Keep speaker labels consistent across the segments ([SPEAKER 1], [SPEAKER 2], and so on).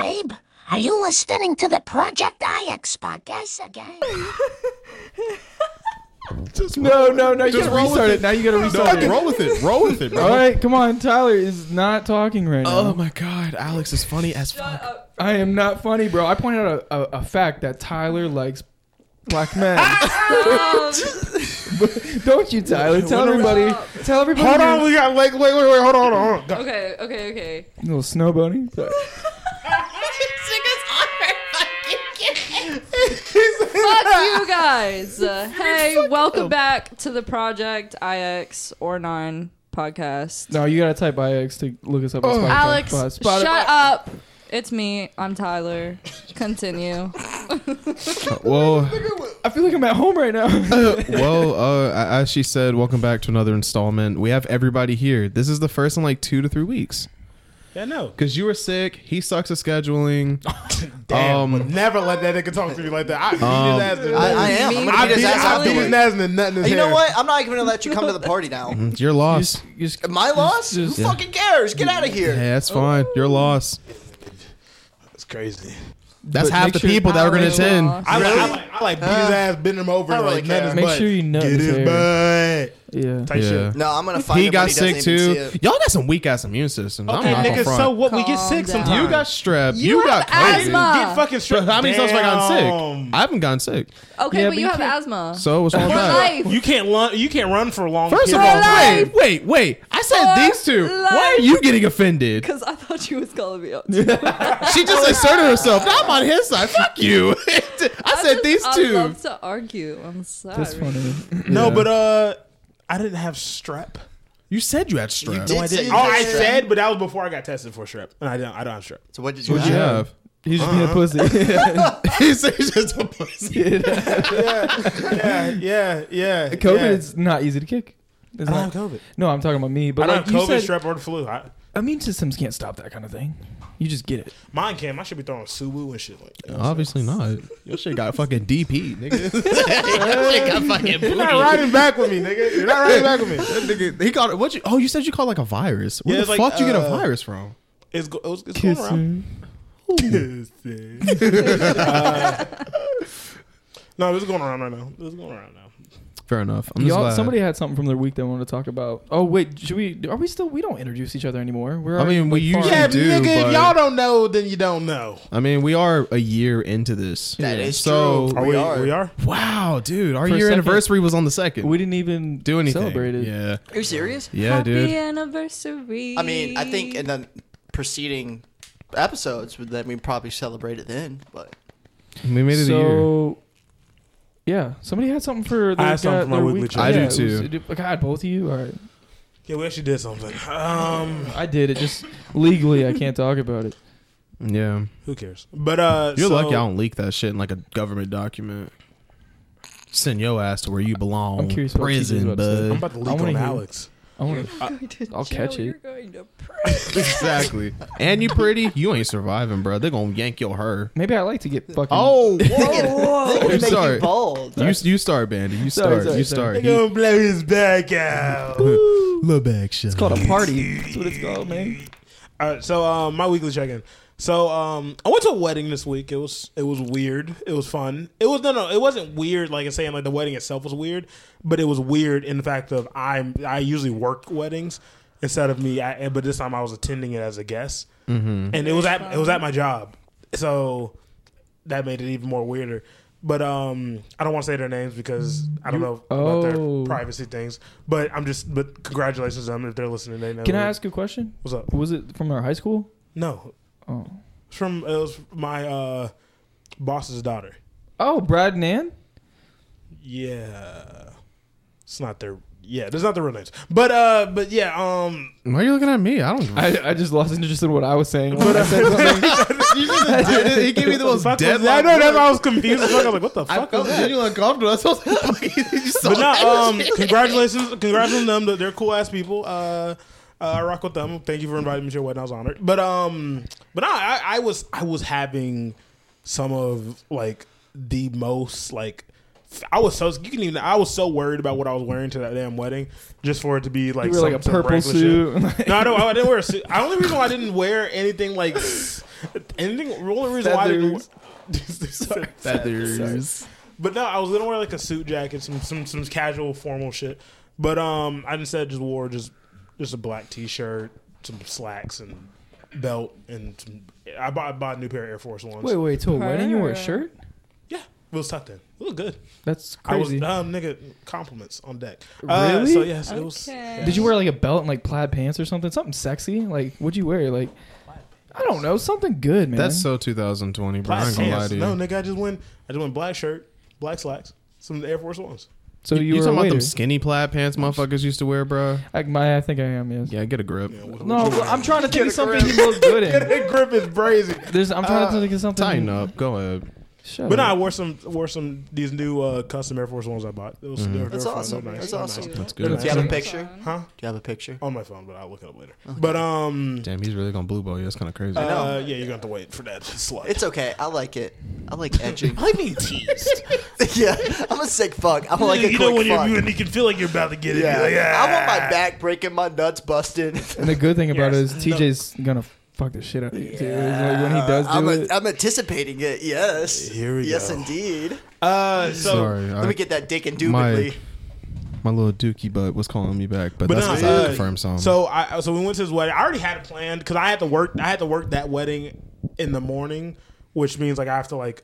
[SPEAKER 1] Babe, are you listening to the Project IX podcast again?
[SPEAKER 2] Just
[SPEAKER 3] No, no, no. You
[SPEAKER 2] Just
[SPEAKER 3] gotta restart
[SPEAKER 2] roll with
[SPEAKER 3] it. Now you gotta restart
[SPEAKER 2] no,
[SPEAKER 3] it.
[SPEAKER 2] roll with it. Roll with it, bro.
[SPEAKER 3] All right, come on. Tyler is not talking right now.
[SPEAKER 2] Oh my god, Alex is funny as fuck.
[SPEAKER 3] I am not funny, bro. I pointed out a, a, a fact that Tyler likes black men. Don't you, Tyler? Tell everybody. Tell everybody.
[SPEAKER 2] Hold
[SPEAKER 3] you're-
[SPEAKER 2] on, we got like wait, wait, wait, hold on, hold on.
[SPEAKER 4] Okay, okay, okay.
[SPEAKER 3] You little snow bunny. Sorry.
[SPEAKER 4] Fuck you guys. Uh, hey, welcome back to the Project IX or 9 podcast.
[SPEAKER 3] No, you gotta type IX to look us up.
[SPEAKER 2] Oh.
[SPEAKER 3] On Spotify.
[SPEAKER 4] Alex,
[SPEAKER 3] But
[SPEAKER 4] shut
[SPEAKER 3] Spotify-
[SPEAKER 4] up. It's me. I'm Tyler. Continue.
[SPEAKER 2] Well,
[SPEAKER 3] I feel like I'm at home right now.
[SPEAKER 2] well, uh, as she said, welcome back to another installment. We have everybody here. This is the first in like two to three weeks.
[SPEAKER 5] Yeah, no.
[SPEAKER 2] Cause you were sick. He sucks at scheduling.
[SPEAKER 5] Damn,
[SPEAKER 2] Um,
[SPEAKER 5] would never let that nigga talk to you like that. I beat
[SPEAKER 2] Um,
[SPEAKER 5] his ass. To
[SPEAKER 6] I, I am. I'm
[SPEAKER 5] I
[SPEAKER 6] gonna
[SPEAKER 5] beat,
[SPEAKER 6] beat his ass
[SPEAKER 5] I beat
[SPEAKER 6] afterwards.
[SPEAKER 5] his ass into nothing. in his
[SPEAKER 6] You know
[SPEAKER 5] hair.
[SPEAKER 6] what? I'm not even gonna let you come to the party now.
[SPEAKER 2] It's your loss.
[SPEAKER 3] Just- just-
[SPEAKER 6] My loss?
[SPEAKER 3] Just-
[SPEAKER 6] Who fucking cares? Get out of
[SPEAKER 2] Hey,
[SPEAKER 6] here.
[SPEAKER 2] that's fine. Your loss.
[SPEAKER 5] It's crazy.
[SPEAKER 2] That's
[SPEAKER 3] But
[SPEAKER 2] half
[SPEAKER 3] make
[SPEAKER 2] the
[SPEAKER 3] sure-
[SPEAKER 2] people that were gonna
[SPEAKER 4] Tyler
[SPEAKER 2] attend.
[SPEAKER 4] lost.
[SPEAKER 5] I like, I like, I like beat his ass, bend him over,
[SPEAKER 6] I don't
[SPEAKER 5] like
[SPEAKER 6] really
[SPEAKER 5] nut
[SPEAKER 6] care.
[SPEAKER 5] his
[SPEAKER 3] Make
[SPEAKER 5] butt.
[SPEAKER 3] sure you nut
[SPEAKER 5] Get
[SPEAKER 3] his
[SPEAKER 5] his
[SPEAKER 3] hair.
[SPEAKER 5] butt.
[SPEAKER 3] yeah.
[SPEAKER 5] Type shit.
[SPEAKER 6] No, I'm gonna find
[SPEAKER 2] He
[SPEAKER 6] him
[SPEAKER 2] got
[SPEAKER 6] when doesn't
[SPEAKER 2] sick
[SPEAKER 6] even
[SPEAKER 2] too.
[SPEAKER 6] see it.
[SPEAKER 2] Y'all got some weak ass immune systems. I'm
[SPEAKER 5] Okay,
[SPEAKER 2] not gonna
[SPEAKER 5] nigga,
[SPEAKER 2] front.
[SPEAKER 5] so what? we get
[SPEAKER 4] Calm
[SPEAKER 5] sick
[SPEAKER 4] down.
[SPEAKER 5] sometimes.
[SPEAKER 2] You got strep.
[SPEAKER 4] You
[SPEAKER 2] You,
[SPEAKER 4] have
[SPEAKER 2] got COVID.
[SPEAKER 4] asthma.
[SPEAKER 5] get fucking strep.
[SPEAKER 2] How many times have I gotten sick?
[SPEAKER 5] Damn.
[SPEAKER 2] I haven't gotten sick.
[SPEAKER 4] Okay,
[SPEAKER 3] Yeah,
[SPEAKER 4] but
[SPEAKER 3] but
[SPEAKER 4] you
[SPEAKER 3] you
[SPEAKER 4] have
[SPEAKER 3] can't-
[SPEAKER 4] asthma.
[SPEAKER 2] So what's wrong with
[SPEAKER 4] For
[SPEAKER 2] that?
[SPEAKER 4] life.
[SPEAKER 5] You can't run. You can't run for a long.
[SPEAKER 2] First of
[SPEAKER 5] period
[SPEAKER 2] all,
[SPEAKER 4] life.
[SPEAKER 2] wait, wait, wait. I said
[SPEAKER 4] For
[SPEAKER 2] these two. Why
[SPEAKER 4] life.
[SPEAKER 2] are you getting offended?
[SPEAKER 4] Because I thought you was calling me out.
[SPEAKER 2] She just asserted herself. Now I'm on his side. Fuck you. I said
[SPEAKER 4] just-
[SPEAKER 2] these
[SPEAKER 4] I
[SPEAKER 2] two.
[SPEAKER 4] love to argue. I'm sorry.
[SPEAKER 3] That's funny.
[SPEAKER 5] No, but uh, I didn't have strep.
[SPEAKER 2] You said you had strep.
[SPEAKER 6] You did
[SPEAKER 2] What'd
[SPEAKER 6] say you
[SPEAKER 5] Oh, I
[SPEAKER 6] had strep.
[SPEAKER 5] said, but that was before I got tested for strep, and I don't. I don't have strep.
[SPEAKER 6] So what did you
[SPEAKER 2] you
[SPEAKER 6] have?
[SPEAKER 2] have?
[SPEAKER 3] He's just
[SPEAKER 2] Uh-huh.
[SPEAKER 3] being a pussy.
[SPEAKER 2] he said he's just a pussy.
[SPEAKER 5] Yeah, yeah, yeah.
[SPEAKER 3] COVID
[SPEAKER 5] yeah.
[SPEAKER 3] is not easy to kick. It's
[SPEAKER 5] I
[SPEAKER 3] not-
[SPEAKER 5] don't have COVID.
[SPEAKER 3] No, I'm talking about me. But
[SPEAKER 5] I don't
[SPEAKER 3] like
[SPEAKER 5] have
[SPEAKER 3] you
[SPEAKER 5] COVID,
[SPEAKER 3] said,
[SPEAKER 5] strep, or the flu. I,
[SPEAKER 3] immune systems can't stop that kind of thing. You just get it.
[SPEAKER 5] mine can. I should be throwing subu and shit like
[SPEAKER 3] Oh.
[SPEAKER 5] that.
[SPEAKER 2] Obviously not. Your shit got fucking DP, nigga. Your shit got fucking booty.
[SPEAKER 5] You're not riding back with me, nigga. You're not riding back with me.
[SPEAKER 2] That nigga, he called it. What you? Oh, you said you called like a virus. Where
[SPEAKER 5] Yeah,
[SPEAKER 2] the
[SPEAKER 5] it's like,
[SPEAKER 2] fuck you get a
[SPEAKER 5] uh,
[SPEAKER 2] virus from?
[SPEAKER 5] It's, go, it's, it's going around. Kissing. no, this is going around right now. This is going around now.
[SPEAKER 2] Fair enough. I'm just
[SPEAKER 3] Y'all,
[SPEAKER 2] glad.
[SPEAKER 3] somebody had something from their week they wanted to talk about. Oh wait, should we? Are we still? We don't introduce each other anymore. We're
[SPEAKER 2] I mean,
[SPEAKER 3] already,
[SPEAKER 2] we
[SPEAKER 3] like, far-
[SPEAKER 2] usually
[SPEAKER 5] Yeah,
[SPEAKER 2] do,
[SPEAKER 5] nigga,
[SPEAKER 2] but-
[SPEAKER 5] if y'all don't know, then you don't know.
[SPEAKER 2] I mean, we are a year into this.
[SPEAKER 6] That is
[SPEAKER 2] so,
[SPEAKER 6] true. Are we- are.
[SPEAKER 5] We are.
[SPEAKER 2] Wow, dude, our
[SPEAKER 3] For a
[SPEAKER 2] year
[SPEAKER 3] second-
[SPEAKER 2] anniversary was on the second.
[SPEAKER 3] we didn't even
[SPEAKER 2] do anything.
[SPEAKER 3] Celebrate it.
[SPEAKER 2] Yeah,
[SPEAKER 6] Are you serious?
[SPEAKER 2] yeah,
[SPEAKER 4] Happy
[SPEAKER 2] dude.
[SPEAKER 4] anniversary.
[SPEAKER 6] I mean, I think in the preceding episodes, then we probably celebrate it then. But
[SPEAKER 2] We made it a year.
[SPEAKER 3] So. Yeah, somebody had something for. their
[SPEAKER 5] had something
[SPEAKER 3] guy-
[SPEAKER 5] for my
[SPEAKER 3] their
[SPEAKER 5] weekly
[SPEAKER 3] week-
[SPEAKER 5] check.
[SPEAKER 2] I do
[SPEAKER 3] yeah, it
[SPEAKER 2] too.
[SPEAKER 3] was- God, both of you. All right,
[SPEAKER 5] Yeah, we actually did something. Um,
[SPEAKER 3] I did it. Just legally, I can't talk about it.
[SPEAKER 2] Yeah,
[SPEAKER 5] who cares? But uh,
[SPEAKER 2] you're
[SPEAKER 5] so-
[SPEAKER 2] lucky I don't leak that shit in like a government document. Send your ass to where you belong.
[SPEAKER 3] I'm curious what TJ's
[SPEAKER 2] prison,
[SPEAKER 3] about to say.
[SPEAKER 5] I'm
[SPEAKER 2] bud.
[SPEAKER 5] about to
[SPEAKER 3] I
[SPEAKER 5] leak
[SPEAKER 3] wanna
[SPEAKER 5] on
[SPEAKER 3] hear.
[SPEAKER 5] Alex.
[SPEAKER 3] I want to. I'll
[SPEAKER 4] I'll
[SPEAKER 3] catch it.
[SPEAKER 4] You're going to prison.
[SPEAKER 2] exactly. And you pretty, you ain't surviving, bro. They're gonna yank your her.
[SPEAKER 3] Maybe I like to get fucking.
[SPEAKER 2] Oh,
[SPEAKER 6] They can
[SPEAKER 2] I'm
[SPEAKER 6] make
[SPEAKER 2] sorry.
[SPEAKER 6] you bald.
[SPEAKER 2] you you start, Bandy. You
[SPEAKER 3] Sorry,
[SPEAKER 2] start.
[SPEAKER 3] sorry, sorry.
[SPEAKER 2] you start.
[SPEAKER 5] They gonna blow his back out.
[SPEAKER 2] Little back shot.
[SPEAKER 3] it's called a party. That's what it's called, man.
[SPEAKER 5] All right, so um, my weekly check-in. So um, I went to a wedding this week. It was it was weird. It was fun. It was no no. It wasn't weird like it's saying like the wedding itself was weird, but it was weird in the fact of I I usually work weddings instead of me. I, but this time I was attending it as a guest, mm-hmm. and it was at it was at my job. So that made it even more weirder. But um, I don't want to say their names because I don't know about
[SPEAKER 3] Oh.
[SPEAKER 5] their privacy things. But I'm just but congratulations to them if they're listening. They know
[SPEAKER 3] Can I
[SPEAKER 5] who-
[SPEAKER 3] ask you a question?
[SPEAKER 5] what's up?
[SPEAKER 3] Was it from our high school?
[SPEAKER 5] No,
[SPEAKER 3] Oh.
[SPEAKER 5] it's from it was my uh, boss's daughter.
[SPEAKER 3] Oh, Brad Nan?
[SPEAKER 5] Yeah, it's not their. Yeah, there's not the real names, but uh, but yeah, um,
[SPEAKER 2] Why are you looking at me? I don't.
[SPEAKER 3] I, I just lost interest in what I was saying. But I said something.
[SPEAKER 2] he gave me the most
[SPEAKER 5] fuck was
[SPEAKER 2] dead.
[SPEAKER 5] that? I know that's why I was confused. as fuck. I was like, what the
[SPEAKER 2] I
[SPEAKER 5] fuck
[SPEAKER 2] felt
[SPEAKER 5] was that?
[SPEAKER 2] genuinely uncomfortable. That's what I was like, you saw
[SPEAKER 5] But
[SPEAKER 2] that
[SPEAKER 5] no, um,
[SPEAKER 2] shit.
[SPEAKER 5] congratulations, congratulations on them. They're cool ass people. Uh, uh, I rock with them. Thank you for inviting me to your wedding. I was honored. But um, but no, I, I was I was having some of like the most like f- I was so you can even I was so worried about what I was wearing to that damn wedding just for it to be like
[SPEAKER 3] You were like
[SPEAKER 5] some-
[SPEAKER 3] a
[SPEAKER 5] some
[SPEAKER 3] purple
[SPEAKER 5] regular shit.
[SPEAKER 3] suit.
[SPEAKER 5] No, I don't. I didn't wear a suit. The only reason why I didn't wear anything like s-
[SPEAKER 6] Anything. The only reason why I didn't. Sorry.
[SPEAKER 2] Feathers.
[SPEAKER 6] But no, I was gonna wear like a suit jacket, some some some casual formal shit. But um, I instead just wore just just a black t shirt, some slacks, and belt, and some, I bought I bought a new pair of Air Force Ones.
[SPEAKER 3] Wait, wait, to a wedding you wear a
[SPEAKER 4] Her.
[SPEAKER 3] shirt?
[SPEAKER 6] Yeah, it was tucked in. It looked good.
[SPEAKER 3] That's
[SPEAKER 6] I was
[SPEAKER 3] crazy.
[SPEAKER 6] um nigga compliments on deck. Uh,
[SPEAKER 3] Really?
[SPEAKER 6] so yes, it was.
[SPEAKER 4] Okay.
[SPEAKER 3] Did you wear like a belt and like plaid pants or something? Something sexy? Like what'd you wear? Like I don't know, something good, man.
[SPEAKER 2] That's so 2020, bro. I
[SPEAKER 6] Black
[SPEAKER 2] ain't gonna lie
[SPEAKER 6] pants.
[SPEAKER 2] to you.
[SPEAKER 6] No, nigga, I just went. I just went black shirt, black slacks, some Air Force Ones.
[SPEAKER 3] so you,
[SPEAKER 2] you
[SPEAKER 3] were
[SPEAKER 2] talking
[SPEAKER 3] a
[SPEAKER 2] about
[SPEAKER 3] waiter.
[SPEAKER 2] them skinny plaid pants motherfuckers used to wear, bro?
[SPEAKER 3] Like my, I think I am. Yes.
[SPEAKER 2] Yeah, get a grip.
[SPEAKER 6] Yeah, what-
[SPEAKER 3] No,
[SPEAKER 6] what you
[SPEAKER 3] but
[SPEAKER 6] wearing?
[SPEAKER 3] I'm trying to think of
[SPEAKER 6] a
[SPEAKER 3] something he looks good in.
[SPEAKER 6] that grip is brazy.
[SPEAKER 3] There's, I'm trying to
[SPEAKER 6] Uh,
[SPEAKER 3] think of something.
[SPEAKER 2] Tighten up. Go ahead.
[SPEAKER 3] Shut
[SPEAKER 6] But no, I
[SPEAKER 3] up.
[SPEAKER 6] wore some wore some these new uh, custom Air Force Ones I bought. Those, they were- they
[SPEAKER 7] That's
[SPEAKER 6] were fun.
[SPEAKER 7] awesome.
[SPEAKER 6] They're nice.
[SPEAKER 7] That's
[SPEAKER 6] They're
[SPEAKER 7] awesome.
[SPEAKER 6] nice.
[SPEAKER 2] That's
[SPEAKER 7] Do
[SPEAKER 2] good.
[SPEAKER 7] you have a
[SPEAKER 6] Nice.
[SPEAKER 7] picture? Do
[SPEAKER 6] Huh? Oh.
[SPEAKER 7] you have a picture?
[SPEAKER 6] On my phone, but I'll look it up later. But um,
[SPEAKER 2] Damn, he's really gonna blue ball you. That's kind of crazy.
[SPEAKER 6] uh, yeah, you're gonna have to wait for that slut.
[SPEAKER 7] It's okay. I like it. I like edging.
[SPEAKER 6] I'm being teased.
[SPEAKER 7] yeah, I'm a sick fuck. I'm like a
[SPEAKER 6] you
[SPEAKER 7] quick
[SPEAKER 6] know when
[SPEAKER 7] fuck.
[SPEAKER 6] you, when you can feel like "Ah." you're about to get it.
[SPEAKER 7] yeah.
[SPEAKER 6] Yeah, yeah.
[SPEAKER 7] I want my back breaking, my nuts busted.
[SPEAKER 3] And the good thing about
[SPEAKER 6] Yes.
[SPEAKER 3] it is TJ's gonna fuck the shit out of you. Too. It's like when he
[SPEAKER 6] Ah,
[SPEAKER 3] does do
[SPEAKER 7] I'm,
[SPEAKER 3] it.
[SPEAKER 7] I'm anticipating it. Yes.
[SPEAKER 6] Here we
[SPEAKER 7] yes,
[SPEAKER 6] go.
[SPEAKER 7] indeed.
[SPEAKER 6] Uh, so
[SPEAKER 2] Sorry,
[SPEAKER 7] Let
[SPEAKER 2] I-
[SPEAKER 7] me get that dick and dubidly.
[SPEAKER 2] my little dookie butt was calling me back, but,
[SPEAKER 6] But
[SPEAKER 2] that's
[SPEAKER 6] no,
[SPEAKER 2] because I
[SPEAKER 6] uh,
[SPEAKER 2] confirmed something.
[SPEAKER 6] So I so we went to his wedding. I already had it planned because I had to work. I had to work that wedding in the morning, which means like I have to like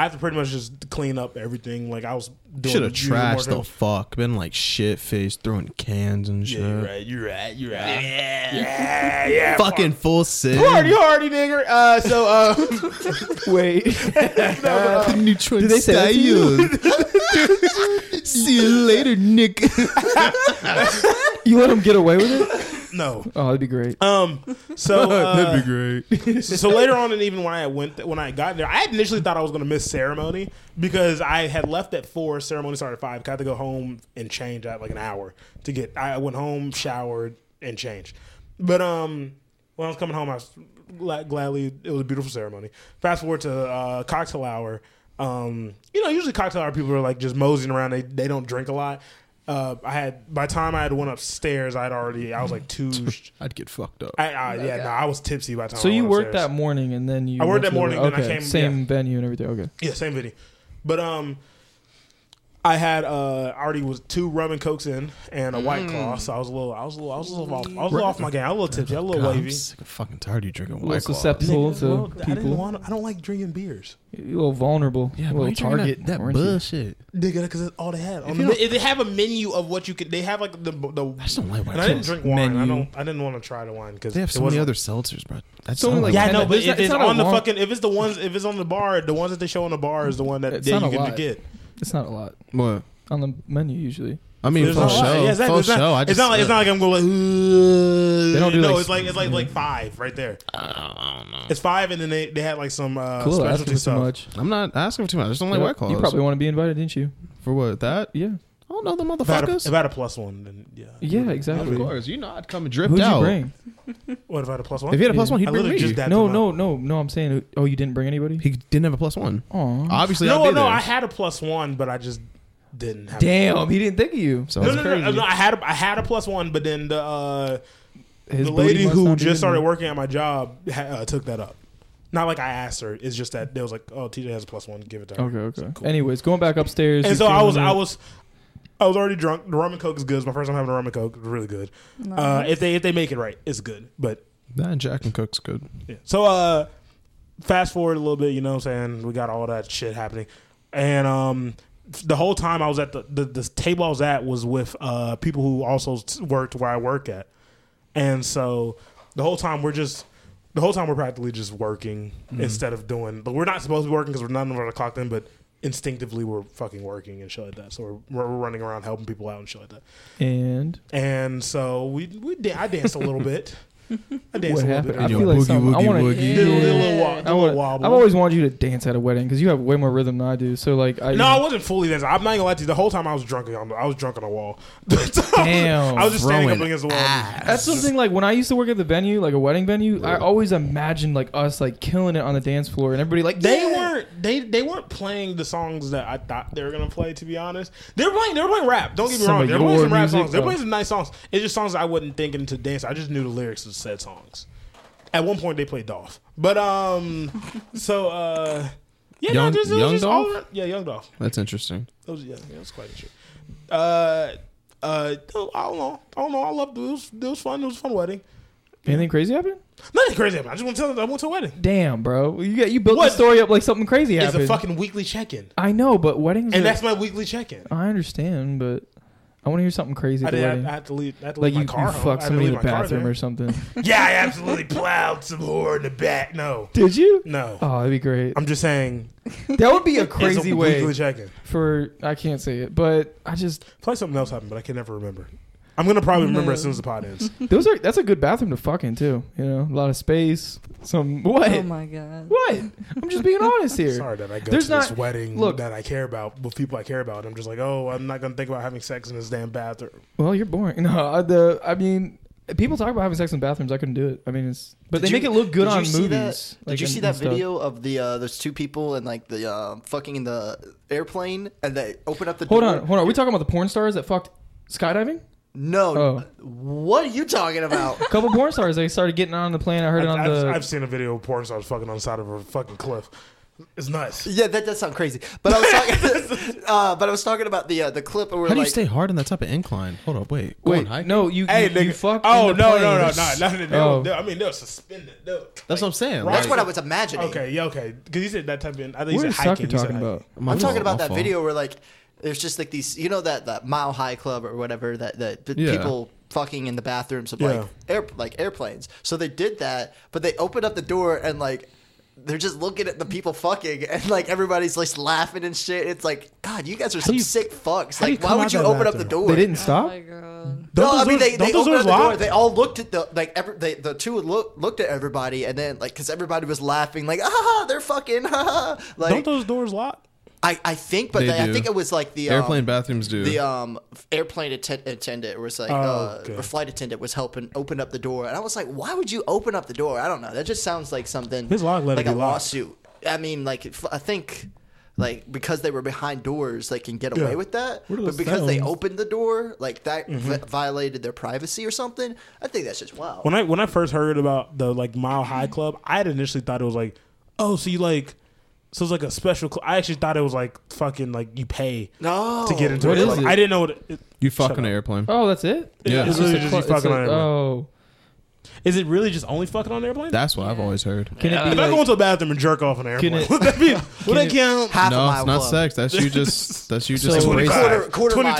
[SPEAKER 6] I have to pretty much just clean up everything. Like I was doing
[SPEAKER 2] should have
[SPEAKER 6] usual
[SPEAKER 2] trashed
[SPEAKER 6] wardrobe.
[SPEAKER 2] the fuck. Been like shit faced, throwing cans and shit.
[SPEAKER 6] Yeah, you're right. You're right. You're right. Yeah, yeah, yeah.
[SPEAKER 2] Fucking full sin.
[SPEAKER 6] party hardy, nigger. Uh, so uh,
[SPEAKER 3] Wait, uh,
[SPEAKER 2] Detroit Did
[SPEAKER 3] they say that to
[SPEAKER 2] See you later, Nick.
[SPEAKER 3] you let him get away with it?
[SPEAKER 6] no.
[SPEAKER 3] Oh, that'd be great.
[SPEAKER 6] Um, so uh,
[SPEAKER 2] That'd be great.
[SPEAKER 6] so later on, and even when I went, when I got there, I initially thought I was going to miss ceremony because I had left at four. Ceremony started at five. I had to go home and change at like an hour to get. I went home, showered, and changed. But um, when I was coming home, I was glad, gladly it was a beautiful ceremony. Fast forward to uh, cocktail hour. Um, you know, usually cocktail hour people are like just moseying around. They they don't drink a lot. Uh, I had by the time I had went upstairs, I'd already I was like two.
[SPEAKER 2] I'd get fucked up.
[SPEAKER 6] I, I, yeah, no, I was tipsy by the time.
[SPEAKER 3] so
[SPEAKER 6] I
[SPEAKER 3] you
[SPEAKER 6] went
[SPEAKER 3] worked
[SPEAKER 6] upstairs.
[SPEAKER 3] that morning, and then you.
[SPEAKER 6] I
[SPEAKER 3] went
[SPEAKER 6] worked that
[SPEAKER 3] to the-
[SPEAKER 6] morning, then I
[SPEAKER 3] okay,
[SPEAKER 6] came-
[SPEAKER 3] Same venue and everything. Okay.
[SPEAKER 6] Yeah, same video. But um, I had uh, I already was two rum and cokes in and a white claw, so I was a little, I was a little, I was a little off, I was a little off my game. I was a little tipsy, I was a little
[SPEAKER 2] God, I'm
[SPEAKER 6] wavy.
[SPEAKER 2] sick of fucking tired of you drinking
[SPEAKER 3] A little
[SPEAKER 2] white Claws.
[SPEAKER 3] susceptible
[SPEAKER 6] Nigga,
[SPEAKER 3] to
[SPEAKER 6] well, I
[SPEAKER 3] people.
[SPEAKER 6] didn't want. I don't like drinking beers,
[SPEAKER 3] a little vulnerable.
[SPEAKER 2] Yeah,
[SPEAKER 3] a
[SPEAKER 2] why
[SPEAKER 3] little
[SPEAKER 2] you drinking
[SPEAKER 3] target.
[SPEAKER 2] That, that
[SPEAKER 3] weren't you?
[SPEAKER 2] bullshit.
[SPEAKER 6] nigga, because that's all they had. On
[SPEAKER 2] If
[SPEAKER 6] the,
[SPEAKER 2] you
[SPEAKER 6] men- they have a menu of what you could. They have like the the.
[SPEAKER 2] I just don't like white
[SPEAKER 6] And I didn't
[SPEAKER 2] Claws.
[SPEAKER 6] drink wine. I
[SPEAKER 3] Menu.
[SPEAKER 6] don't. I didn't want to try the wine because
[SPEAKER 2] They have so many other seltzers, bro. That's
[SPEAKER 3] So only, like,
[SPEAKER 2] like
[SPEAKER 6] Yeah, I
[SPEAKER 3] ten-
[SPEAKER 6] know, but
[SPEAKER 3] there's
[SPEAKER 6] if
[SPEAKER 3] not- it's
[SPEAKER 6] it's
[SPEAKER 3] not a
[SPEAKER 6] on the
[SPEAKER 3] long-
[SPEAKER 6] fucking, if it's the ones, if it's on the bar, the ones that they show on the bar is the one that
[SPEAKER 3] It's
[SPEAKER 6] that
[SPEAKER 3] not
[SPEAKER 6] you
[SPEAKER 3] a
[SPEAKER 6] can
[SPEAKER 3] lot.
[SPEAKER 6] get.
[SPEAKER 3] It's not a lot
[SPEAKER 2] what?
[SPEAKER 3] on the menu usually.
[SPEAKER 2] I mean,
[SPEAKER 6] There's
[SPEAKER 2] full
[SPEAKER 6] not a lot.
[SPEAKER 2] show.
[SPEAKER 6] Yeah, exactly.
[SPEAKER 2] Full
[SPEAKER 6] It's not-
[SPEAKER 2] show. I
[SPEAKER 6] it's
[SPEAKER 2] just,
[SPEAKER 6] not like it's not like I'm going like.
[SPEAKER 3] They don't do,
[SPEAKER 6] no,
[SPEAKER 3] like,
[SPEAKER 6] it's like it's like like five right there.
[SPEAKER 2] I don't know.
[SPEAKER 6] It's five, and then they, they had like some uh,
[SPEAKER 3] Cool. That's
[SPEAKER 6] specialty
[SPEAKER 3] too
[SPEAKER 6] stuff.
[SPEAKER 3] much.
[SPEAKER 2] I'm not asking for too much. I just don't like
[SPEAKER 3] Yep.
[SPEAKER 2] white claws.
[SPEAKER 3] You probably want to be invited, didn't you?
[SPEAKER 2] for what that?
[SPEAKER 3] Yeah.
[SPEAKER 2] I don't know the
[SPEAKER 6] If I, had a,
[SPEAKER 2] motherfuckers.
[SPEAKER 6] if I had a plus one, then yeah.
[SPEAKER 3] Yeah. Exactly.
[SPEAKER 2] of course, you know I'd come and dripped
[SPEAKER 3] Who'd
[SPEAKER 2] out.
[SPEAKER 3] you bring?
[SPEAKER 6] What if I had a plus one?
[SPEAKER 2] If he had a plus
[SPEAKER 3] Yeah.
[SPEAKER 2] one, he'd
[SPEAKER 6] I
[SPEAKER 2] bring
[SPEAKER 6] literally
[SPEAKER 2] me.
[SPEAKER 6] just dapped
[SPEAKER 3] No,
[SPEAKER 6] him
[SPEAKER 3] no,
[SPEAKER 6] up.
[SPEAKER 3] no, no. I'm saying, oh, you didn't bring anybody.
[SPEAKER 2] he didn't have a plus one.
[SPEAKER 3] Oh.
[SPEAKER 2] Obviously, I'd
[SPEAKER 6] Mm. No,
[SPEAKER 2] be
[SPEAKER 6] no,
[SPEAKER 2] there.
[SPEAKER 6] I had a plus one, but I just didn't have.
[SPEAKER 3] Damn, he didn't think of you.
[SPEAKER 2] so
[SPEAKER 6] No,
[SPEAKER 2] it's
[SPEAKER 6] no, no,
[SPEAKER 2] crazy.
[SPEAKER 6] no, no, I had a, I had a plus one, but then the uh,
[SPEAKER 3] His booty
[SPEAKER 6] the lady
[SPEAKER 3] must
[SPEAKER 6] who
[SPEAKER 3] not be in
[SPEAKER 6] just started
[SPEAKER 3] there.
[SPEAKER 6] working at my job ha- uh, took that up. Not like I asked her. It's just that they was like, "Oh, TJ has a plus one. Give it to her."
[SPEAKER 3] Okay, okay. Anyways, going back upstairs.
[SPEAKER 6] And
[SPEAKER 3] you
[SPEAKER 6] so I
[SPEAKER 3] feeling
[SPEAKER 6] was,
[SPEAKER 3] it.
[SPEAKER 6] I was, I was already drunk. The rum and coke is good. It's my first time having a rum and coke. It's really good. Uh, if they if they make it right, it's good. But
[SPEAKER 2] That and Jack and Cook's good.
[SPEAKER 6] Yeah. So uh fast forward a little bit, you know what I'm saying? We got all that shit happening. And um the whole time I was at the the, the table I was at was with uh people who also s- worked where I work at. And so the whole time we're just the whole time we're practically just working
[SPEAKER 3] Mm-hmm.
[SPEAKER 6] instead of doing but we're not supposed to be working because we're none of us are clocked in, but instinctively we're fucking working and shit like that. So we're, we're running around helping people out and shit like that.
[SPEAKER 3] And
[SPEAKER 6] And so we we da- I danced a little bit. I danced
[SPEAKER 3] what
[SPEAKER 6] a little
[SPEAKER 3] happened?
[SPEAKER 6] bit.
[SPEAKER 3] I
[SPEAKER 2] Yo,
[SPEAKER 3] feel like
[SPEAKER 2] boogie,
[SPEAKER 3] something. I
[SPEAKER 2] woogie,
[SPEAKER 3] want
[SPEAKER 2] woogie.
[SPEAKER 3] to.
[SPEAKER 6] Did a little wa-
[SPEAKER 3] I
[SPEAKER 6] little
[SPEAKER 3] wanna,
[SPEAKER 6] wobble.
[SPEAKER 3] I've always wanted you to dance at a wedding because you have way more rhythm than I do. So like, I
[SPEAKER 6] No, I wasn't fully dancing. I'm not gonna lie to you. The whole time I was drunk on the, I was drunk on a wall.
[SPEAKER 3] Damn.
[SPEAKER 6] I was just standing up
[SPEAKER 2] Throwing
[SPEAKER 6] against the wall.
[SPEAKER 3] That's something like when I used to work at the venue, like a wedding venue. I always imagined like us like killing it on the dance floor and everybody like
[SPEAKER 6] They
[SPEAKER 3] yeah.
[SPEAKER 6] weren't they they weren't playing the songs that I thought they were gonna play. To be honest, they were playing they were playing rap. Don't get me
[SPEAKER 3] Some
[SPEAKER 6] wrong,
[SPEAKER 3] of
[SPEAKER 6] they were playing
[SPEAKER 3] your
[SPEAKER 6] some rap
[SPEAKER 3] music,
[SPEAKER 6] songs. They were
[SPEAKER 3] though.
[SPEAKER 6] playing some nice songs. It's just songs I wasn't thinking to dance. I just knew the lyrics of said songs. At one point, they played Dolph, but um, so uh, yeah,
[SPEAKER 2] Young-
[SPEAKER 6] no, just, it was
[SPEAKER 2] Young
[SPEAKER 6] just all-
[SPEAKER 2] Dolph?
[SPEAKER 6] yeah, young Dolph.
[SPEAKER 2] That's interesting.
[SPEAKER 6] That was yeah, yeah, it was quite a shit. Uh, uh, I don't know, I don't know. I loved it. It was, it was fun. It was a fun wedding.
[SPEAKER 3] Anything crazy happened?
[SPEAKER 6] Nothing crazy happened. I just want to tell. I went to a wedding.
[SPEAKER 3] Damn, bro, you got you built the
[SPEAKER 6] What?
[SPEAKER 3] story up like something crazy
[SPEAKER 6] It's
[SPEAKER 3] happened.
[SPEAKER 6] a fucking weekly check-in,
[SPEAKER 3] I know, but weddings.
[SPEAKER 6] and
[SPEAKER 3] are-
[SPEAKER 6] that's my weekly check-in.
[SPEAKER 3] I understand, but I want to hear something crazy.
[SPEAKER 6] I
[SPEAKER 3] At the
[SPEAKER 6] did.
[SPEAKER 3] wedding.
[SPEAKER 6] I, I had to leave. I had to
[SPEAKER 3] like
[SPEAKER 6] leave
[SPEAKER 3] you,
[SPEAKER 6] my car.
[SPEAKER 3] you
[SPEAKER 6] home. I had
[SPEAKER 3] fucked
[SPEAKER 6] to
[SPEAKER 3] somebody in
[SPEAKER 6] leave
[SPEAKER 3] the
[SPEAKER 6] my car
[SPEAKER 3] bathroom
[SPEAKER 6] there.
[SPEAKER 3] or something.
[SPEAKER 6] Yeah, I absolutely plowed some whore in the back. No,
[SPEAKER 3] Did you?
[SPEAKER 6] no.
[SPEAKER 3] Oh, that'd be great.
[SPEAKER 6] I'm just saying.
[SPEAKER 3] That would be a
[SPEAKER 6] it's
[SPEAKER 3] crazy
[SPEAKER 6] a
[SPEAKER 3] way
[SPEAKER 6] Weekly check-in.
[SPEAKER 3] for I can't say it, but I just
[SPEAKER 6] Probably something else happened, but I can never remember. I'm gonna probably remember as soon as the pod ends.
[SPEAKER 3] those are that's a good bathroom to fuck in too. You know, a lot of space. Some what?
[SPEAKER 4] Oh my god.
[SPEAKER 3] what? I'm just being honest here.
[SPEAKER 6] Sorry that I go
[SPEAKER 3] There's
[SPEAKER 6] to this
[SPEAKER 3] not-
[SPEAKER 6] wedding
[SPEAKER 3] look-
[SPEAKER 6] that I care about with people I care about. I'm just like, oh, I'm not gonna think about having sex in this damn bathroom.
[SPEAKER 3] Well, you're boring. No, I- the I mean, people talk about having sex in bathrooms. I couldn't do it. I mean, it's but
[SPEAKER 7] Did
[SPEAKER 3] they
[SPEAKER 7] you-
[SPEAKER 3] make it look good
[SPEAKER 7] did you
[SPEAKER 3] on
[SPEAKER 7] see
[SPEAKER 3] movies.
[SPEAKER 7] That, did
[SPEAKER 3] like,
[SPEAKER 7] you
[SPEAKER 3] and-
[SPEAKER 7] see
[SPEAKER 3] and
[SPEAKER 7] that
[SPEAKER 3] stuff.
[SPEAKER 7] video of the uh, those two people and like the uh, fucking in the airplane and they open up the
[SPEAKER 3] Hold
[SPEAKER 7] door?
[SPEAKER 3] on, hold on. Are we talking about the porn stars that fucked skydiving?
[SPEAKER 7] No,
[SPEAKER 3] Oh.
[SPEAKER 7] what are you talking about?
[SPEAKER 3] A couple porn stars. They started getting on the plane. I heard
[SPEAKER 6] I've,
[SPEAKER 3] it on
[SPEAKER 6] I've,
[SPEAKER 3] the.
[SPEAKER 6] I've seen a video of porn stars fucking on the side of a fucking cliff. It's nuts.
[SPEAKER 7] yeah, that does sound crazy. But I was talking, uh, but I was talking about the uh, the clip where
[SPEAKER 2] How do you
[SPEAKER 7] like
[SPEAKER 2] stay hard on that type of incline? Hold up, wait. Go
[SPEAKER 3] wait,
[SPEAKER 2] on, hike.
[SPEAKER 3] no, you.
[SPEAKER 6] Hey,
[SPEAKER 3] you, you
[SPEAKER 6] nigga.
[SPEAKER 3] fucked.
[SPEAKER 6] oh
[SPEAKER 3] in the
[SPEAKER 6] no,
[SPEAKER 3] plane.
[SPEAKER 6] no, no, no, no, no, they
[SPEAKER 3] Oh.
[SPEAKER 6] were- they- I mean, they were suspended. They were-
[SPEAKER 2] That's what I'm saying.
[SPEAKER 6] Right.
[SPEAKER 7] that's
[SPEAKER 2] like-
[SPEAKER 7] what I was imagining.
[SPEAKER 6] okay, yeah, okay. Because you said that type of. I think
[SPEAKER 3] What
[SPEAKER 6] you
[SPEAKER 3] is
[SPEAKER 6] said
[SPEAKER 3] Tucker
[SPEAKER 6] hiking. you said
[SPEAKER 3] talking
[SPEAKER 6] hiking.
[SPEAKER 3] about?
[SPEAKER 2] My
[SPEAKER 7] I'm talking
[SPEAKER 2] fault,
[SPEAKER 7] about
[SPEAKER 2] my
[SPEAKER 7] that
[SPEAKER 2] fault.
[SPEAKER 7] video where like there's just like these you know that that mile high club or whatever that that the
[SPEAKER 2] Yeah.
[SPEAKER 7] people fucking in the bathrooms of
[SPEAKER 6] Yeah.
[SPEAKER 7] like air like airplanes. So they did that, but they opened up the door and like they're just looking at the people fucking and like everybody's just laughing and shit. It's like God, you guys are some
[SPEAKER 2] you-
[SPEAKER 7] sick fucks.
[SPEAKER 6] how do you
[SPEAKER 7] Like why
[SPEAKER 6] come
[SPEAKER 7] would
[SPEAKER 6] out
[SPEAKER 7] you
[SPEAKER 6] that
[SPEAKER 7] open up the
[SPEAKER 6] bathroom?
[SPEAKER 7] door?
[SPEAKER 3] They didn't
[SPEAKER 4] Oh
[SPEAKER 3] stop.
[SPEAKER 4] my god.
[SPEAKER 7] No,
[SPEAKER 6] Don't
[SPEAKER 7] I mean
[SPEAKER 6] those-
[SPEAKER 7] they,
[SPEAKER 6] don't
[SPEAKER 7] they
[SPEAKER 6] those
[SPEAKER 7] opened up
[SPEAKER 6] doors
[SPEAKER 7] the door.
[SPEAKER 6] lock?
[SPEAKER 7] They all looked at the like every, they, the two look, looked at everybody and then like because everybody was laughing like ah they're fucking ah,
[SPEAKER 6] Don't
[SPEAKER 7] like
[SPEAKER 6] those doors lock?
[SPEAKER 7] I, I think but
[SPEAKER 2] They
[SPEAKER 7] they I
[SPEAKER 2] do.
[SPEAKER 7] think it was like the um,
[SPEAKER 2] airplane bathrooms do.
[SPEAKER 7] the um airplane atten- attendant was like
[SPEAKER 6] Oh,
[SPEAKER 7] uh,
[SPEAKER 6] okay.
[SPEAKER 7] or flight attendant was helping open up the door and i was like why would you open up the door i don't know that just sounds like something
[SPEAKER 6] His log letter
[SPEAKER 7] like
[SPEAKER 6] be
[SPEAKER 7] a
[SPEAKER 6] locked.
[SPEAKER 7] lawsuit i mean like if- i think like because they were behind doors they can get
[SPEAKER 6] Yeah.
[SPEAKER 7] away with that
[SPEAKER 6] What are
[SPEAKER 7] but
[SPEAKER 6] those
[SPEAKER 7] because they
[SPEAKER 6] sounds? Mm-hmm.
[SPEAKER 7] opened the door like that vi- violated their privacy or something i think that's just wow
[SPEAKER 6] when I when I first heard about the like Mile High Club, I had initially thought it was like, oh, so you like, so it's like a special. Cl- I actually thought it was like fucking like you pay
[SPEAKER 7] no
[SPEAKER 6] to get into
[SPEAKER 3] What
[SPEAKER 6] it.
[SPEAKER 3] is
[SPEAKER 6] Like,
[SPEAKER 3] it?
[SPEAKER 6] I didn't know what. It, it-
[SPEAKER 2] you fuck
[SPEAKER 6] Shut
[SPEAKER 2] on an
[SPEAKER 6] up.
[SPEAKER 2] airplane.
[SPEAKER 3] Oh, that's it.
[SPEAKER 2] Yeah.
[SPEAKER 6] it's
[SPEAKER 2] It's
[SPEAKER 6] literally
[SPEAKER 3] a
[SPEAKER 6] just
[SPEAKER 3] clo-
[SPEAKER 6] you
[SPEAKER 3] it's
[SPEAKER 6] fucking
[SPEAKER 3] a-
[SPEAKER 6] on an airplane.
[SPEAKER 3] Oh,
[SPEAKER 6] Is it really just only fucking on an airplane?
[SPEAKER 2] That's what I've always heard.
[SPEAKER 3] can it
[SPEAKER 6] if
[SPEAKER 3] be
[SPEAKER 6] I go
[SPEAKER 3] like,
[SPEAKER 6] into a bathroom and jerk off on an
[SPEAKER 3] Can
[SPEAKER 6] airplane,
[SPEAKER 3] it-
[SPEAKER 6] would that be? Would that count?
[SPEAKER 7] half a
[SPEAKER 2] No,
[SPEAKER 7] mile
[SPEAKER 2] it's not
[SPEAKER 7] club.
[SPEAKER 2] sex. That's you just. That's you just.
[SPEAKER 3] So-
[SPEAKER 2] embracing it.
[SPEAKER 7] Quarter- quarter
[SPEAKER 6] 20,
[SPEAKER 7] mile.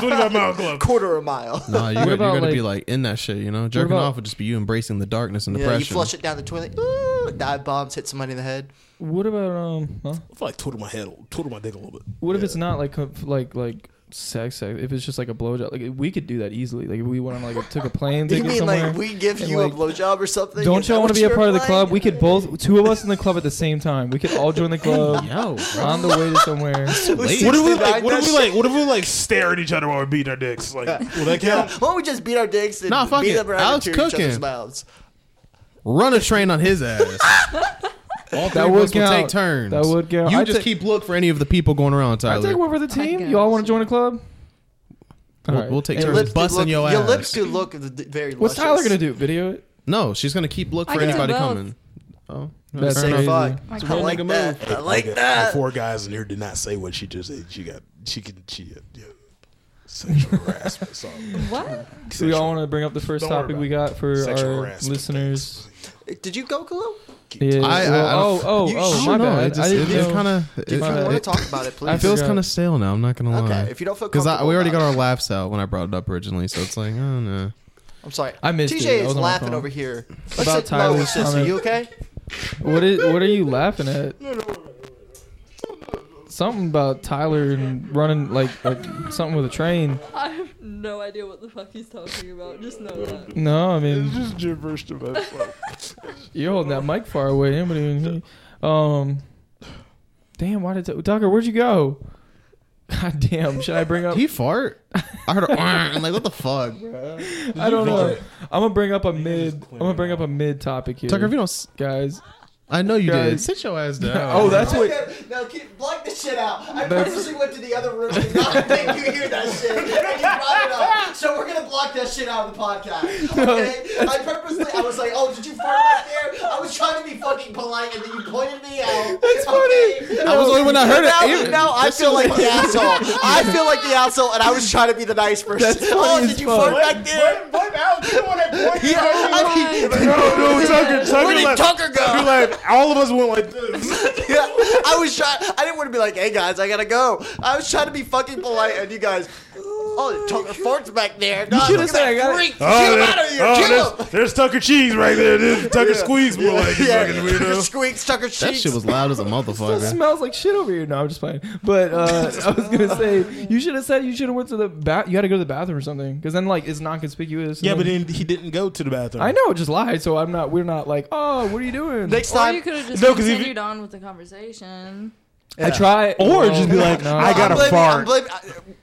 [SPEAKER 6] 25, 25 mile club.
[SPEAKER 7] quarter of a mile
[SPEAKER 2] Nah, you, got- you
[SPEAKER 3] about,
[SPEAKER 2] gotta be
[SPEAKER 3] like-
[SPEAKER 2] like in that shit. You know, jerking
[SPEAKER 3] about-
[SPEAKER 2] off would just be you embracing the darkness and
[SPEAKER 7] yeah
[SPEAKER 2] depression.
[SPEAKER 7] you flush it down the toilet Ooh, dive bombs hit somebody in the head
[SPEAKER 3] what about um? huh?
[SPEAKER 6] I feel like twiddle my head, twiddle my dick a little bit.
[SPEAKER 3] What if it's not like co- like like sex sex? If it's just like a blowjob, like we could do that easily. Like if we went on like a, took a plane
[SPEAKER 7] You
[SPEAKER 3] ticket
[SPEAKER 7] mean
[SPEAKER 3] somewhere.
[SPEAKER 7] like we give
[SPEAKER 3] and,
[SPEAKER 7] you
[SPEAKER 3] like,
[SPEAKER 7] a blowjob or something?
[SPEAKER 3] don't
[SPEAKER 7] Is
[SPEAKER 3] y'all
[SPEAKER 7] that
[SPEAKER 3] want to
[SPEAKER 7] what
[SPEAKER 3] be a
[SPEAKER 7] you're
[SPEAKER 3] part of the
[SPEAKER 7] implying?
[SPEAKER 3] club? We could both two of us in the club at the same time. We could all join the club
[SPEAKER 2] Yo, bro.
[SPEAKER 3] on the way to somewhere.
[SPEAKER 7] We
[SPEAKER 2] late.
[SPEAKER 6] What if we
[SPEAKER 7] 69
[SPEAKER 6] like? What if
[SPEAKER 7] that
[SPEAKER 6] we
[SPEAKER 7] shit?
[SPEAKER 6] like? What if we like stare at each other while we're beating our dicks? Like, will that
[SPEAKER 7] Yeah.
[SPEAKER 6] count?
[SPEAKER 7] Why don't we just beat our dicks and
[SPEAKER 2] Nah, fuck
[SPEAKER 7] beat
[SPEAKER 2] it.
[SPEAKER 7] them around
[SPEAKER 2] Alex
[SPEAKER 7] and tear each
[SPEAKER 2] cooking.
[SPEAKER 7] other's mouths?
[SPEAKER 2] run a train on his ass. All three
[SPEAKER 3] That
[SPEAKER 2] of
[SPEAKER 3] would
[SPEAKER 2] us will
[SPEAKER 3] count.
[SPEAKER 2] take turns.
[SPEAKER 3] That would count.
[SPEAKER 2] You
[SPEAKER 3] I'd
[SPEAKER 2] just
[SPEAKER 3] take-
[SPEAKER 2] keep look for any of the people going around,
[SPEAKER 3] I
[SPEAKER 2] Tyler.
[SPEAKER 3] take one for the
[SPEAKER 4] I
[SPEAKER 3] team.
[SPEAKER 4] guess.
[SPEAKER 3] Y'all want to join a club?
[SPEAKER 2] We'll-
[SPEAKER 3] Alright.
[SPEAKER 2] we'll take
[SPEAKER 3] And
[SPEAKER 2] turns.
[SPEAKER 3] let's-
[SPEAKER 2] busting
[SPEAKER 7] do
[SPEAKER 2] your
[SPEAKER 7] look, Your
[SPEAKER 2] ass.
[SPEAKER 7] lips do look d- very.
[SPEAKER 3] What's
[SPEAKER 7] luscious.
[SPEAKER 3] Tyler gonna do? Video it?
[SPEAKER 2] no, she's gonna keep look
[SPEAKER 4] I
[SPEAKER 2] for
[SPEAKER 4] can do
[SPEAKER 2] anybody
[SPEAKER 4] both.
[SPEAKER 2] coming. Oh,
[SPEAKER 3] That's
[SPEAKER 2] fair
[SPEAKER 7] Say
[SPEAKER 3] Crazy.
[SPEAKER 2] enough.
[SPEAKER 7] fuck.
[SPEAKER 4] My
[SPEAKER 7] I
[SPEAKER 4] God.
[SPEAKER 7] like
[SPEAKER 2] Nigga
[SPEAKER 7] that. I like
[SPEAKER 6] got-
[SPEAKER 7] that.
[SPEAKER 6] Four guys in here did not say what she just said. She got she can she uh, yeah, sexual harassment. So
[SPEAKER 4] What?
[SPEAKER 3] So we all want to bring up the 1st
[SPEAKER 6] Don't worry
[SPEAKER 3] topic we
[SPEAKER 6] about
[SPEAKER 3] got for
[SPEAKER 6] Sexual
[SPEAKER 3] our
[SPEAKER 6] harassment.
[SPEAKER 3] listeners.
[SPEAKER 7] Did you go, Khalil?
[SPEAKER 3] Yeah.
[SPEAKER 2] I- I
[SPEAKER 3] well, oh,
[SPEAKER 2] don't-
[SPEAKER 3] oh,
[SPEAKER 7] You
[SPEAKER 3] oh,
[SPEAKER 7] should
[SPEAKER 3] my
[SPEAKER 2] I don't know.
[SPEAKER 3] bad.
[SPEAKER 2] It, just,
[SPEAKER 3] I
[SPEAKER 2] it,
[SPEAKER 3] didn't know.
[SPEAKER 2] it kind of
[SPEAKER 7] If you
[SPEAKER 2] it,
[SPEAKER 3] My-
[SPEAKER 7] want to
[SPEAKER 2] it,
[SPEAKER 7] talk about it,
[SPEAKER 2] it
[SPEAKER 7] please.
[SPEAKER 2] feels
[SPEAKER 3] forgot.
[SPEAKER 2] kind of stale now. I'm not gonna lie.
[SPEAKER 7] okay, if you don't feel
[SPEAKER 2] because
[SPEAKER 7] comfortable
[SPEAKER 2] we already
[SPEAKER 7] about
[SPEAKER 2] got our
[SPEAKER 7] it.
[SPEAKER 2] laughs out when I brought it up originally, so it's like, oh no.
[SPEAKER 7] I'm sorry.
[SPEAKER 3] I missed
[SPEAKER 7] TJ
[SPEAKER 3] it. I
[SPEAKER 7] is
[SPEAKER 3] was on my
[SPEAKER 7] laughing
[SPEAKER 3] phone.
[SPEAKER 7] over here. Let's
[SPEAKER 3] About
[SPEAKER 7] sit low,
[SPEAKER 3] Tyler's
[SPEAKER 7] sis. Are
[SPEAKER 3] comment.
[SPEAKER 7] you okay?
[SPEAKER 3] What is? What are you laughing at? Something about Tyler and running like, like something with a train.
[SPEAKER 4] I have no idea what the fuck he's talking about. Just know that.
[SPEAKER 3] No, I mean
[SPEAKER 6] just gibberish to myself.
[SPEAKER 3] you're holding that mic far away. Anybody? Even hear- um. Damn. Why did t- Tucker? Where'd you go? God damn. Should I
[SPEAKER 6] Oh.
[SPEAKER 3] bring up?
[SPEAKER 2] Did he fart? I heard. A, I'm like, what the fuck?
[SPEAKER 3] I don't know.
[SPEAKER 6] fart?
[SPEAKER 3] I'm gonna bring up a mid.
[SPEAKER 6] clear
[SPEAKER 3] I'm gonna bring up a mid topic here,
[SPEAKER 2] Tucker, if you don't, s-
[SPEAKER 3] guys.
[SPEAKER 2] I know you did.
[SPEAKER 3] Guys.
[SPEAKER 2] Sit your ass down.
[SPEAKER 3] Oh, that's what.
[SPEAKER 7] No, keep block the shit out. I purposely went to the other room to not make you hear that shit. And you brought it up. So we're gonna block that shit out of the podcast. Okay? I purposely I was like, oh, did you fart back there? I was trying to be fucking polite and then you pointed me out. That's funny.
[SPEAKER 2] I was the only one that heard it.
[SPEAKER 7] Now, now I feel like the asshole. I feel like the asshole, and I was trying to be the nice person. oh, did you fart back there?
[SPEAKER 6] Blame Al. You're the one that pointed
[SPEAKER 7] Yeah, I mean,
[SPEAKER 6] No, no, Tucker, Tucker
[SPEAKER 7] Where did
[SPEAKER 6] left.
[SPEAKER 7] Tucker
[SPEAKER 6] Tucker
[SPEAKER 7] go?
[SPEAKER 6] left. All of us went like this.
[SPEAKER 7] Yeah, I was trying. I didn't want to be like, "Hey guys, I gotta go." I was trying to be fucking polite, and you guys, oh, Tucker farts back there. No,
[SPEAKER 3] should've
[SPEAKER 7] look at
[SPEAKER 3] said, "I
[SPEAKER 7] that
[SPEAKER 3] gotta-
[SPEAKER 7] freak.
[SPEAKER 6] Oh,
[SPEAKER 7] Get him
[SPEAKER 6] there-
[SPEAKER 7] out of here.
[SPEAKER 6] oh,
[SPEAKER 7] Kill him.
[SPEAKER 6] there's, there's Tucker Cheese right there. There's Tucker Squeeze. We're like, you
[SPEAKER 7] Yeah,
[SPEAKER 6] fucking
[SPEAKER 7] Tucker
[SPEAKER 6] weirdo.
[SPEAKER 7] squeaks, Tucker
[SPEAKER 2] That
[SPEAKER 7] cheeks.
[SPEAKER 2] shit was loud as a
[SPEAKER 3] It
[SPEAKER 2] motherfucker.
[SPEAKER 3] smells like shit over here. No, I'm just playing. But uh, I was gonna say you should have said you should have went to the bath. You had to go to the bathroom or something, because then like it's not conspicuous.
[SPEAKER 6] Yeah,
[SPEAKER 3] And
[SPEAKER 6] but
[SPEAKER 3] then-
[SPEAKER 6] then he didn't go to the bathroom.
[SPEAKER 3] I know, just lied. So I'm not. We're not like, oh, what are you doing?
[SPEAKER 7] Next
[SPEAKER 4] Or you
[SPEAKER 7] time,
[SPEAKER 4] could have just
[SPEAKER 6] No, 'cause if you-
[SPEAKER 4] continued on with the conversation.
[SPEAKER 3] I try,
[SPEAKER 6] Or
[SPEAKER 3] No,
[SPEAKER 6] just be like,
[SPEAKER 3] no.
[SPEAKER 6] I got
[SPEAKER 7] I'm
[SPEAKER 6] a
[SPEAKER 7] blaming- I'm
[SPEAKER 6] fart.
[SPEAKER 7] blaming- I-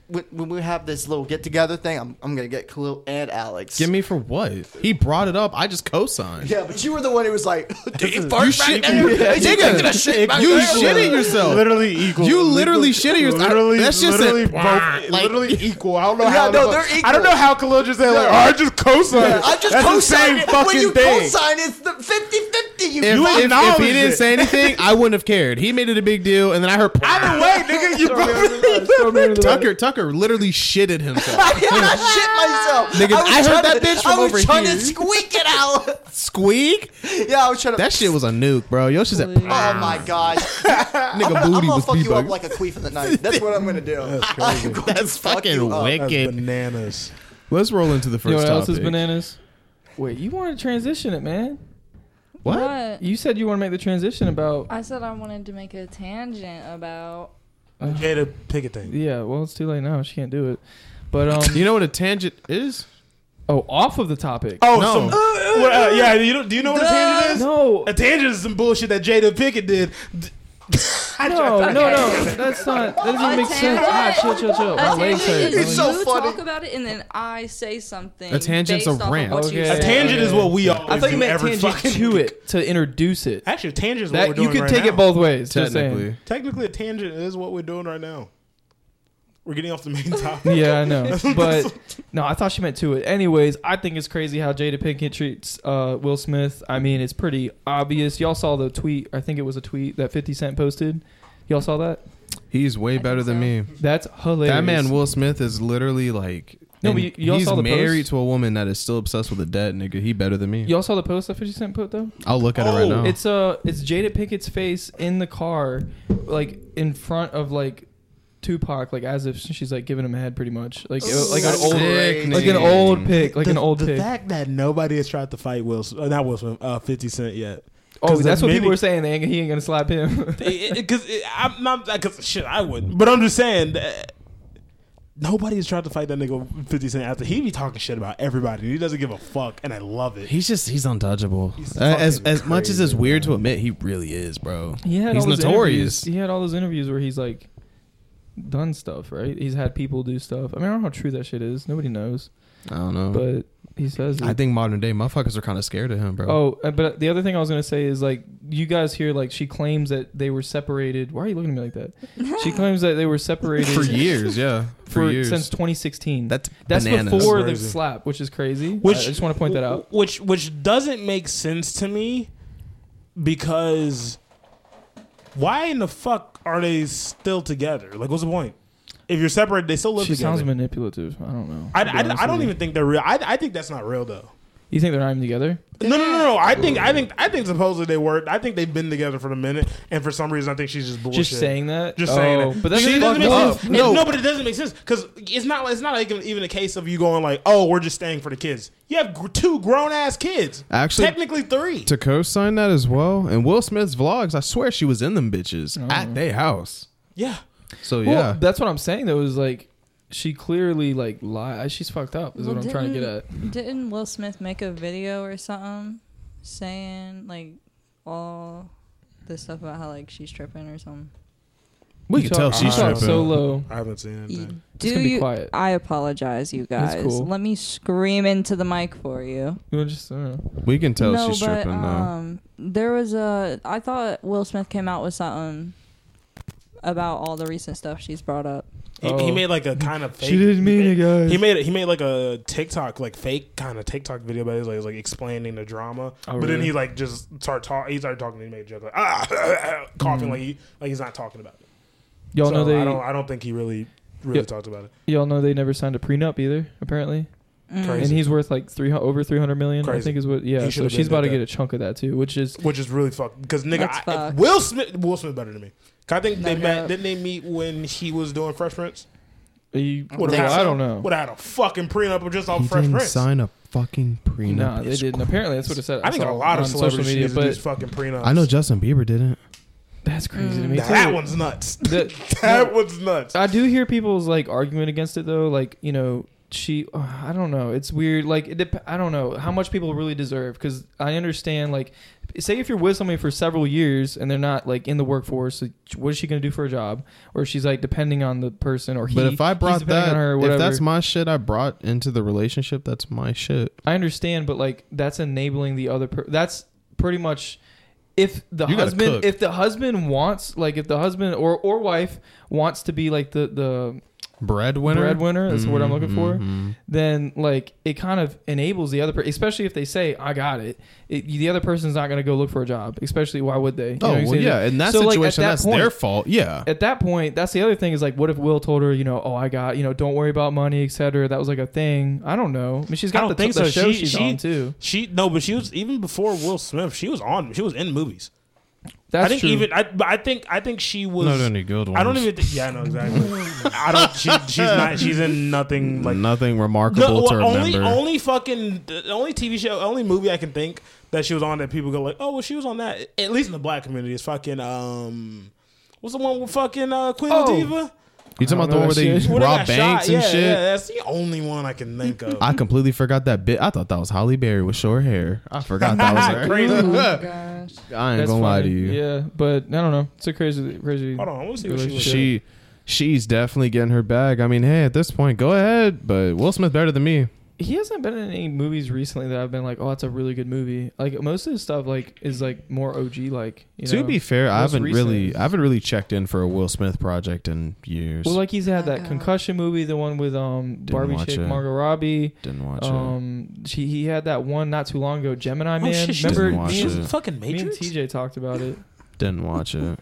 [SPEAKER 7] when- when we have this little get together thing, I'm, I'm gonna get Khalil and Alex.
[SPEAKER 2] Give me for what? He brought it up. I just co-signed.
[SPEAKER 7] Yeah, but you were the one who was like, "Did you
[SPEAKER 2] You
[SPEAKER 7] fart
[SPEAKER 2] shit,
[SPEAKER 7] back there?"
[SPEAKER 2] Yeah,
[SPEAKER 7] Did you
[SPEAKER 2] nigga,
[SPEAKER 7] take a shit back
[SPEAKER 2] you
[SPEAKER 7] there?
[SPEAKER 2] shitting yourself.
[SPEAKER 6] literally equal.
[SPEAKER 2] You literally shitting yourself.
[SPEAKER 6] Literally,
[SPEAKER 2] That shit said,
[SPEAKER 6] literally,
[SPEAKER 2] "Wah,"
[SPEAKER 6] both,
[SPEAKER 2] like-
[SPEAKER 6] literally equal. I don't know
[SPEAKER 7] Yeah,
[SPEAKER 6] how.
[SPEAKER 7] no,
[SPEAKER 6] the fuck-
[SPEAKER 7] they're
[SPEAKER 6] I don't
[SPEAKER 7] equal.
[SPEAKER 6] know how Khalil just said like, oh, I just co-signed. it."
[SPEAKER 7] I just
[SPEAKER 6] That's the
[SPEAKER 7] co-signed
[SPEAKER 6] same
[SPEAKER 7] it.
[SPEAKER 6] fucking
[SPEAKER 7] when you
[SPEAKER 6] thing.
[SPEAKER 7] co-sign, it's the 50-50, You
[SPEAKER 2] If,
[SPEAKER 6] You
[SPEAKER 2] if- if
[SPEAKER 6] acknowledged
[SPEAKER 2] he didn't
[SPEAKER 6] it.
[SPEAKER 2] say anything, I wouldn't have cared. He made it a big deal, and then I heard
[SPEAKER 6] Either way, nigga, you both.
[SPEAKER 3] Throw me under the bus.
[SPEAKER 2] Tucker. Tucker literally shitted himself.
[SPEAKER 7] I did not shit myself.
[SPEAKER 2] Nigga,
[SPEAKER 7] was
[SPEAKER 2] I heard
[SPEAKER 7] trying
[SPEAKER 2] that
[SPEAKER 7] to-
[SPEAKER 2] bitch from
[SPEAKER 7] I was
[SPEAKER 2] over
[SPEAKER 7] trying
[SPEAKER 2] here.
[SPEAKER 7] to squeak it out.
[SPEAKER 2] Squeak.
[SPEAKER 7] yeah, I was trying to.
[SPEAKER 2] That shit was a nuke, bro. Yo, she's at
[SPEAKER 4] Please.
[SPEAKER 7] Oh my god.
[SPEAKER 2] nigga
[SPEAKER 7] I'm
[SPEAKER 2] booty
[SPEAKER 7] gonna
[SPEAKER 2] was
[SPEAKER 7] fuck you up
[SPEAKER 2] debugged.
[SPEAKER 7] like a queef in the night. That's what I'm gonna do. I'm going
[SPEAKER 2] That's
[SPEAKER 7] to fuck
[SPEAKER 2] fucking
[SPEAKER 7] you up.
[SPEAKER 6] That's
[SPEAKER 2] wicked.
[SPEAKER 6] bananas.
[SPEAKER 2] Let's roll into the
[SPEAKER 3] You know
[SPEAKER 2] first
[SPEAKER 3] what else
[SPEAKER 2] topic.
[SPEAKER 3] is bananas? Wait, you want to transition it, man?
[SPEAKER 2] What?
[SPEAKER 4] What?
[SPEAKER 3] You said you want to make the transition about.
[SPEAKER 4] I said I wanted to make a tangent about.
[SPEAKER 6] Jada Pickett thing.
[SPEAKER 3] Yeah, well, it's too late now. She can't do it. But um,
[SPEAKER 2] You know what a tangent is?
[SPEAKER 3] oh, off of the topic.
[SPEAKER 6] Oh,
[SPEAKER 2] No.
[SPEAKER 6] some, what, uh, yeah. You don't, do you know what a tangent is?
[SPEAKER 3] no,
[SPEAKER 6] A tangent is some bullshit that Jada Pickett did. D- I
[SPEAKER 3] no, no,
[SPEAKER 6] tried-
[SPEAKER 3] no. That's not. That doesn't make sense. Ah, chill, chill, chill. My
[SPEAKER 4] A
[SPEAKER 3] legs
[SPEAKER 4] tangent
[SPEAKER 3] hurt.
[SPEAKER 4] is
[SPEAKER 7] It's so
[SPEAKER 4] you
[SPEAKER 7] funny.
[SPEAKER 4] talk about it and then I say something.
[SPEAKER 2] A tangent's
[SPEAKER 4] based
[SPEAKER 2] a
[SPEAKER 4] off of
[SPEAKER 2] rant.
[SPEAKER 4] what you
[SPEAKER 3] Okay.
[SPEAKER 6] A
[SPEAKER 4] said.
[SPEAKER 6] tangent is what we always
[SPEAKER 3] I thought you
[SPEAKER 6] do
[SPEAKER 3] meant
[SPEAKER 6] every
[SPEAKER 3] tangent
[SPEAKER 6] fucking
[SPEAKER 3] to
[SPEAKER 6] week.
[SPEAKER 3] it to introduce it.
[SPEAKER 6] Actually, a tangent is what we're
[SPEAKER 3] That
[SPEAKER 6] doing
[SPEAKER 3] you can
[SPEAKER 6] right
[SPEAKER 3] take
[SPEAKER 6] now.
[SPEAKER 3] it both ways. just saying.
[SPEAKER 2] Technically.
[SPEAKER 6] Technically, a tangent is what we're doing right now. We're getting off the main topic.
[SPEAKER 3] Yeah, I know. But no, I thought she meant to it. Anyways, I think it's crazy how Jada Pinkett treats uh, Will Smith. I mean, it's pretty obvious. Y'all saw the tweet. I think it was a tweet that 50 Cent posted. Y'all saw that?
[SPEAKER 2] He's way
[SPEAKER 4] think
[SPEAKER 2] better than
[SPEAKER 4] so.
[SPEAKER 2] me.
[SPEAKER 3] That's hilarious.
[SPEAKER 2] That man Will Smith is literally like.
[SPEAKER 3] No,
[SPEAKER 2] and
[SPEAKER 3] but you- y'all
[SPEAKER 2] he's
[SPEAKER 3] saw the
[SPEAKER 2] married
[SPEAKER 3] post?
[SPEAKER 2] to a woman that is still obsessed with a dead nigga. He better than me.
[SPEAKER 3] Y'all saw the post that 50 Cent put though?
[SPEAKER 2] I'll look at it right
[SPEAKER 6] Oh,
[SPEAKER 2] now.
[SPEAKER 3] It's uh it's Jada Pickett's face in the car, like in front of like Tupac, like as if she's like giving him a head pretty much. Like it- like an old
[SPEAKER 7] Sick,
[SPEAKER 3] like an old pick, like an
[SPEAKER 6] the,
[SPEAKER 3] old
[SPEAKER 6] the
[SPEAKER 3] pick.
[SPEAKER 6] fact that nobody has tried to fight Will, Smith- uh, not Will Smith, uh, Fifty Cent yet.
[SPEAKER 3] Oh,
[SPEAKER 6] 'Cause the
[SPEAKER 3] that's what people
[SPEAKER 6] minute-
[SPEAKER 3] were saying. They ain't, he ain't gonna slap him.
[SPEAKER 6] Because I'm not because shit, I wouldn't. But I'm just saying. uh, That, Nobody has tried to fight that nigga 50 Cent after he be talking shit about everybody. He doesn't give a fuck, and I love it.
[SPEAKER 2] He's just he's untouchable.
[SPEAKER 6] He's
[SPEAKER 2] Uh, as
[SPEAKER 6] fucking
[SPEAKER 2] as much as it's
[SPEAKER 6] crazy,
[SPEAKER 2] weird to admit, he really is, bro.
[SPEAKER 3] he had
[SPEAKER 2] he's
[SPEAKER 3] all those interviews-
[SPEAKER 2] notorious.
[SPEAKER 3] He had all those interviews where he's like done stuff, right? He's had people do stuff. I mean, I don't know how true that shit is. Nobody knows,
[SPEAKER 2] I don't know.
[SPEAKER 3] but he says it.
[SPEAKER 2] I think modern day motherfuckers are kind of scared of him, bro.
[SPEAKER 3] Oh, uh, but the other thing I was gonna say is like you guys hear like she claims that they were separated. Why are you looking at me like that? She claims that they were separated
[SPEAKER 2] for years, yeah, for,
[SPEAKER 3] for-
[SPEAKER 2] years.
[SPEAKER 3] since 2016.
[SPEAKER 2] That's
[SPEAKER 3] that's
[SPEAKER 2] bananas.
[SPEAKER 3] before
[SPEAKER 6] That's
[SPEAKER 3] the
[SPEAKER 6] crazy.
[SPEAKER 3] slap, which is crazy.
[SPEAKER 6] Which-
[SPEAKER 3] I, I just want to point that out.
[SPEAKER 6] Which which doesn't make sense to me because why in the fuck are they still together? Like, what's the point? If you're separated, they still live
[SPEAKER 3] She
[SPEAKER 6] together.
[SPEAKER 3] sounds manipulative. I don't know.
[SPEAKER 6] I,
[SPEAKER 3] to be honest
[SPEAKER 6] I, I don't
[SPEAKER 3] with you.
[SPEAKER 6] even think they're real. I, I think that's not real though.
[SPEAKER 3] You think they're not even together?
[SPEAKER 6] No, no, no, no. I think I think I think supposedly they were. I think they've been together for a minute, and for some reason, I think she's just bullshit.
[SPEAKER 3] Just saying that.
[SPEAKER 6] Just
[SPEAKER 3] Oh,
[SPEAKER 6] saying it.
[SPEAKER 3] But that's
[SPEAKER 6] Because it doesn't
[SPEAKER 3] fucked
[SPEAKER 6] make
[SPEAKER 3] up.
[SPEAKER 6] sense. It- no. but it doesn't make sense because it's not. It's not like even a case of you going like, "Oh, we're just staying for the kids." You have gr- two grown ass kids.
[SPEAKER 2] Actually-
[SPEAKER 6] technically three.
[SPEAKER 2] to co-sign that as well, and Will Smith's vlogs, I swear she was in them bitches at their house.
[SPEAKER 6] yeah.
[SPEAKER 2] So
[SPEAKER 3] Oh. Well,
[SPEAKER 2] yeah,
[SPEAKER 3] that's what I'm saying. Though is like she clearly like lied. She's fucked up. Is
[SPEAKER 4] Well,
[SPEAKER 3] what I'm trying to get at.
[SPEAKER 4] didn't- Didn't Will Smith make a video or something saying like all this stuff about how like she's tripping or something?
[SPEAKER 2] We
[SPEAKER 3] You
[SPEAKER 2] can
[SPEAKER 3] talk-
[SPEAKER 2] tell she's
[SPEAKER 3] you talk
[SPEAKER 2] tripping.
[SPEAKER 3] so low.
[SPEAKER 6] I haven't seen anything.
[SPEAKER 4] Do
[SPEAKER 3] gonna be
[SPEAKER 4] you?
[SPEAKER 3] quiet.
[SPEAKER 4] I apologize, you
[SPEAKER 3] That's
[SPEAKER 4] guys.
[SPEAKER 3] cool.
[SPEAKER 4] Let me scream into the mic for you.
[SPEAKER 3] You wanna just uh, I don't know.
[SPEAKER 2] We can tell
[SPEAKER 4] no,
[SPEAKER 2] she's
[SPEAKER 4] but
[SPEAKER 2] tripping now.
[SPEAKER 4] um, there was a. I thought Will Smith came out with something about all the recent stuff she's brought up.
[SPEAKER 6] He, he
[SPEAKER 3] Oh.
[SPEAKER 6] made like a kind of fake.
[SPEAKER 3] She didn't mean it, guys.
[SPEAKER 6] He made he made like a TikTok like fake kind of TikTok video, but it was like, it was, like explaining the drama.
[SPEAKER 3] Oh,
[SPEAKER 6] but then
[SPEAKER 3] really?
[SPEAKER 6] he like just started talking. He started talking. and He made a joke like ah, coughing like he like he's not talking about it.
[SPEAKER 3] Y'all
[SPEAKER 6] So
[SPEAKER 3] know
[SPEAKER 6] I don't
[SPEAKER 3] they.
[SPEAKER 6] I don't think he really really
[SPEAKER 3] Yeah.
[SPEAKER 6] talked about it.
[SPEAKER 3] Y'all know they never signed a prenup either. Apparently, and
[SPEAKER 4] Mm.
[SPEAKER 6] Crazy.
[SPEAKER 3] he's worth like three hu- over three hundred million. I
[SPEAKER 6] Crazy.
[SPEAKER 3] think is what. Yeah,
[SPEAKER 6] He
[SPEAKER 3] so
[SPEAKER 6] should've
[SPEAKER 3] she's
[SPEAKER 6] been
[SPEAKER 3] about to
[SPEAKER 6] dead.
[SPEAKER 3] get a chunk of that too, which is
[SPEAKER 6] which is really fucked because nigga
[SPEAKER 4] That's
[SPEAKER 6] I,
[SPEAKER 4] fucked.
[SPEAKER 6] Will Smith Will Smith better than me. 'Cause I think
[SPEAKER 4] No
[SPEAKER 6] they
[SPEAKER 4] doubt.
[SPEAKER 6] met. Didn't they meet when he was doing Fresh Prince?
[SPEAKER 3] you,
[SPEAKER 6] Would've
[SPEAKER 3] well,
[SPEAKER 6] had-
[SPEAKER 3] I don't know.
[SPEAKER 6] Without a fucking prenup or
[SPEAKER 3] Oh,
[SPEAKER 6] just off
[SPEAKER 2] He
[SPEAKER 6] Fresh
[SPEAKER 2] didn't
[SPEAKER 6] Prince.
[SPEAKER 2] sign a fucking prenup.
[SPEAKER 3] No, they
[SPEAKER 2] It's
[SPEAKER 3] didn't. Apparently, that's what it said.
[SPEAKER 6] I think a
[SPEAKER 3] saw
[SPEAKER 6] lot of
[SPEAKER 3] on
[SPEAKER 6] celebrities
[SPEAKER 3] social media,
[SPEAKER 6] should
[SPEAKER 3] but
[SPEAKER 6] use fucking prenups.
[SPEAKER 2] I know Justin Bieber didn't.
[SPEAKER 3] that's crazy to me.
[SPEAKER 6] Mm. that
[SPEAKER 3] too.
[SPEAKER 6] one's nuts.
[SPEAKER 3] That-
[SPEAKER 6] That one's nuts.
[SPEAKER 3] I do hear people's like argument against it though. Like you know, she. uh, I don't know. It's weird. Like it dep- I don't know how much people really deserve because I understand. Like, say if you're with somebody for several years and they're not like in the workforce, so what is she gonna do for a job? Or she's like depending on the person or he.
[SPEAKER 2] But if I
[SPEAKER 3] he's
[SPEAKER 2] brought
[SPEAKER 3] depending
[SPEAKER 2] that,
[SPEAKER 3] on her, or
[SPEAKER 2] if
[SPEAKER 3] whatever.
[SPEAKER 2] that's my shit, I brought into the relationship. That's my shit.
[SPEAKER 3] I understand, but like that's enabling the other. Per- that's pretty much if the
[SPEAKER 2] You gotta cook.
[SPEAKER 3] husband if the husband wants like if the husband or or wife wants to be like the the
[SPEAKER 2] Breadwinner.
[SPEAKER 3] Breadwinner, that's the word I'm looking for.
[SPEAKER 2] Mhm.
[SPEAKER 3] then like it kind of enables the other person, especially if they say I got it. it the other person's not going to go look for a job, especially why would they? You know
[SPEAKER 2] Oh
[SPEAKER 3] what I'm
[SPEAKER 2] well,
[SPEAKER 3] saying?
[SPEAKER 2] yeah. In that
[SPEAKER 3] So, like, at
[SPEAKER 2] situation,
[SPEAKER 3] that
[SPEAKER 2] that's
[SPEAKER 3] point-
[SPEAKER 2] their fault. Yeah.
[SPEAKER 3] At that point, that's the other thing is like, what if Will told her, you know, oh, I got, you know, don't worry about money, etc. That was like a thing. I don't know. I mean, she's
[SPEAKER 6] I
[SPEAKER 3] got
[SPEAKER 6] don't
[SPEAKER 3] the,
[SPEAKER 6] think
[SPEAKER 3] the
[SPEAKER 6] so.
[SPEAKER 3] show
[SPEAKER 6] She-
[SPEAKER 3] she's
[SPEAKER 6] she-
[SPEAKER 3] on too.
[SPEAKER 6] She no, but she was even before Will Smith. She was on. She was in movies.
[SPEAKER 3] That's
[SPEAKER 6] I think
[SPEAKER 3] true.
[SPEAKER 6] even. I, but I think. I think she was.
[SPEAKER 2] Not any good ones.
[SPEAKER 6] I don't even. Think, yeah, I know exactly. I don't. She, she's not. She's in nothing like.
[SPEAKER 2] Nothing
[SPEAKER 6] No,
[SPEAKER 2] remarkable
[SPEAKER 6] well,
[SPEAKER 2] to
[SPEAKER 6] only
[SPEAKER 2] remember.
[SPEAKER 6] only fucking the only TV show, only movie I can think that she was on that people go like, oh well, she was on that. At least in the black community, is fucking um, what's the one with fucking uh, Queen
[SPEAKER 3] Oh.
[SPEAKER 6] Latifah?
[SPEAKER 2] you talking
[SPEAKER 3] I
[SPEAKER 2] about the
[SPEAKER 3] don't know that
[SPEAKER 2] one where they
[SPEAKER 3] shit.
[SPEAKER 6] When they
[SPEAKER 2] rob
[SPEAKER 6] got
[SPEAKER 2] banks
[SPEAKER 6] shot.
[SPEAKER 2] and
[SPEAKER 6] yeah,
[SPEAKER 2] shit?
[SPEAKER 6] Yeah, that's the only one I can think of.
[SPEAKER 2] I completely forgot that bit. I thought that was Holly Berry with short hair. I forgot that was her.
[SPEAKER 6] Crazy.
[SPEAKER 4] Oh my gosh.
[SPEAKER 2] I ain't
[SPEAKER 3] That's
[SPEAKER 2] gonna lie
[SPEAKER 3] funny.
[SPEAKER 2] to you.
[SPEAKER 3] Yeah, but I don't know. It's a crazy, crazy.
[SPEAKER 6] Hold on, I want to see what she was. in.
[SPEAKER 2] She she's definitely getting her bag. I mean, hey, at this point, go ahead. But Will Smith better than me.
[SPEAKER 3] He hasn't been in any movies recently that I've been like, oh, that's a really good movie. Like most of his stuff, like is like more OG like. You
[SPEAKER 2] to
[SPEAKER 3] know?
[SPEAKER 2] be fair, I
[SPEAKER 3] most
[SPEAKER 2] haven't
[SPEAKER 3] recent
[SPEAKER 2] really
[SPEAKER 3] is-
[SPEAKER 2] I haven't really checked in for a Will Smith project in years.
[SPEAKER 3] Well, like he's had that
[SPEAKER 4] Okay.
[SPEAKER 3] concussion movie, the one with um Barbie
[SPEAKER 2] watch
[SPEAKER 3] chick
[SPEAKER 2] it.
[SPEAKER 3] Margot Robbie.
[SPEAKER 2] Didn't watch it.
[SPEAKER 3] Um, she he had that one not too long ago, Gemini
[SPEAKER 6] Oh,
[SPEAKER 3] Man.
[SPEAKER 6] shit, she
[SPEAKER 3] Remember,
[SPEAKER 2] Didn't watch
[SPEAKER 3] me
[SPEAKER 6] She
[SPEAKER 3] and,
[SPEAKER 6] was in
[SPEAKER 2] it.
[SPEAKER 6] fucking
[SPEAKER 3] me and
[SPEAKER 6] Matrix.
[SPEAKER 3] TJ talked about it.
[SPEAKER 2] Didn't watch it.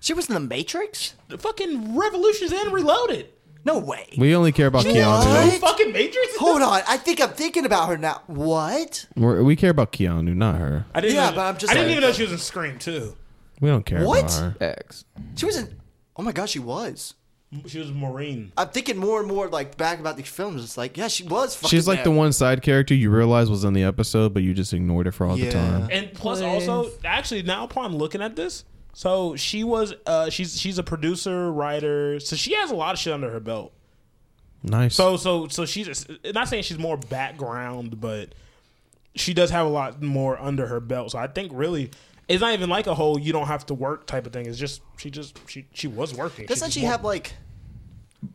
[SPEAKER 7] She was in the Matrix?
[SPEAKER 6] The fucking Revolutions and Reloaded.
[SPEAKER 7] No way.
[SPEAKER 2] We only care about
[SPEAKER 7] What?
[SPEAKER 2] Keanu.
[SPEAKER 6] The fucking Matrix.
[SPEAKER 7] Hold on, I think I'm thinking about her now. What?
[SPEAKER 2] We're, we care about Keanu, not her.
[SPEAKER 6] I didn't
[SPEAKER 7] Yeah,
[SPEAKER 6] know,
[SPEAKER 7] but I'm just
[SPEAKER 6] I didn't
[SPEAKER 7] like-
[SPEAKER 6] even know she was in Scream too.
[SPEAKER 2] We don't care
[SPEAKER 7] What?
[SPEAKER 2] about her.
[SPEAKER 3] X.
[SPEAKER 7] She was in. Oh my god, she was.
[SPEAKER 6] She was a Marine.
[SPEAKER 7] I'm thinking more and more like back about these films. It's like, yeah, she was. Fucking
[SPEAKER 2] She's like the
[SPEAKER 7] there.
[SPEAKER 2] one side character you realize was in the episode, but you just ignored it for all
[SPEAKER 7] Yeah.
[SPEAKER 2] the time.
[SPEAKER 6] And plus,
[SPEAKER 4] Please.
[SPEAKER 6] also, actually, now upon looking at this, so she was, uh, she's she's a producer, writer, so she has a lot of shit under her belt.
[SPEAKER 2] Nice.
[SPEAKER 6] So so so she's not saying she's more background, but she does have a lot more under her belt. So I think really. It's not even like a whole you don't have to work type of thing. It's just she just she she was working.
[SPEAKER 7] Doesn't
[SPEAKER 6] just
[SPEAKER 7] she
[SPEAKER 6] wa-
[SPEAKER 7] have like?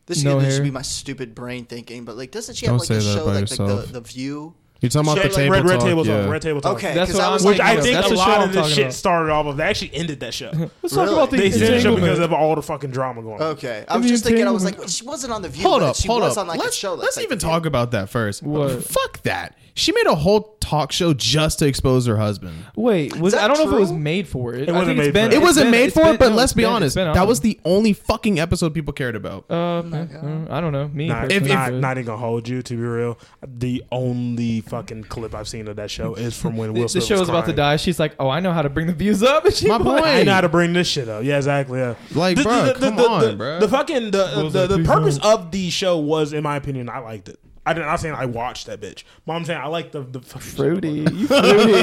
[SPEAKER 7] This,
[SPEAKER 3] No
[SPEAKER 7] should this should
[SPEAKER 3] hair.
[SPEAKER 7] be my stupid brain thinking, but like, doesn't she
[SPEAKER 2] Don't
[SPEAKER 7] have like
[SPEAKER 2] say
[SPEAKER 7] a
[SPEAKER 2] that
[SPEAKER 7] show
[SPEAKER 2] by
[SPEAKER 7] like, like the,
[SPEAKER 2] yourself.
[SPEAKER 7] the View?
[SPEAKER 2] you talking about
[SPEAKER 6] She had,
[SPEAKER 2] the
[SPEAKER 6] like,
[SPEAKER 2] table
[SPEAKER 6] red, red
[SPEAKER 2] talk?
[SPEAKER 6] table
[SPEAKER 2] yeah.
[SPEAKER 6] talk? Red table talk.
[SPEAKER 7] Okay,
[SPEAKER 3] That's
[SPEAKER 7] because
[SPEAKER 3] what
[SPEAKER 7] I
[SPEAKER 3] I'm
[SPEAKER 7] was
[SPEAKER 6] Which
[SPEAKER 7] like,
[SPEAKER 3] thinking
[SPEAKER 6] I
[SPEAKER 3] of.
[SPEAKER 6] think
[SPEAKER 3] That's
[SPEAKER 6] a
[SPEAKER 3] the show
[SPEAKER 6] lot
[SPEAKER 3] I'm
[SPEAKER 6] of this
[SPEAKER 3] talking
[SPEAKER 6] shit
[SPEAKER 3] about.
[SPEAKER 6] started off of. They actually ended that show.
[SPEAKER 3] Let's
[SPEAKER 7] Really?
[SPEAKER 3] talk about
[SPEAKER 6] they
[SPEAKER 3] these
[SPEAKER 6] ended the show because
[SPEAKER 3] entanglements.
[SPEAKER 6] of all the fucking drama going. on.
[SPEAKER 7] okay, I was just thinking. I was like, well, she wasn't on the View.
[SPEAKER 2] hold
[SPEAKER 7] but
[SPEAKER 2] up,
[SPEAKER 7] she
[SPEAKER 2] hold
[SPEAKER 7] was
[SPEAKER 2] up.
[SPEAKER 7] on like
[SPEAKER 2] let's
[SPEAKER 7] a show. that's,
[SPEAKER 2] let's
[SPEAKER 7] like,
[SPEAKER 2] even
[SPEAKER 7] The View.
[SPEAKER 2] talk about that first.
[SPEAKER 3] What?
[SPEAKER 2] Fuck that. She made a whole talk show just to expose her husband.
[SPEAKER 3] Wait, was
[SPEAKER 7] that
[SPEAKER 3] I don't know if it was
[SPEAKER 7] true?
[SPEAKER 3] made for it. It
[SPEAKER 6] wasn't made for it.
[SPEAKER 2] It
[SPEAKER 6] It's
[SPEAKER 2] wasn't made for it, but let's be honest. That was the only fucking episode people cared about.
[SPEAKER 3] Uh, mm, I don't know. Me
[SPEAKER 6] Nah,
[SPEAKER 3] personally,
[SPEAKER 6] not,
[SPEAKER 3] but-
[SPEAKER 6] not even gonna hold you. To be real, the only fucking clip I've seen of that show is from when
[SPEAKER 3] the,
[SPEAKER 6] Will
[SPEAKER 3] the
[SPEAKER 6] Smith
[SPEAKER 3] show
[SPEAKER 6] was
[SPEAKER 3] is about to
[SPEAKER 6] crying.
[SPEAKER 3] die. She's like, oh, I know how to bring the views up. And she
[SPEAKER 2] My
[SPEAKER 3] like-
[SPEAKER 2] point.
[SPEAKER 6] I know how to bring this shit up. Yeah, exactly. Yeah.
[SPEAKER 2] Like,
[SPEAKER 6] the, the,
[SPEAKER 2] bruh,
[SPEAKER 6] the,
[SPEAKER 2] come
[SPEAKER 6] the,
[SPEAKER 2] on,
[SPEAKER 6] the,
[SPEAKER 2] bruh.
[SPEAKER 6] The fucking the
[SPEAKER 3] Will's
[SPEAKER 6] the,
[SPEAKER 3] like,
[SPEAKER 6] the
[SPEAKER 3] "Please
[SPEAKER 6] purpose
[SPEAKER 3] don't."
[SPEAKER 6] of the show was, in my opinion, I liked it. I didn't. I'm not saying I watched that bitch. But I'm saying I like the the fucking
[SPEAKER 3] Fruity. You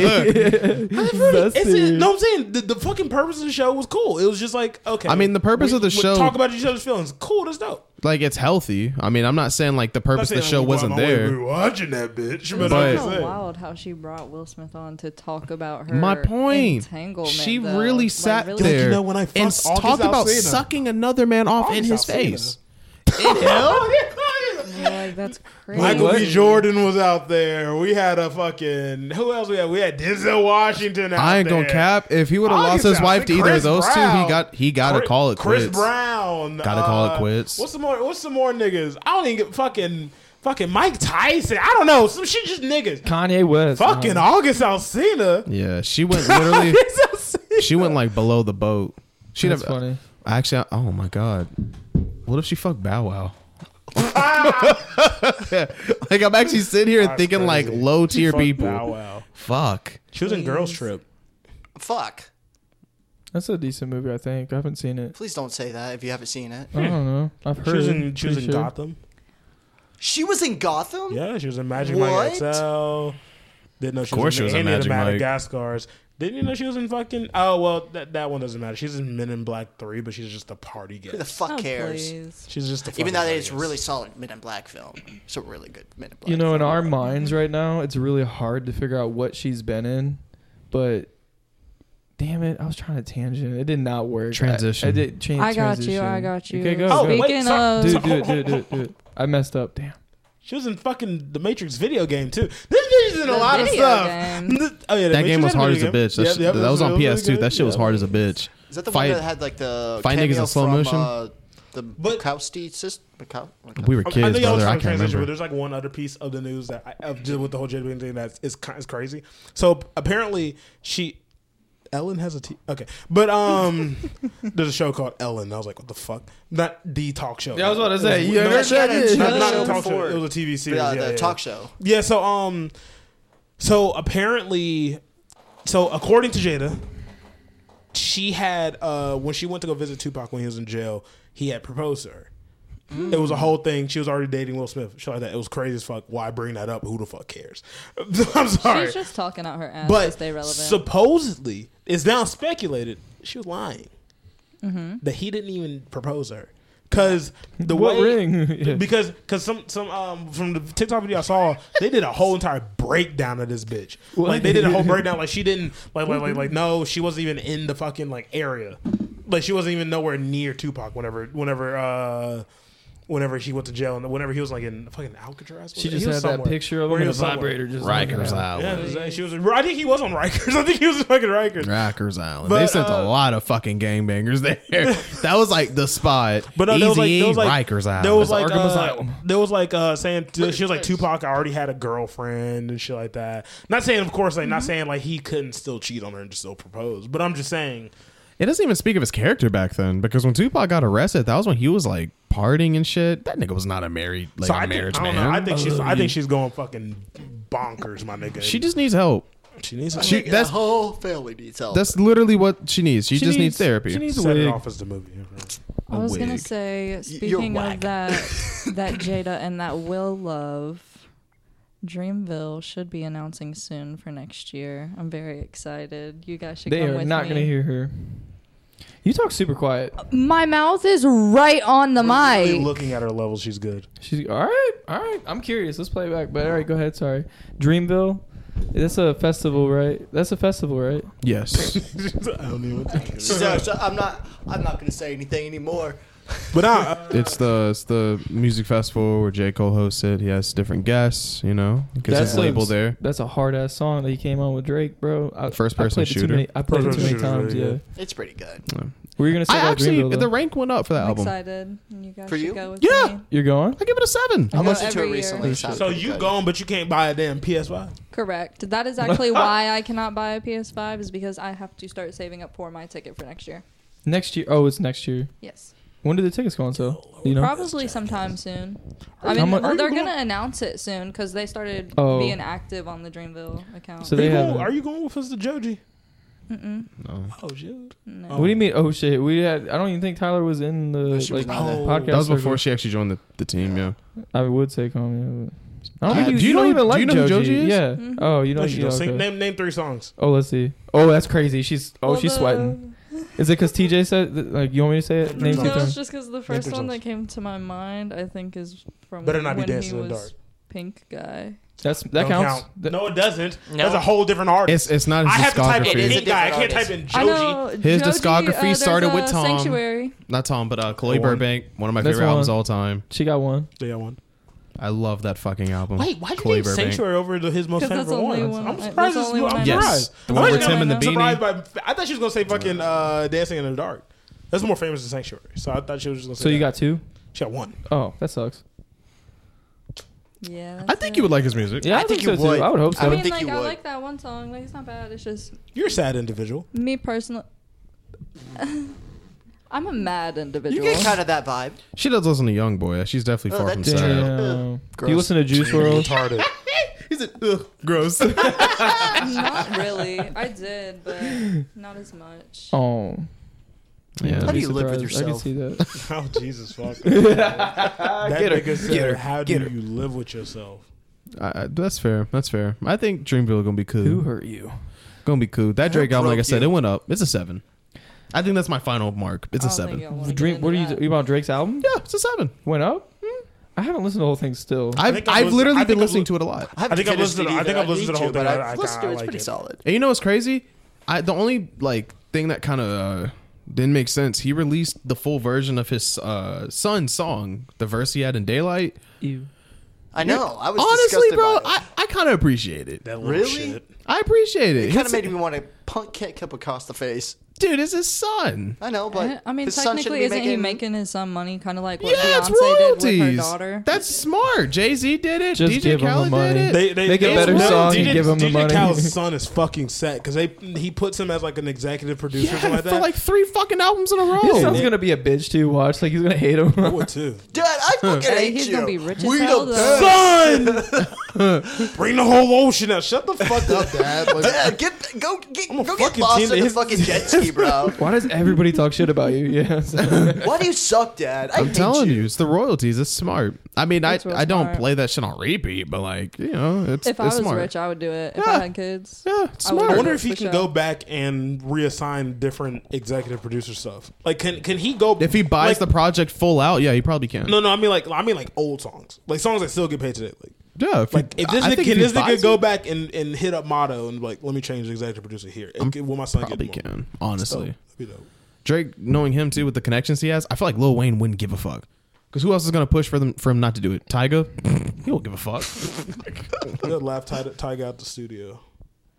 [SPEAKER 3] fruity.
[SPEAKER 6] It's a,
[SPEAKER 3] Busted.
[SPEAKER 6] no, I'm saying the, the fucking purpose of the show was cool. It was just like okay.
[SPEAKER 2] I mean, the purpose of the show-
[SPEAKER 6] talk about each other's feelings. Cool, that's dope.
[SPEAKER 2] Like it's healthy. I mean, I'm not saying like the purpose of the show wasn't
[SPEAKER 6] We
[SPEAKER 2] there.
[SPEAKER 6] were watching that bitch, but,
[SPEAKER 2] But-
[SPEAKER 6] I'm
[SPEAKER 4] It's
[SPEAKER 6] just
[SPEAKER 4] kind of
[SPEAKER 6] saying.
[SPEAKER 4] wild how she brought Will Smith on to talk about her.
[SPEAKER 2] My point.
[SPEAKER 4] Entanglement,
[SPEAKER 2] She
[SPEAKER 4] though.
[SPEAKER 2] really
[SPEAKER 4] Like,
[SPEAKER 2] sat
[SPEAKER 4] really-
[SPEAKER 2] there
[SPEAKER 6] you know when I fucked
[SPEAKER 2] and s-
[SPEAKER 6] August
[SPEAKER 2] talked about
[SPEAKER 6] Alsina?
[SPEAKER 2] sucking another man off in
[SPEAKER 6] August
[SPEAKER 2] his
[SPEAKER 6] Alsina.
[SPEAKER 2] face.
[SPEAKER 4] Like that's crazy.
[SPEAKER 6] Michael B. Jordan was out there. We had a fucking who else we had? We had Denzel Washington. Out
[SPEAKER 2] I ain't gonna
[SPEAKER 6] there.
[SPEAKER 2] cap. If he would have lost
[SPEAKER 6] August
[SPEAKER 2] his wife to
[SPEAKER 6] Alsina,
[SPEAKER 2] either of
[SPEAKER 6] Chris
[SPEAKER 2] those two,
[SPEAKER 6] Brown.
[SPEAKER 2] he got he got to
[SPEAKER 6] Chris-
[SPEAKER 2] call it
[SPEAKER 6] Chris
[SPEAKER 2] quits.
[SPEAKER 6] Brown. Uh,
[SPEAKER 2] Gotta call it quits.
[SPEAKER 6] What's some more? What's some more niggas? I don't even get fucking fucking Mike Tyson. I don't know. Some shit just niggas.
[SPEAKER 3] Kanye West.
[SPEAKER 6] Fucking
[SPEAKER 3] man.
[SPEAKER 6] August Alcina.
[SPEAKER 2] Yeah, she went literally. she went like below the boat. She
[SPEAKER 3] That's
[SPEAKER 2] never.
[SPEAKER 3] funny.
[SPEAKER 2] Actually, oh my god, what if she fucked Bow Wow? like I'm actually sitting here and thinking like
[SPEAKER 6] Ah! crazy.
[SPEAKER 2] low tier
[SPEAKER 6] Fuck
[SPEAKER 2] people.
[SPEAKER 6] Bow Oh, Wow.
[SPEAKER 2] Fuck.
[SPEAKER 6] She was in Girls Trip.
[SPEAKER 7] Fuck.
[SPEAKER 3] That's a decent movie, I think. I haven't seen it.
[SPEAKER 7] Please don't say that if you haven't seen it.
[SPEAKER 3] I don't know. I've heard.
[SPEAKER 6] Hmm. She was in, she was in
[SPEAKER 3] pretty sure.
[SPEAKER 6] Gotham.
[SPEAKER 7] She was in Gotham?
[SPEAKER 6] Yeah, she was in Magic
[SPEAKER 7] What?
[SPEAKER 6] Mike XL. Didn't know she
[SPEAKER 2] Of course
[SPEAKER 6] was
[SPEAKER 2] she
[SPEAKER 6] in
[SPEAKER 2] was in
[SPEAKER 6] any of the
[SPEAKER 2] Magic Mike.
[SPEAKER 6] Madagascars. Didn't you know she was in fucking? Oh well, that, that one doesn't matter. She's in Men in Black Three, but she's just a party
[SPEAKER 7] Who the
[SPEAKER 6] guest.
[SPEAKER 7] fuck
[SPEAKER 4] Oh,
[SPEAKER 7] cares?
[SPEAKER 4] please.
[SPEAKER 6] She's just a fucking
[SPEAKER 7] Even though
[SPEAKER 6] party
[SPEAKER 7] it's
[SPEAKER 6] guest.
[SPEAKER 7] really solid Men in Black film. It's a really good Men in Black
[SPEAKER 3] You know, in
[SPEAKER 7] film.
[SPEAKER 3] our minds right now, it's really hard to figure out what she's been in, but. Damn it! I was trying to tangent. It did not work.
[SPEAKER 2] Transition.
[SPEAKER 3] I, I did change.
[SPEAKER 4] I got you. I got you.
[SPEAKER 3] Okay, go.
[SPEAKER 6] Oh,
[SPEAKER 3] go.
[SPEAKER 6] wait,
[SPEAKER 4] Speaking
[SPEAKER 6] sorry.
[SPEAKER 3] Dude,
[SPEAKER 4] of,
[SPEAKER 3] do it, do it, do it, do it. I messed up. Damn.
[SPEAKER 6] She was in fucking the Matrix video game too. This bitch is in a
[SPEAKER 4] The
[SPEAKER 6] lot of
[SPEAKER 4] video
[SPEAKER 6] stuff.
[SPEAKER 4] game.
[SPEAKER 6] Th- oh yeah, the
[SPEAKER 2] That
[SPEAKER 6] Matrix
[SPEAKER 2] game was
[SPEAKER 6] had
[SPEAKER 2] hard as a
[SPEAKER 6] video game.
[SPEAKER 2] bitch. That,
[SPEAKER 6] Yep,
[SPEAKER 2] shit-
[SPEAKER 6] yep,
[SPEAKER 2] that was on
[SPEAKER 6] really
[SPEAKER 2] PS2.
[SPEAKER 6] good.
[SPEAKER 2] That shit was
[SPEAKER 6] Yeah.
[SPEAKER 2] hard as a bitch.
[SPEAKER 7] Is that the
[SPEAKER 2] Fight-
[SPEAKER 7] one that had like the
[SPEAKER 2] fight niggas
[SPEAKER 7] cameo
[SPEAKER 2] in slow
[SPEAKER 7] from,
[SPEAKER 2] motion?
[SPEAKER 7] Uh, the
[SPEAKER 6] But-
[SPEAKER 7] Bukowski sister. Bukowski.
[SPEAKER 2] We were
[SPEAKER 6] I, mean, I
[SPEAKER 2] kids,
[SPEAKER 6] know y'all was
[SPEAKER 2] brother. I
[SPEAKER 6] trying to
[SPEAKER 2] can't
[SPEAKER 6] transition, but
[SPEAKER 2] remember.
[SPEAKER 6] there's like one other piece of the news that I, of just with the whole Jada Pinkett thing that's is kind is crazy. So apparently she, Ellen has a T. Okay, but um, there's a show called Ellen. I was like, what the fuck? Not the talk show.
[SPEAKER 3] Yeah, I was about to say, you heard
[SPEAKER 6] no, not-
[SPEAKER 3] that? It's
[SPEAKER 6] Not, not
[SPEAKER 7] show
[SPEAKER 6] the talk show.
[SPEAKER 7] before.
[SPEAKER 6] It was a TV
[SPEAKER 7] the,
[SPEAKER 6] series. yeah,
[SPEAKER 7] the
[SPEAKER 6] yeah,
[SPEAKER 7] talk
[SPEAKER 6] yeah.
[SPEAKER 7] show.
[SPEAKER 6] Yeah, so um so apparently so according to Jada, she had uh when she went to go visit Tupac when he was in jail, he had proposed to her. It was a whole thing. She was already dating Will Smith. Shit like that. It was crazy as fuck. Why bring that up? Who the fuck cares? I'm sorry.
[SPEAKER 4] She's just talking out her ass to
[SPEAKER 6] but
[SPEAKER 4] stay relevant.
[SPEAKER 6] supposedly, it's now speculated she was lying. That he didn't even propose to her. Cause the
[SPEAKER 3] what
[SPEAKER 6] way
[SPEAKER 3] ring? Yeah.
[SPEAKER 6] because because some some um from the TikTok video I saw they did a whole entire breakdown of this bitch.
[SPEAKER 3] What?
[SPEAKER 6] Like they did a whole breakdown. Like she didn't like like like like no, she wasn't even in the fucking like area. Like she wasn't even nowhere near Tupac. Whenever whenever uh whenever she went to jail and whenever he was like in fucking Alcatraz. was
[SPEAKER 3] She
[SPEAKER 6] it?
[SPEAKER 3] just
[SPEAKER 6] He was
[SPEAKER 3] had that
[SPEAKER 6] somewhere.
[SPEAKER 3] picture of
[SPEAKER 6] Where
[SPEAKER 3] him
[SPEAKER 6] he
[SPEAKER 3] in a
[SPEAKER 6] was somewhere.
[SPEAKER 3] vibrator just
[SPEAKER 2] Rikers Island.
[SPEAKER 6] Yeah, she was. I think he was on Rikers. I think he was fucking Rikers.
[SPEAKER 2] Rikers Island.
[SPEAKER 6] But,
[SPEAKER 2] they sent a
[SPEAKER 6] uh,
[SPEAKER 2] lot of fucking gangbangers there. that was like the spot.
[SPEAKER 6] But
[SPEAKER 2] But
[SPEAKER 6] no,
[SPEAKER 2] Easy
[SPEAKER 6] there was like there was like
[SPEAKER 2] Rikers Island.
[SPEAKER 6] there was
[SPEAKER 3] That's
[SPEAKER 6] like
[SPEAKER 3] Arkham
[SPEAKER 6] uh,
[SPEAKER 3] Asylum.
[SPEAKER 6] there was like uh, saying she was like Tupac already had a girlfriend and shit like that. Not saying of course like not saying like he couldn't still cheat on her and still propose, but I'm just saying
[SPEAKER 2] It doesn't even speak of his character back then because when Tupac got arrested, that was when he was like partying and shit. That nigga was not a married like
[SPEAKER 6] so
[SPEAKER 2] a
[SPEAKER 6] I think,
[SPEAKER 2] marriage
[SPEAKER 6] I don't
[SPEAKER 2] man.
[SPEAKER 6] know. I think she's I think she's going fucking bonkers, my nigga.
[SPEAKER 2] she just needs help.
[SPEAKER 6] she needs to
[SPEAKER 2] She
[SPEAKER 7] Nigga,
[SPEAKER 2] that's
[SPEAKER 6] uh,
[SPEAKER 7] the whole family needs help.
[SPEAKER 2] that's literally what she needs. She,
[SPEAKER 3] She
[SPEAKER 2] just needs, therapy.
[SPEAKER 3] She needs a
[SPEAKER 6] set it
[SPEAKER 3] wig.
[SPEAKER 6] off as the movie. yeah, bro.
[SPEAKER 4] I was gonna
[SPEAKER 2] wig.
[SPEAKER 4] say,
[SPEAKER 7] you're
[SPEAKER 4] speaking
[SPEAKER 7] whack.
[SPEAKER 4] of that, that Jada and that Will love, Dreamville should be announcing soon for next year. I'm very excited. You guys should.
[SPEAKER 3] They
[SPEAKER 4] come
[SPEAKER 3] are
[SPEAKER 4] with
[SPEAKER 3] not
[SPEAKER 4] me.
[SPEAKER 3] going to hear her. You talk super quiet.
[SPEAKER 4] My mouth is right on the
[SPEAKER 6] Really
[SPEAKER 4] mic.
[SPEAKER 6] looking at her level, she's good.
[SPEAKER 3] She's all right, all right. I'm curious. Let's play it back. But all right, go ahead. Sorry, Dreamville. That's a festival, right? That's a festival, right?
[SPEAKER 2] yes.
[SPEAKER 6] I don't even.
[SPEAKER 7] so, so I'm not. I'm not gonna say anything anymore.
[SPEAKER 6] But nah,
[SPEAKER 2] it's the it's the music festival where J. Cole hosted. He has different guests, you know. Gets his
[SPEAKER 3] That's like-
[SPEAKER 2] label there.
[SPEAKER 3] That's a hard ass song that he came on with Drake, bro. I,
[SPEAKER 2] First
[SPEAKER 3] I
[SPEAKER 2] person
[SPEAKER 3] played it too
[SPEAKER 2] shooter.
[SPEAKER 3] many- I played it
[SPEAKER 6] First
[SPEAKER 3] too many
[SPEAKER 6] person shooter,
[SPEAKER 3] times.
[SPEAKER 6] yeah.
[SPEAKER 3] Yeah.
[SPEAKER 7] It's pretty good.
[SPEAKER 3] Were you gonna say
[SPEAKER 2] I
[SPEAKER 3] about
[SPEAKER 2] actually
[SPEAKER 3] Dreamville?
[SPEAKER 2] the
[SPEAKER 3] though?
[SPEAKER 2] rank went up for that
[SPEAKER 4] I'm
[SPEAKER 2] album.
[SPEAKER 4] excited. You guys
[SPEAKER 7] For
[SPEAKER 4] should
[SPEAKER 7] you?
[SPEAKER 4] go with
[SPEAKER 2] Yeah.
[SPEAKER 4] me.
[SPEAKER 3] You're going?
[SPEAKER 2] I give it a seven.
[SPEAKER 7] I
[SPEAKER 4] go
[SPEAKER 7] listened to it
[SPEAKER 4] every year.
[SPEAKER 7] recently. It sounded
[SPEAKER 6] so
[SPEAKER 7] pretty
[SPEAKER 6] you
[SPEAKER 7] good.
[SPEAKER 6] gone, but you can't buy a damn PS5.
[SPEAKER 4] Correct. That is actually why I cannot buy a PS5 is because I have to start saving up for my ticket for next year.
[SPEAKER 3] Next year? Oh, it's next year.
[SPEAKER 4] Yes.
[SPEAKER 3] When do the tickets go on sale? You know.
[SPEAKER 4] Probably sometime soon. I
[SPEAKER 3] How
[SPEAKER 4] mean,
[SPEAKER 3] mu-
[SPEAKER 4] they're going to announce it soon because they started
[SPEAKER 3] Oh.
[SPEAKER 4] being active on the Dreamville account.
[SPEAKER 3] So
[SPEAKER 6] Are
[SPEAKER 3] they
[SPEAKER 6] you,
[SPEAKER 3] have.
[SPEAKER 6] going,
[SPEAKER 3] a-
[SPEAKER 6] are you going with us to Joji?
[SPEAKER 2] No.
[SPEAKER 6] Oh shit.
[SPEAKER 4] No.
[SPEAKER 6] Oh.
[SPEAKER 3] What do you mean? Oh shit! We had. I don't even think Tyler was in the
[SPEAKER 7] she
[SPEAKER 3] like
[SPEAKER 7] was not
[SPEAKER 6] in it.
[SPEAKER 3] podcast.
[SPEAKER 2] That was before
[SPEAKER 3] circle.
[SPEAKER 2] she actually joined the, the team. Yeah.
[SPEAKER 3] I would say Kanye. I don't
[SPEAKER 2] Uh,
[SPEAKER 3] think you,
[SPEAKER 2] do you
[SPEAKER 3] you
[SPEAKER 2] know
[SPEAKER 3] don't
[SPEAKER 2] who-
[SPEAKER 3] even
[SPEAKER 2] do
[SPEAKER 3] like
[SPEAKER 2] you know who
[SPEAKER 3] Joji.
[SPEAKER 2] Joji is?
[SPEAKER 3] Yeah. Oh, you
[SPEAKER 6] No,
[SPEAKER 3] don't.
[SPEAKER 6] she
[SPEAKER 3] You know,
[SPEAKER 6] don't sing.
[SPEAKER 3] okay.
[SPEAKER 6] Name name three songs.
[SPEAKER 3] Oh, let's see. Oh, that's crazy. She's oh, she's sweating. Is it because TJ said? th- Like, you want me to say it? Name
[SPEAKER 6] No,
[SPEAKER 3] two
[SPEAKER 4] No, it's
[SPEAKER 3] times.
[SPEAKER 4] just because the first one
[SPEAKER 6] songs.
[SPEAKER 4] that came to my mind, I think, is from
[SPEAKER 6] Better not be
[SPEAKER 4] when
[SPEAKER 6] dancing
[SPEAKER 4] he
[SPEAKER 6] in the
[SPEAKER 4] was Pink guy.
[SPEAKER 3] That's that
[SPEAKER 6] Don't
[SPEAKER 3] counts.
[SPEAKER 6] count.
[SPEAKER 3] Th-
[SPEAKER 6] No, it doesn't.
[SPEAKER 7] No.
[SPEAKER 6] That's a whole different artist.
[SPEAKER 2] It's it's not
[SPEAKER 6] I
[SPEAKER 2] his
[SPEAKER 6] have to type in
[SPEAKER 7] It is a
[SPEAKER 6] Pink
[SPEAKER 2] discography.
[SPEAKER 6] guy. I
[SPEAKER 7] different
[SPEAKER 6] can't type in
[SPEAKER 4] I
[SPEAKER 6] Joji.
[SPEAKER 4] know
[SPEAKER 2] His
[SPEAKER 4] Joji,
[SPEAKER 2] discography
[SPEAKER 4] uh, there's
[SPEAKER 2] started
[SPEAKER 4] a
[SPEAKER 2] with Tom.
[SPEAKER 4] Sanctuary.
[SPEAKER 2] Not Tom, but uh, Chloe
[SPEAKER 6] Go on.
[SPEAKER 2] Burbank, one of my
[SPEAKER 3] That's
[SPEAKER 2] favorite albums
[SPEAKER 3] one.
[SPEAKER 2] all time.
[SPEAKER 3] She got one.
[SPEAKER 6] They got one.
[SPEAKER 2] I love that fucking album.
[SPEAKER 6] Wait, why did
[SPEAKER 2] Chloe
[SPEAKER 6] you name
[SPEAKER 2] Burbank.
[SPEAKER 6] Sanctuary over the, his most
[SPEAKER 4] 'Cause that's
[SPEAKER 6] favorite
[SPEAKER 4] the only
[SPEAKER 6] one?
[SPEAKER 4] one
[SPEAKER 6] I'm
[SPEAKER 4] I-
[SPEAKER 6] surprised.
[SPEAKER 4] that's the
[SPEAKER 6] it's-
[SPEAKER 4] only one
[SPEAKER 6] I'm
[SPEAKER 4] I
[SPEAKER 2] Yes,
[SPEAKER 6] surprised.
[SPEAKER 2] the
[SPEAKER 6] I
[SPEAKER 2] one
[SPEAKER 6] was
[SPEAKER 2] with Tim and the
[SPEAKER 4] I'm
[SPEAKER 6] surprised
[SPEAKER 2] Beanie.
[SPEAKER 6] by. I thought she was gonna say fucking uh, Dancing in the Dark. That's more famous than Sanctuary. So I thought she was just gonna say.
[SPEAKER 3] So you
[SPEAKER 6] that.
[SPEAKER 3] got two.
[SPEAKER 6] she got one.
[SPEAKER 3] Oh, that sucks.
[SPEAKER 4] Yeah.
[SPEAKER 2] I
[SPEAKER 4] that's
[SPEAKER 2] think
[SPEAKER 4] it.
[SPEAKER 2] you would like his music.
[SPEAKER 3] Yeah, I,
[SPEAKER 7] I
[SPEAKER 3] think,
[SPEAKER 7] think you
[SPEAKER 3] so
[SPEAKER 7] would.
[SPEAKER 3] too. I would hope so.
[SPEAKER 4] I,
[SPEAKER 7] I
[SPEAKER 4] mean,
[SPEAKER 7] think
[SPEAKER 4] like,
[SPEAKER 7] you
[SPEAKER 4] I
[SPEAKER 7] would.
[SPEAKER 4] like that one song. Like, it's not bad. It's just
[SPEAKER 6] You're a sad individual.
[SPEAKER 4] me personally. I'm a mad
[SPEAKER 7] You
[SPEAKER 4] individual.
[SPEAKER 7] get kind of that vibe.
[SPEAKER 2] She does listen to Young Boy. She's definitely far
[SPEAKER 7] Oh,
[SPEAKER 2] from
[SPEAKER 7] that-
[SPEAKER 2] sad.
[SPEAKER 3] Damn. Do you
[SPEAKER 7] Gross.
[SPEAKER 3] listen to Juice World?
[SPEAKER 6] Retarded.
[SPEAKER 2] He's a, ugh, gross.
[SPEAKER 4] not really. I did, but not as much.
[SPEAKER 3] Oh.
[SPEAKER 2] Yeah.
[SPEAKER 7] How do you live with
[SPEAKER 3] Surprised. I can
[SPEAKER 7] yourself?
[SPEAKER 3] see that.
[SPEAKER 6] oh Jesus fuck. that
[SPEAKER 3] her,
[SPEAKER 6] nigga said,
[SPEAKER 3] get her,
[SPEAKER 6] "How
[SPEAKER 3] get
[SPEAKER 6] do
[SPEAKER 3] her."
[SPEAKER 6] you live with yourself?"
[SPEAKER 2] I, I- that's fair. That's fair. I think Dreamville gonna be cool.
[SPEAKER 3] Who hurt you?
[SPEAKER 2] Gonna be cool. That Drake
[SPEAKER 7] Who
[SPEAKER 2] album, like I
[SPEAKER 7] broke
[SPEAKER 2] said,
[SPEAKER 7] you?
[SPEAKER 2] it went up. It's a seven. I think that's my final mark. It's
[SPEAKER 4] I
[SPEAKER 2] a
[SPEAKER 4] don't
[SPEAKER 2] seven.
[SPEAKER 4] think
[SPEAKER 2] Yeah,
[SPEAKER 4] y'all wanna get
[SPEAKER 3] Dream.
[SPEAKER 4] into
[SPEAKER 3] What are you,
[SPEAKER 4] that.
[SPEAKER 3] you about Drake's album?
[SPEAKER 2] it's a seven.
[SPEAKER 3] Went up. I haven't listened to the whole thing still.
[SPEAKER 2] I've,
[SPEAKER 6] think I've
[SPEAKER 2] I've
[SPEAKER 6] listened- I
[SPEAKER 2] literally
[SPEAKER 6] think
[SPEAKER 2] been
[SPEAKER 6] I've
[SPEAKER 2] listening
[SPEAKER 6] li-
[SPEAKER 2] to it a lot.
[SPEAKER 7] haven't
[SPEAKER 6] I think I've
[SPEAKER 7] finished
[SPEAKER 6] listened to-
[SPEAKER 7] it
[SPEAKER 6] I
[SPEAKER 7] either.
[SPEAKER 6] think I've listened to the
[SPEAKER 7] need
[SPEAKER 6] whole thing.
[SPEAKER 7] But
[SPEAKER 6] I- I
[SPEAKER 7] I've listened to
[SPEAKER 6] kinda
[SPEAKER 7] it. It's
[SPEAKER 6] like
[SPEAKER 7] pretty
[SPEAKER 6] it.
[SPEAKER 7] solid.
[SPEAKER 2] And you know what's crazy? I the only like thing that kind of uh, didn't make sense. He released the full version of his uh, son's song, the verse he had in Daylight.
[SPEAKER 3] you.
[SPEAKER 7] I know. I was
[SPEAKER 2] Honestly,
[SPEAKER 7] disgusted
[SPEAKER 2] bro,
[SPEAKER 7] by it.
[SPEAKER 2] I, I kind of appreciate it.
[SPEAKER 6] That little
[SPEAKER 7] Really?
[SPEAKER 6] shit.
[SPEAKER 2] I appreciate it.
[SPEAKER 7] It
[SPEAKER 2] His-
[SPEAKER 7] kind of made me want to punk Kit Cup across the face.
[SPEAKER 2] dude, it's his son.
[SPEAKER 7] I know, but
[SPEAKER 4] I mean,
[SPEAKER 7] his son shouldn't
[SPEAKER 4] technically,
[SPEAKER 7] be
[SPEAKER 4] isn't he
[SPEAKER 7] making-
[SPEAKER 4] making his son money? Kind of like what
[SPEAKER 2] Yeah,
[SPEAKER 4] Beyonce
[SPEAKER 2] it's
[SPEAKER 4] did with her
[SPEAKER 2] royalties.
[SPEAKER 4] daughter.
[SPEAKER 2] That's smart. Jay Z did it.
[SPEAKER 3] Just
[SPEAKER 2] DJ
[SPEAKER 3] give him the
[SPEAKER 2] Khaled
[SPEAKER 3] money.
[SPEAKER 2] did it.
[SPEAKER 6] They, they,
[SPEAKER 3] Make a
[SPEAKER 6] they-
[SPEAKER 3] better
[SPEAKER 6] no,
[SPEAKER 3] song
[SPEAKER 6] DJ
[SPEAKER 3] and give him the
[SPEAKER 6] DJ
[SPEAKER 3] money.
[SPEAKER 6] Khaled's son is fucking sad because they he puts him as like an executive producer or
[SPEAKER 2] yeah,
[SPEAKER 6] something like
[SPEAKER 2] for
[SPEAKER 6] that.
[SPEAKER 2] like three fucking albums in a row.
[SPEAKER 3] His son's gonna be a bitch too. Watch, like he's gonna hate him.
[SPEAKER 6] I would too.
[SPEAKER 7] Dad, I fucking
[SPEAKER 4] Hey,
[SPEAKER 7] hate
[SPEAKER 4] he's
[SPEAKER 7] you.
[SPEAKER 4] gonna be rich as
[SPEAKER 7] We
[SPEAKER 4] hell,
[SPEAKER 7] the
[SPEAKER 4] though.
[SPEAKER 7] best.
[SPEAKER 6] Son, bring the whole ocean out. Shut the fuck up, Dad. Like,
[SPEAKER 7] Dad, get go get
[SPEAKER 6] I'm a
[SPEAKER 7] go get
[SPEAKER 6] fucking
[SPEAKER 7] lost
[SPEAKER 6] teen-
[SPEAKER 7] in the
[SPEAKER 6] his-
[SPEAKER 7] fucking jet ski, bro.
[SPEAKER 3] Why does everybody talk shit about you? Yeah.
[SPEAKER 7] Why do you suck, Dad? I
[SPEAKER 2] I'm
[SPEAKER 7] hate
[SPEAKER 2] telling
[SPEAKER 7] you.
[SPEAKER 2] you, it's the royalties. It's smart. I mean, I,
[SPEAKER 4] It's real
[SPEAKER 2] I don't
[SPEAKER 4] smart.
[SPEAKER 2] play that shit on repeat, but like you know, it's
[SPEAKER 4] if I
[SPEAKER 2] it's
[SPEAKER 4] was
[SPEAKER 2] smart.
[SPEAKER 4] rich, I would do it. If
[SPEAKER 2] Yeah.
[SPEAKER 4] I had kids,
[SPEAKER 2] yeah, it's
[SPEAKER 4] I would
[SPEAKER 2] smart.
[SPEAKER 6] I wonder if he
[SPEAKER 4] For
[SPEAKER 6] can
[SPEAKER 4] sure.
[SPEAKER 6] go back and reassign different executive producer stuff. Like, can can he go
[SPEAKER 2] If he buys
[SPEAKER 6] like,
[SPEAKER 2] the project full out, yeah, he probably can.
[SPEAKER 6] No, no, I mean like I mean like old songs, like songs that still get paid today. Like,
[SPEAKER 2] yeah, if
[SPEAKER 6] like
[SPEAKER 2] he,
[SPEAKER 6] if this
[SPEAKER 2] I
[SPEAKER 6] nigga,
[SPEAKER 2] think
[SPEAKER 6] can
[SPEAKER 2] if he
[SPEAKER 6] this nigga
[SPEAKER 2] buys
[SPEAKER 6] go
[SPEAKER 2] it,
[SPEAKER 6] back and, and hit up Motto and like let me change the executive producer here? It, could- will my son
[SPEAKER 2] probably
[SPEAKER 6] get more?
[SPEAKER 2] can. Honestly,
[SPEAKER 6] So, you know.
[SPEAKER 2] Drake, knowing him too with the connections he has, I feel like Lil Wayne wouldn't give a fuck. Because who else is gonna push for them for him not to do it? Tyga, he won't give a fuck.
[SPEAKER 6] That laugh tied tied out the studio.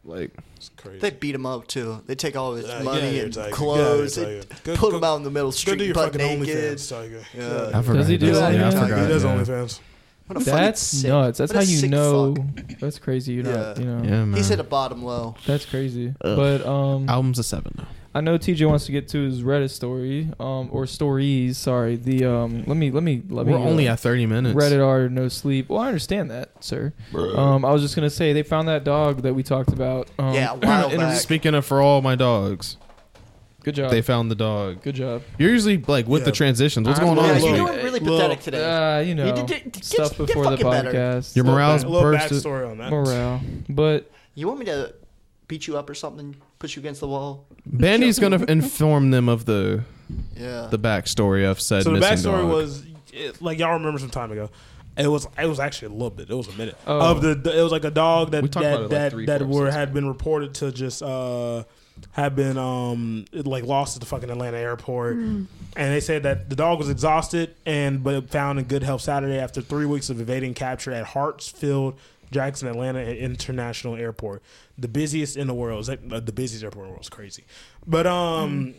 [SPEAKER 2] like
[SPEAKER 6] It's crazy.
[SPEAKER 7] They beat him up too. They take all of his
[SPEAKER 6] Uh, yeah,
[SPEAKER 7] money
[SPEAKER 6] you're
[SPEAKER 7] and
[SPEAKER 6] Tiger.
[SPEAKER 7] clothes
[SPEAKER 6] Yeah, you're
[SPEAKER 7] and
[SPEAKER 6] Tiger. Go-
[SPEAKER 7] put
[SPEAKER 6] go-
[SPEAKER 7] him out in the middle of the
[SPEAKER 6] Go
[SPEAKER 7] street
[SPEAKER 6] do your
[SPEAKER 7] butt
[SPEAKER 6] fucking
[SPEAKER 7] naked.
[SPEAKER 6] OnLyFans, Tiger.
[SPEAKER 7] Yeah.
[SPEAKER 6] Yeah.
[SPEAKER 2] I forgot
[SPEAKER 3] he do
[SPEAKER 2] does.
[SPEAKER 7] that?
[SPEAKER 2] Yeah, I
[SPEAKER 7] He
[SPEAKER 2] forgot,
[SPEAKER 6] He does
[SPEAKER 2] yeah.
[SPEAKER 6] OnlyFans.
[SPEAKER 7] What a
[SPEAKER 3] That's
[SPEAKER 7] fucking sick.
[SPEAKER 3] nuts. That's
[SPEAKER 7] what a
[SPEAKER 3] how you
[SPEAKER 7] sick
[SPEAKER 3] know.
[SPEAKER 7] fuck.
[SPEAKER 3] That's crazy. You're not.
[SPEAKER 7] Yeah.
[SPEAKER 3] You know.
[SPEAKER 2] Yeah, man.
[SPEAKER 7] He's hit a bottom low.
[SPEAKER 3] That's crazy. But um,
[SPEAKER 2] Album's a seven. though.
[SPEAKER 3] I know TJ wants to get to his Reddit story, um, or stories. Sorry. The um, let me let me let
[SPEAKER 2] We're
[SPEAKER 3] me.
[SPEAKER 2] only
[SPEAKER 3] uh,
[SPEAKER 2] at thirty minutes.
[SPEAKER 3] Reddit are no sleep. Well, I understand that, sir. Um, I was just gonna say they found that dog that we talked about. Um,
[SPEAKER 7] Yeah, a while
[SPEAKER 3] in
[SPEAKER 7] back.
[SPEAKER 2] Speaking of for all my dogs,
[SPEAKER 3] Good job.
[SPEAKER 2] they found the dog.
[SPEAKER 3] Good job.
[SPEAKER 2] You're usually like with
[SPEAKER 6] Yeah.
[SPEAKER 2] the transitions. What's
[SPEAKER 3] I'm
[SPEAKER 2] going
[SPEAKER 3] Oh,
[SPEAKER 7] Yeah,
[SPEAKER 2] on?
[SPEAKER 3] look.
[SPEAKER 7] you're
[SPEAKER 2] This
[SPEAKER 7] doing
[SPEAKER 2] week?
[SPEAKER 7] really
[SPEAKER 6] Look,
[SPEAKER 7] pathetic today.
[SPEAKER 3] Uh, you know,
[SPEAKER 7] did- did- get-
[SPEAKER 3] stuff
[SPEAKER 7] get
[SPEAKER 3] before the
[SPEAKER 7] fucking better.
[SPEAKER 3] podcast.
[SPEAKER 2] Your morale's
[SPEAKER 6] A little
[SPEAKER 2] bursted.
[SPEAKER 6] backstory on that.
[SPEAKER 3] morale, but
[SPEAKER 7] You want me to beat you up or something? Push you against the wall?
[SPEAKER 2] Bandy's gonna inform them of the
[SPEAKER 7] Yeah.
[SPEAKER 2] the backstory of said.
[SPEAKER 6] So the
[SPEAKER 2] missing
[SPEAKER 6] backstory
[SPEAKER 2] dog.
[SPEAKER 6] was it, like y'all remember some time ago. It was it was actually a little bit. It was a minute
[SPEAKER 3] Oh.
[SPEAKER 6] of the, the- It was like a dog that
[SPEAKER 2] We talked
[SPEAKER 6] that
[SPEAKER 2] about it, like,
[SPEAKER 6] that,
[SPEAKER 2] three,
[SPEAKER 6] that
[SPEAKER 2] four
[SPEAKER 6] were
[SPEAKER 2] episodes
[SPEAKER 6] had been reported to just uh had been um it, like lost at the fucking Atlanta airport, and they said that the dog was exhausted and but found in good health Saturday after three weeks of evading capture at Hartsfield. Jackson Atlanta International Airport, the busiest in the world. It's like, uh, the busiest airport in the world is crazy, but um,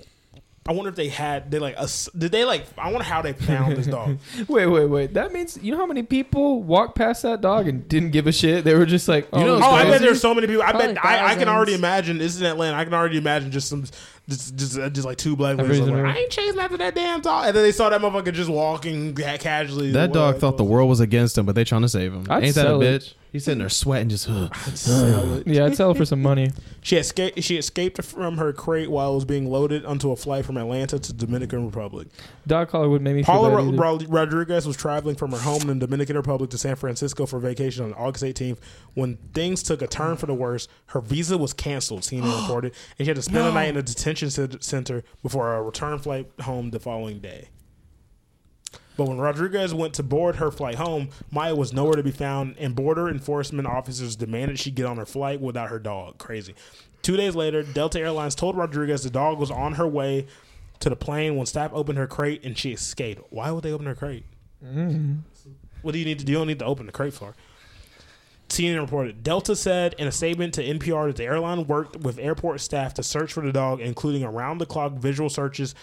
[SPEAKER 6] I wonder if they had they like ass- did they like I wonder how they found this dog.
[SPEAKER 3] wait, wait, wait. That means you know how many people walked past that dog and didn't give a shit. They were just like, oh,
[SPEAKER 2] know
[SPEAKER 3] it's
[SPEAKER 6] Oh, I
[SPEAKER 3] crazy.
[SPEAKER 6] bet there's so many people. I bet
[SPEAKER 4] Probably
[SPEAKER 6] I, I can
[SPEAKER 4] thousands.
[SPEAKER 6] already imagine. This is in Atlanta. I can already imagine just some, just just, uh, just like two black women.
[SPEAKER 3] Everybody's
[SPEAKER 6] Like,
[SPEAKER 3] in a-
[SPEAKER 6] I ain't chasing after that damn dog. And then they saw that motherfucker just walking ca- casually.
[SPEAKER 2] that
[SPEAKER 6] Well,
[SPEAKER 2] dog
[SPEAKER 6] it
[SPEAKER 2] thought the
[SPEAKER 6] was-
[SPEAKER 2] world was against him, but they trying to save him.
[SPEAKER 3] I'd
[SPEAKER 2] Ain't that a
[SPEAKER 3] sell
[SPEAKER 2] bitch?
[SPEAKER 3] it.
[SPEAKER 2] He's sitting there sweating, just.
[SPEAKER 3] Yeah, I'd sell it for some money.
[SPEAKER 6] She escaped. She escaped from her crate while it was being loaded onto a flight from Atlanta to Dominican Republic.
[SPEAKER 3] Dog collar would make me feel
[SPEAKER 6] Paula
[SPEAKER 3] bad
[SPEAKER 6] Ro-
[SPEAKER 3] either.
[SPEAKER 6] Ro- Rodriguez was traveling from her home in the Dominican Republic to San Francisco for vacation on August 18th. When things took a turn for the worse, her visa was canceled, CNN reported, and she had to spend the night in a detention cent- center before a return flight home the following day. But when Rodriguez went to board her flight home, Maya was nowhere to be found, and border enforcement officers demanded she get on her flight without her dog. Crazy. Two days later, Delta Airlines told Rodriguez the dog was on her way to the plane when staff opened her crate and she escaped. Why would they open her crate? What do you need to do? You don't need to open the crate for. CNN reported Delta said in a statement to NPR that the airline worked with airport staff to search for the dog, including around the clock visual searches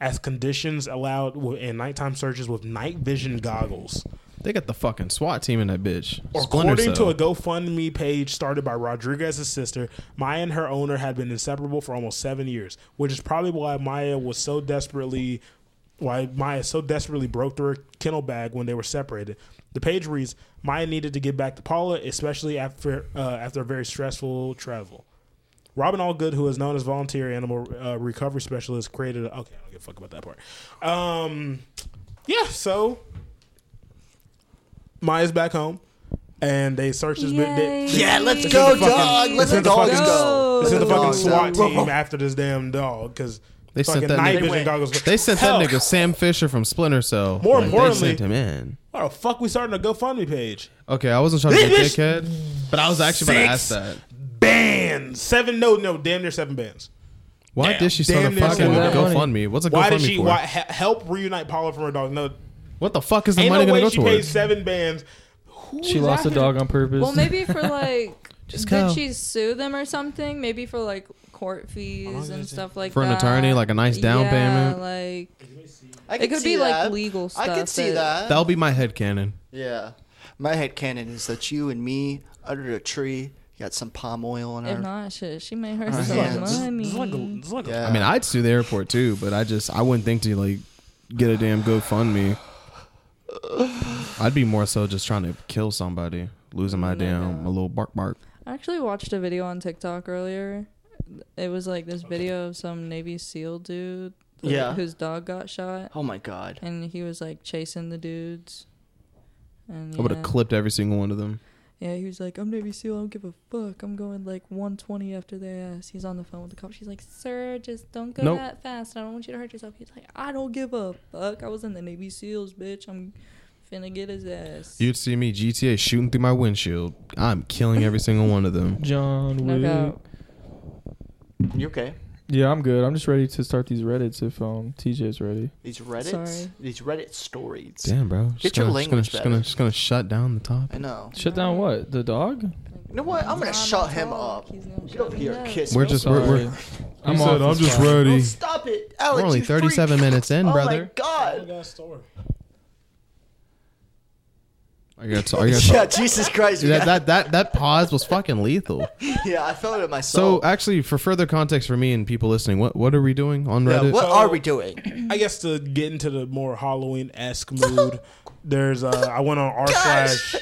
[SPEAKER 6] as conditions allowed w- and nighttime searches with night vision goggles.
[SPEAKER 2] They got the fucking SWAT team in that bitch. Splinter
[SPEAKER 6] According to
[SPEAKER 2] Cell.
[SPEAKER 6] a GoFundMe page started by Rodriguez's sister, Maya and her owner had been inseparable for almost seven years, which is probably why Maya was so desperately why Maya so desperately broke through her kennel bag when they were separated. The page reads, Maya needed to get back to Paula, especially after uh, after a very stressful travel. Robin Allgood, who is known as volunteer animal uh, recovery specialist, created. A, okay, I don't give a fuck about that part. Um, yeah, so Maya's back home, and they searched this bit. They,
[SPEAKER 4] Yay.
[SPEAKER 7] Yeah, let's go,
[SPEAKER 4] Fucking-
[SPEAKER 7] dog. Let
[SPEAKER 6] They
[SPEAKER 7] the
[SPEAKER 6] sent the
[SPEAKER 7] dogs
[SPEAKER 6] fucking-
[SPEAKER 7] go.
[SPEAKER 6] they sent the
[SPEAKER 7] Let
[SPEAKER 6] fucking
[SPEAKER 7] dogs
[SPEAKER 6] SWAT
[SPEAKER 7] go.
[SPEAKER 6] team after this damn dog because
[SPEAKER 2] They sent
[SPEAKER 6] fucking
[SPEAKER 2] that
[SPEAKER 6] night
[SPEAKER 2] nigga-
[SPEAKER 6] vision goggles.
[SPEAKER 2] They sent that
[SPEAKER 6] Hell,
[SPEAKER 2] nigga Sam Fisher from Splinter Cell.
[SPEAKER 6] More
[SPEAKER 2] Like,
[SPEAKER 6] importantly-
[SPEAKER 2] they sent him in.
[SPEAKER 6] Why the fuck we starting a GoFundMe page?
[SPEAKER 2] Okay, I wasn't trying to be a
[SPEAKER 6] This-
[SPEAKER 2] dickhead, but I was actually about to ask
[SPEAKER 6] Six.
[SPEAKER 2] that.
[SPEAKER 6] Bands, seven. No, no, damn near seven bands.
[SPEAKER 2] Why
[SPEAKER 6] Damn.
[SPEAKER 2] did she start
[SPEAKER 6] Damn
[SPEAKER 2] a
[SPEAKER 6] near
[SPEAKER 2] fucking
[SPEAKER 6] sold out.
[SPEAKER 2] GoFundMe? What's a
[SPEAKER 6] Why
[SPEAKER 2] GoFundMe
[SPEAKER 6] did she
[SPEAKER 2] for?
[SPEAKER 6] why, he- help reunite Paula from her dog? No,
[SPEAKER 2] What the fuck is the
[SPEAKER 6] ain't
[SPEAKER 2] money
[SPEAKER 6] no
[SPEAKER 2] gonna
[SPEAKER 6] way
[SPEAKER 2] go
[SPEAKER 6] she paid
[SPEAKER 2] towards?
[SPEAKER 6] seven bands. Who
[SPEAKER 3] She
[SPEAKER 6] is
[SPEAKER 3] lost a
[SPEAKER 6] after-
[SPEAKER 3] dog on purpose.
[SPEAKER 4] Well, maybe for like,
[SPEAKER 2] Just
[SPEAKER 4] did
[SPEAKER 2] go.
[SPEAKER 4] she sue them or something? Maybe for like court fees and stuff like
[SPEAKER 2] For an
[SPEAKER 4] that.
[SPEAKER 2] attorney, like a nice down
[SPEAKER 4] yeah,
[SPEAKER 2] payment?
[SPEAKER 4] Like
[SPEAKER 7] I
[SPEAKER 4] it
[SPEAKER 7] could
[SPEAKER 4] could
[SPEAKER 7] see
[SPEAKER 4] be
[SPEAKER 7] that.
[SPEAKER 4] like legal stuff.
[SPEAKER 7] I could see that.
[SPEAKER 2] That'll be my head cannon.
[SPEAKER 7] Yeah. My head canon is that you and me under a tree got some palm oil in
[SPEAKER 4] If
[SPEAKER 7] our.
[SPEAKER 4] not, shit, she made her
[SPEAKER 7] Alright.
[SPEAKER 4] some
[SPEAKER 7] Yeah, this-
[SPEAKER 4] money.
[SPEAKER 7] yeah.
[SPEAKER 2] I mean, I'd sue the airport too, but I just I wouldn't think to like get a damn GoFundMe. I'd be more so just trying to kill somebody, losing my damn my little bark bark.
[SPEAKER 4] I actually watched a video on TikTok earlier. It was like this video of some Navy SEAL dude like,
[SPEAKER 7] Yeah.
[SPEAKER 4] whose dog got shot,
[SPEAKER 7] oh my god.
[SPEAKER 4] and he was like chasing the dudes. And,
[SPEAKER 2] I would have
[SPEAKER 4] yeah.
[SPEAKER 2] clipped every single one of them.
[SPEAKER 4] Yeah, he was like, I'm Navy SEAL, I don't give a fuck. I'm going like 120 after their ass. He's on the phone with the cop. She's like, Sir, just don't go
[SPEAKER 2] Nope.
[SPEAKER 4] that fast. I don't want you to hurt yourself. He's like, I don't give a fuck. I was in the Navy SEALs, bitch. I'm finna get his ass.
[SPEAKER 2] You'd see me GTA shooting through my windshield. I'm killing every single one of them.
[SPEAKER 3] John
[SPEAKER 4] Knock
[SPEAKER 3] Wick.
[SPEAKER 4] out.
[SPEAKER 7] You okay?
[SPEAKER 3] Yeah, I'm good. I'm just ready to start these Reddits if um TJ's ready.
[SPEAKER 7] These Reddits.
[SPEAKER 4] Sorry.
[SPEAKER 7] These Reddit stories.
[SPEAKER 2] Damn, bro.
[SPEAKER 7] Get your
[SPEAKER 2] gonna,
[SPEAKER 7] language
[SPEAKER 2] just gonna,
[SPEAKER 7] better.
[SPEAKER 2] just gonna shut down the top.
[SPEAKER 7] I know.
[SPEAKER 3] Shut down what? The dog?
[SPEAKER 7] You know what? I'm gonna
[SPEAKER 4] Nah,
[SPEAKER 7] shut
[SPEAKER 4] my
[SPEAKER 7] him
[SPEAKER 4] dog.
[SPEAKER 7] up.
[SPEAKER 4] He's gonna
[SPEAKER 7] Get
[SPEAKER 4] shut
[SPEAKER 7] over
[SPEAKER 4] me
[SPEAKER 7] here,
[SPEAKER 4] up.
[SPEAKER 7] kiss.
[SPEAKER 2] We're
[SPEAKER 7] me.
[SPEAKER 2] just we're, we're
[SPEAKER 3] I'm off this guy."
[SPEAKER 7] Oh,
[SPEAKER 2] ready.
[SPEAKER 7] stop it, Alex.
[SPEAKER 2] We're only
[SPEAKER 7] you freak.
[SPEAKER 2] 37 minutes in,
[SPEAKER 7] oh
[SPEAKER 2] brother.
[SPEAKER 7] my god.
[SPEAKER 6] Got story.
[SPEAKER 2] I got to, I got
[SPEAKER 7] Yeah, Jesus Christ. we
[SPEAKER 2] that,
[SPEAKER 7] got-
[SPEAKER 2] that that that pause was fucking lethal.
[SPEAKER 7] yeah, I felt it
[SPEAKER 2] So
[SPEAKER 7] myself.
[SPEAKER 2] actually, for further context for me and people listening, what what are we doing on
[SPEAKER 7] yeah,
[SPEAKER 2] Reddit?
[SPEAKER 7] what
[SPEAKER 6] So-
[SPEAKER 7] are we doing?
[SPEAKER 6] I guess to get into the more Halloween esque mood, there's uh, I went on r slash.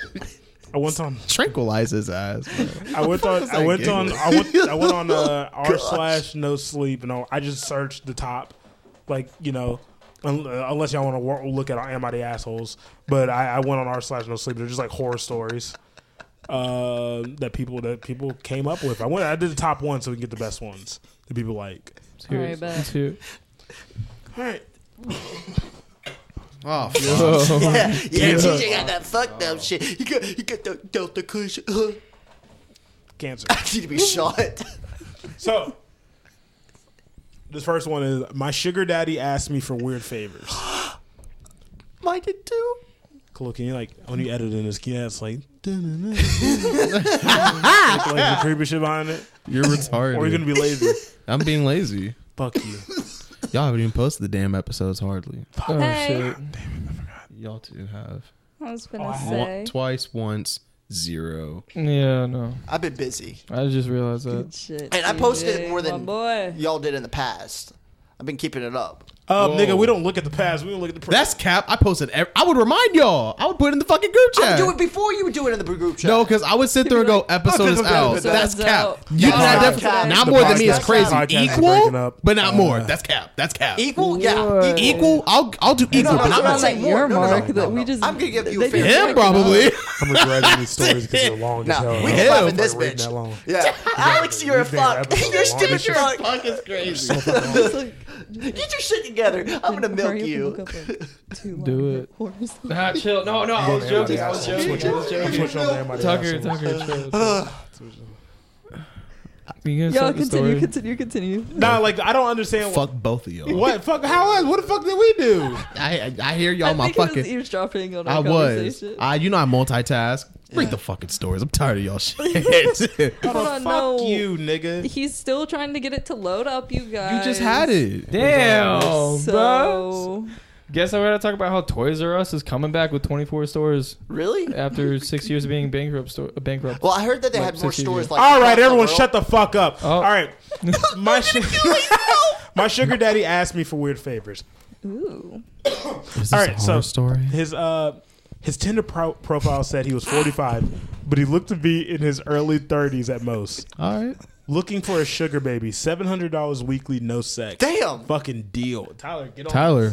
[SPEAKER 6] I went on.
[SPEAKER 2] Tranquilize his ass. bro.
[SPEAKER 6] I went on.
[SPEAKER 2] was
[SPEAKER 6] I
[SPEAKER 2] that
[SPEAKER 6] went
[SPEAKER 2] giggle?
[SPEAKER 6] on. I went. I went on uh, r slash no sleep, and all- I just searched the top, like you know, un- uh, unless y'all want to wor- look at am I the assholes? But I, I went on r slash no sleep. They're just like horror stories uh, that people that people came up with. I went. I did the top one so we can get the best ones that people like.
[SPEAKER 3] Let's hear
[SPEAKER 4] Alright,
[SPEAKER 3] it.
[SPEAKER 4] bet.
[SPEAKER 3] Let's hear it.
[SPEAKER 6] All right.
[SPEAKER 2] Oh,
[SPEAKER 7] Yeah, yeah, TJ got that fucked up shit. You got you got the Delta Kush. I
[SPEAKER 6] Cancer.
[SPEAKER 7] need to be shot.
[SPEAKER 6] So, this first one is my sugar daddy asked me for weird favors.
[SPEAKER 7] Mine did too.
[SPEAKER 6] Cool, can you like when you edit in this? Yeah, it's like, dun-dun-dun. like the creepy shit behind it,
[SPEAKER 2] you're retarded.
[SPEAKER 6] or you're gonna be lazy.
[SPEAKER 2] I'm being lazy.
[SPEAKER 6] Fuck you.
[SPEAKER 2] Y'all haven't even posted the damn episodes hardly.
[SPEAKER 3] Oh
[SPEAKER 4] Hey.
[SPEAKER 3] shit.
[SPEAKER 2] Y'all two have
[SPEAKER 4] I was gonna
[SPEAKER 2] Wa-
[SPEAKER 4] say.
[SPEAKER 2] twice, once, zero.
[SPEAKER 3] Yeah, no.
[SPEAKER 7] I've been busy.
[SPEAKER 3] I just realized that.
[SPEAKER 4] Good shit.
[SPEAKER 7] And I
[SPEAKER 4] TJ,
[SPEAKER 7] posted more
[SPEAKER 4] my
[SPEAKER 7] than-
[SPEAKER 4] boy.
[SPEAKER 7] Y'all did in the past. I've been keeping it up.
[SPEAKER 5] Up,
[SPEAKER 2] Whoa.
[SPEAKER 5] Uh, nigga, we don't look at the past. We don't look at the present.
[SPEAKER 2] That's cap. I posted. Every, I would remind y'all. I would put it in the fucking group
[SPEAKER 7] I would
[SPEAKER 2] chat.
[SPEAKER 7] do it before you would do it in the group chat.
[SPEAKER 2] no, because I would sit there and go, episode is
[SPEAKER 5] "Fuck it,
[SPEAKER 2] out.
[SPEAKER 5] episode
[SPEAKER 2] That's
[SPEAKER 4] is
[SPEAKER 2] cap.
[SPEAKER 4] out."
[SPEAKER 2] You can
[SPEAKER 7] The
[SPEAKER 2] have
[SPEAKER 7] podcast-
[SPEAKER 2] def- not
[SPEAKER 7] the
[SPEAKER 2] more than me
[SPEAKER 7] podcast-
[SPEAKER 2] is crazy.
[SPEAKER 5] podcast is breaking
[SPEAKER 2] Equal,
[SPEAKER 5] up.
[SPEAKER 2] but not more.
[SPEAKER 5] Uh,
[SPEAKER 2] That's cap. That's cap.
[SPEAKER 7] equal. Yeah,
[SPEAKER 4] What?
[SPEAKER 2] Equal. I'll I'll do equal,
[SPEAKER 7] no,
[SPEAKER 2] but not
[SPEAKER 7] no, no,
[SPEAKER 2] more.
[SPEAKER 4] around that
[SPEAKER 7] more.
[SPEAKER 4] your
[SPEAKER 7] No, no, no,
[SPEAKER 4] mark
[SPEAKER 7] no,
[SPEAKER 4] that
[SPEAKER 7] no,
[SPEAKER 4] we
[SPEAKER 7] no.
[SPEAKER 4] just
[SPEAKER 7] I'm gonna give you
[SPEAKER 4] they
[SPEAKER 7] a
[SPEAKER 4] just
[SPEAKER 2] him
[SPEAKER 7] fair
[SPEAKER 4] break
[SPEAKER 2] probably.
[SPEAKER 4] it up.
[SPEAKER 5] I'm regretting these stories because they're long as
[SPEAKER 7] No,
[SPEAKER 5] hell.
[SPEAKER 7] we
[SPEAKER 5] I'm
[SPEAKER 7] can
[SPEAKER 5] not
[SPEAKER 7] laugh at this
[SPEAKER 5] fucking reading
[SPEAKER 7] bitch.
[SPEAKER 5] that long.
[SPEAKER 7] Yeah, Alex, you're a
[SPEAKER 5] These damn
[SPEAKER 7] fuck.
[SPEAKER 5] episodes are
[SPEAKER 7] You're
[SPEAKER 5] long
[SPEAKER 7] stupid.
[SPEAKER 5] as
[SPEAKER 7] You're a fuck.
[SPEAKER 2] Fuck is crazy.
[SPEAKER 7] Get your shit together. I'm gonna
[SPEAKER 4] Hurry up
[SPEAKER 7] milk
[SPEAKER 4] and
[SPEAKER 7] you.
[SPEAKER 4] look up a two
[SPEAKER 3] Do
[SPEAKER 4] line
[SPEAKER 3] it.
[SPEAKER 4] horse.
[SPEAKER 3] Nah, chill. No, no, I was
[SPEAKER 5] Damn,
[SPEAKER 3] joking. I was
[SPEAKER 5] I'm
[SPEAKER 3] joking. I was
[SPEAKER 5] switching- I'm
[SPEAKER 3] joking.
[SPEAKER 5] switching on damn, I'm
[SPEAKER 3] Tucker,
[SPEAKER 5] assholes.
[SPEAKER 3] Tucker, chill. You gonna
[SPEAKER 4] Yo,
[SPEAKER 3] start the
[SPEAKER 4] continue,
[SPEAKER 3] story?
[SPEAKER 4] continue, continue.
[SPEAKER 5] Nah, like I don't understand
[SPEAKER 2] Fuck both of y'all.
[SPEAKER 5] what fuck. How was what the fuck did we do?
[SPEAKER 2] I I- I hear
[SPEAKER 4] I
[SPEAKER 2] y'all. My
[SPEAKER 4] think he was
[SPEAKER 2] fucking.
[SPEAKER 4] eavesdropping on our
[SPEAKER 2] I was.
[SPEAKER 4] conversation.
[SPEAKER 2] I you know I multitask. Read the fucking stories. I'm tired of y'all shit.
[SPEAKER 4] Hold
[SPEAKER 5] Oh,
[SPEAKER 4] on,
[SPEAKER 5] fuck
[SPEAKER 4] no.
[SPEAKER 5] you, nigga.
[SPEAKER 4] He's still trying to get it to load up, you guys.
[SPEAKER 2] You just had it.
[SPEAKER 3] Damn, Oh, bro.
[SPEAKER 4] So
[SPEAKER 3] Guess I'm gonna talk about how Toys R Us is coming back with 24 stores
[SPEAKER 7] Really?
[SPEAKER 3] after six years of being bankrupt. Store, bankrupt.
[SPEAKER 7] Well, I heard that they
[SPEAKER 3] Like
[SPEAKER 7] had more
[SPEAKER 3] 60
[SPEAKER 7] stores.
[SPEAKER 3] years.
[SPEAKER 7] Like
[SPEAKER 5] All right, everyone, shut the fuck up.
[SPEAKER 3] Oh.
[SPEAKER 5] All right, my su- my sugar daddy asked me for weird favors.
[SPEAKER 4] oooo.
[SPEAKER 2] Is this
[SPEAKER 5] All right,
[SPEAKER 2] a
[SPEAKER 5] so-
[SPEAKER 2] horror story?
[SPEAKER 5] His uh his Tinder pro- profile said he was 45, but he looked to be in his early 30s at most.
[SPEAKER 2] All right.
[SPEAKER 5] Looking for a sugar baby, seven hundred dollars weekly, no sex.
[SPEAKER 7] Damn.
[SPEAKER 5] fucking deal, Tyler. Get on.
[SPEAKER 2] Tyler,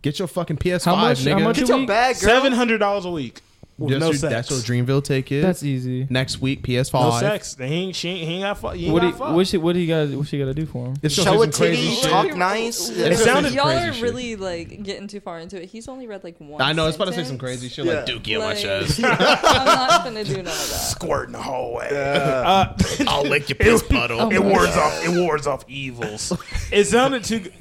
[SPEAKER 2] get your fucking PS5,
[SPEAKER 3] How much-
[SPEAKER 2] nigga.
[SPEAKER 3] how much-
[SPEAKER 7] Get your bag, girl.
[SPEAKER 5] Seven hundred dollars a week with
[SPEAKER 2] That's
[SPEAKER 5] no
[SPEAKER 2] your-
[SPEAKER 5] sex.
[SPEAKER 2] That's your Dreamville take is.
[SPEAKER 3] That's easy.
[SPEAKER 2] Next week,
[SPEAKER 5] no
[SPEAKER 2] PS5.
[SPEAKER 5] sex. He ain't, she ain't, he ain't got fuck. He ain't
[SPEAKER 3] What he,
[SPEAKER 5] got fuck.
[SPEAKER 3] what she, what he got? What she got to do for him?
[SPEAKER 2] It's gonna
[SPEAKER 7] Show a
[SPEAKER 2] do some crazy
[SPEAKER 7] titty,
[SPEAKER 2] shit.
[SPEAKER 7] talk nice.
[SPEAKER 5] It sounded
[SPEAKER 4] Y'all
[SPEAKER 2] crazy
[SPEAKER 4] are
[SPEAKER 2] shit.
[SPEAKER 4] really like getting too far into it. He's only read like one.
[SPEAKER 2] I know. It's about to
[SPEAKER 4] sentence.
[SPEAKER 2] say some crazy shit
[SPEAKER 7] Yeah.
[SPEAKER 2] like Duke you
[SPEAKER 4] Like-
[SPEAKER 2] much ass.
[SPEAKER 4] I'm not gonna do none of that.
[SPEAKER 5] squirt in the hallway.
[SPEAKER 7] Yeah.
[SPEAKER 5] Uh,
[SPEAKER 2] I'll lick your piss puddle.
[SPEAKER 5] it
[SPEAKER 2] Oh
[SPEAKER 5] wards off. It wards off evils. it sounded too. good.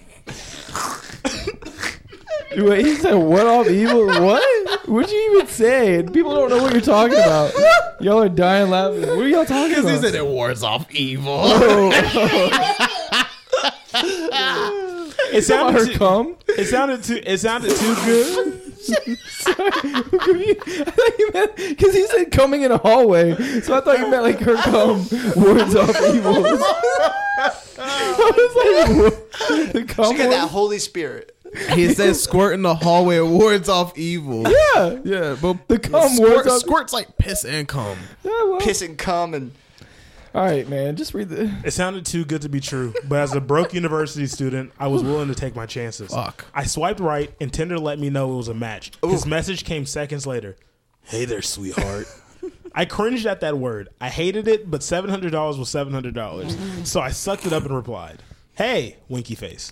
[SPEAKER 3] Wait, he said what off evil? What? What'd you even say? People don't know what you're talking about. Y'all are dying laughing. What are y'all talking
[SPEAKER 2] Because he
[SPEAKER 3] about?
[SPEAKER 2] said it wards off evil.
[SPEAKER 5] It sounded
[SPEAKER 3] her
[SPEAKER 5] too.
[SPEAKER 3] come?
[SPEAKER 5] It sounded too. It sounded too good.
[SPEAKER 3] Because he said coming in a hallway, so I thought you meant like her come words off evil. I was like, what? the
[SPEAKER 7] Look at that
[SPEAKER 3] come.
[SPEAKER 7] Holy Spirit.
[SPEAKER 2] he says squirt in the hallway it wards off evil.
[SPEAKER 3] Yeah, yeah, but the cum
[SPEAKER 2] Squirt,
[SPEAKER 3] words off.
[SPEAKER 2] squirt's like piss and cum.
[SPEAKER 3] Yeah, well.
[SPEAKER 7] Piss and cum and
[SPEAKER 3] All right, man, just read the.
[SPEAKER 5] It sounded too good to be true, but as a broke university student, I was willing to take my chances.
[SPEAKER 2] Fuck.
[SPEAKER 5] I swiped right, and Tinder let me know it was a match. His message came seconds later. Hey there, sweetheart. I cringed at that word. I hated it, but seven hundred dollars was seven hundred dollars, so I sucked it up and replied, "Hey, winky face."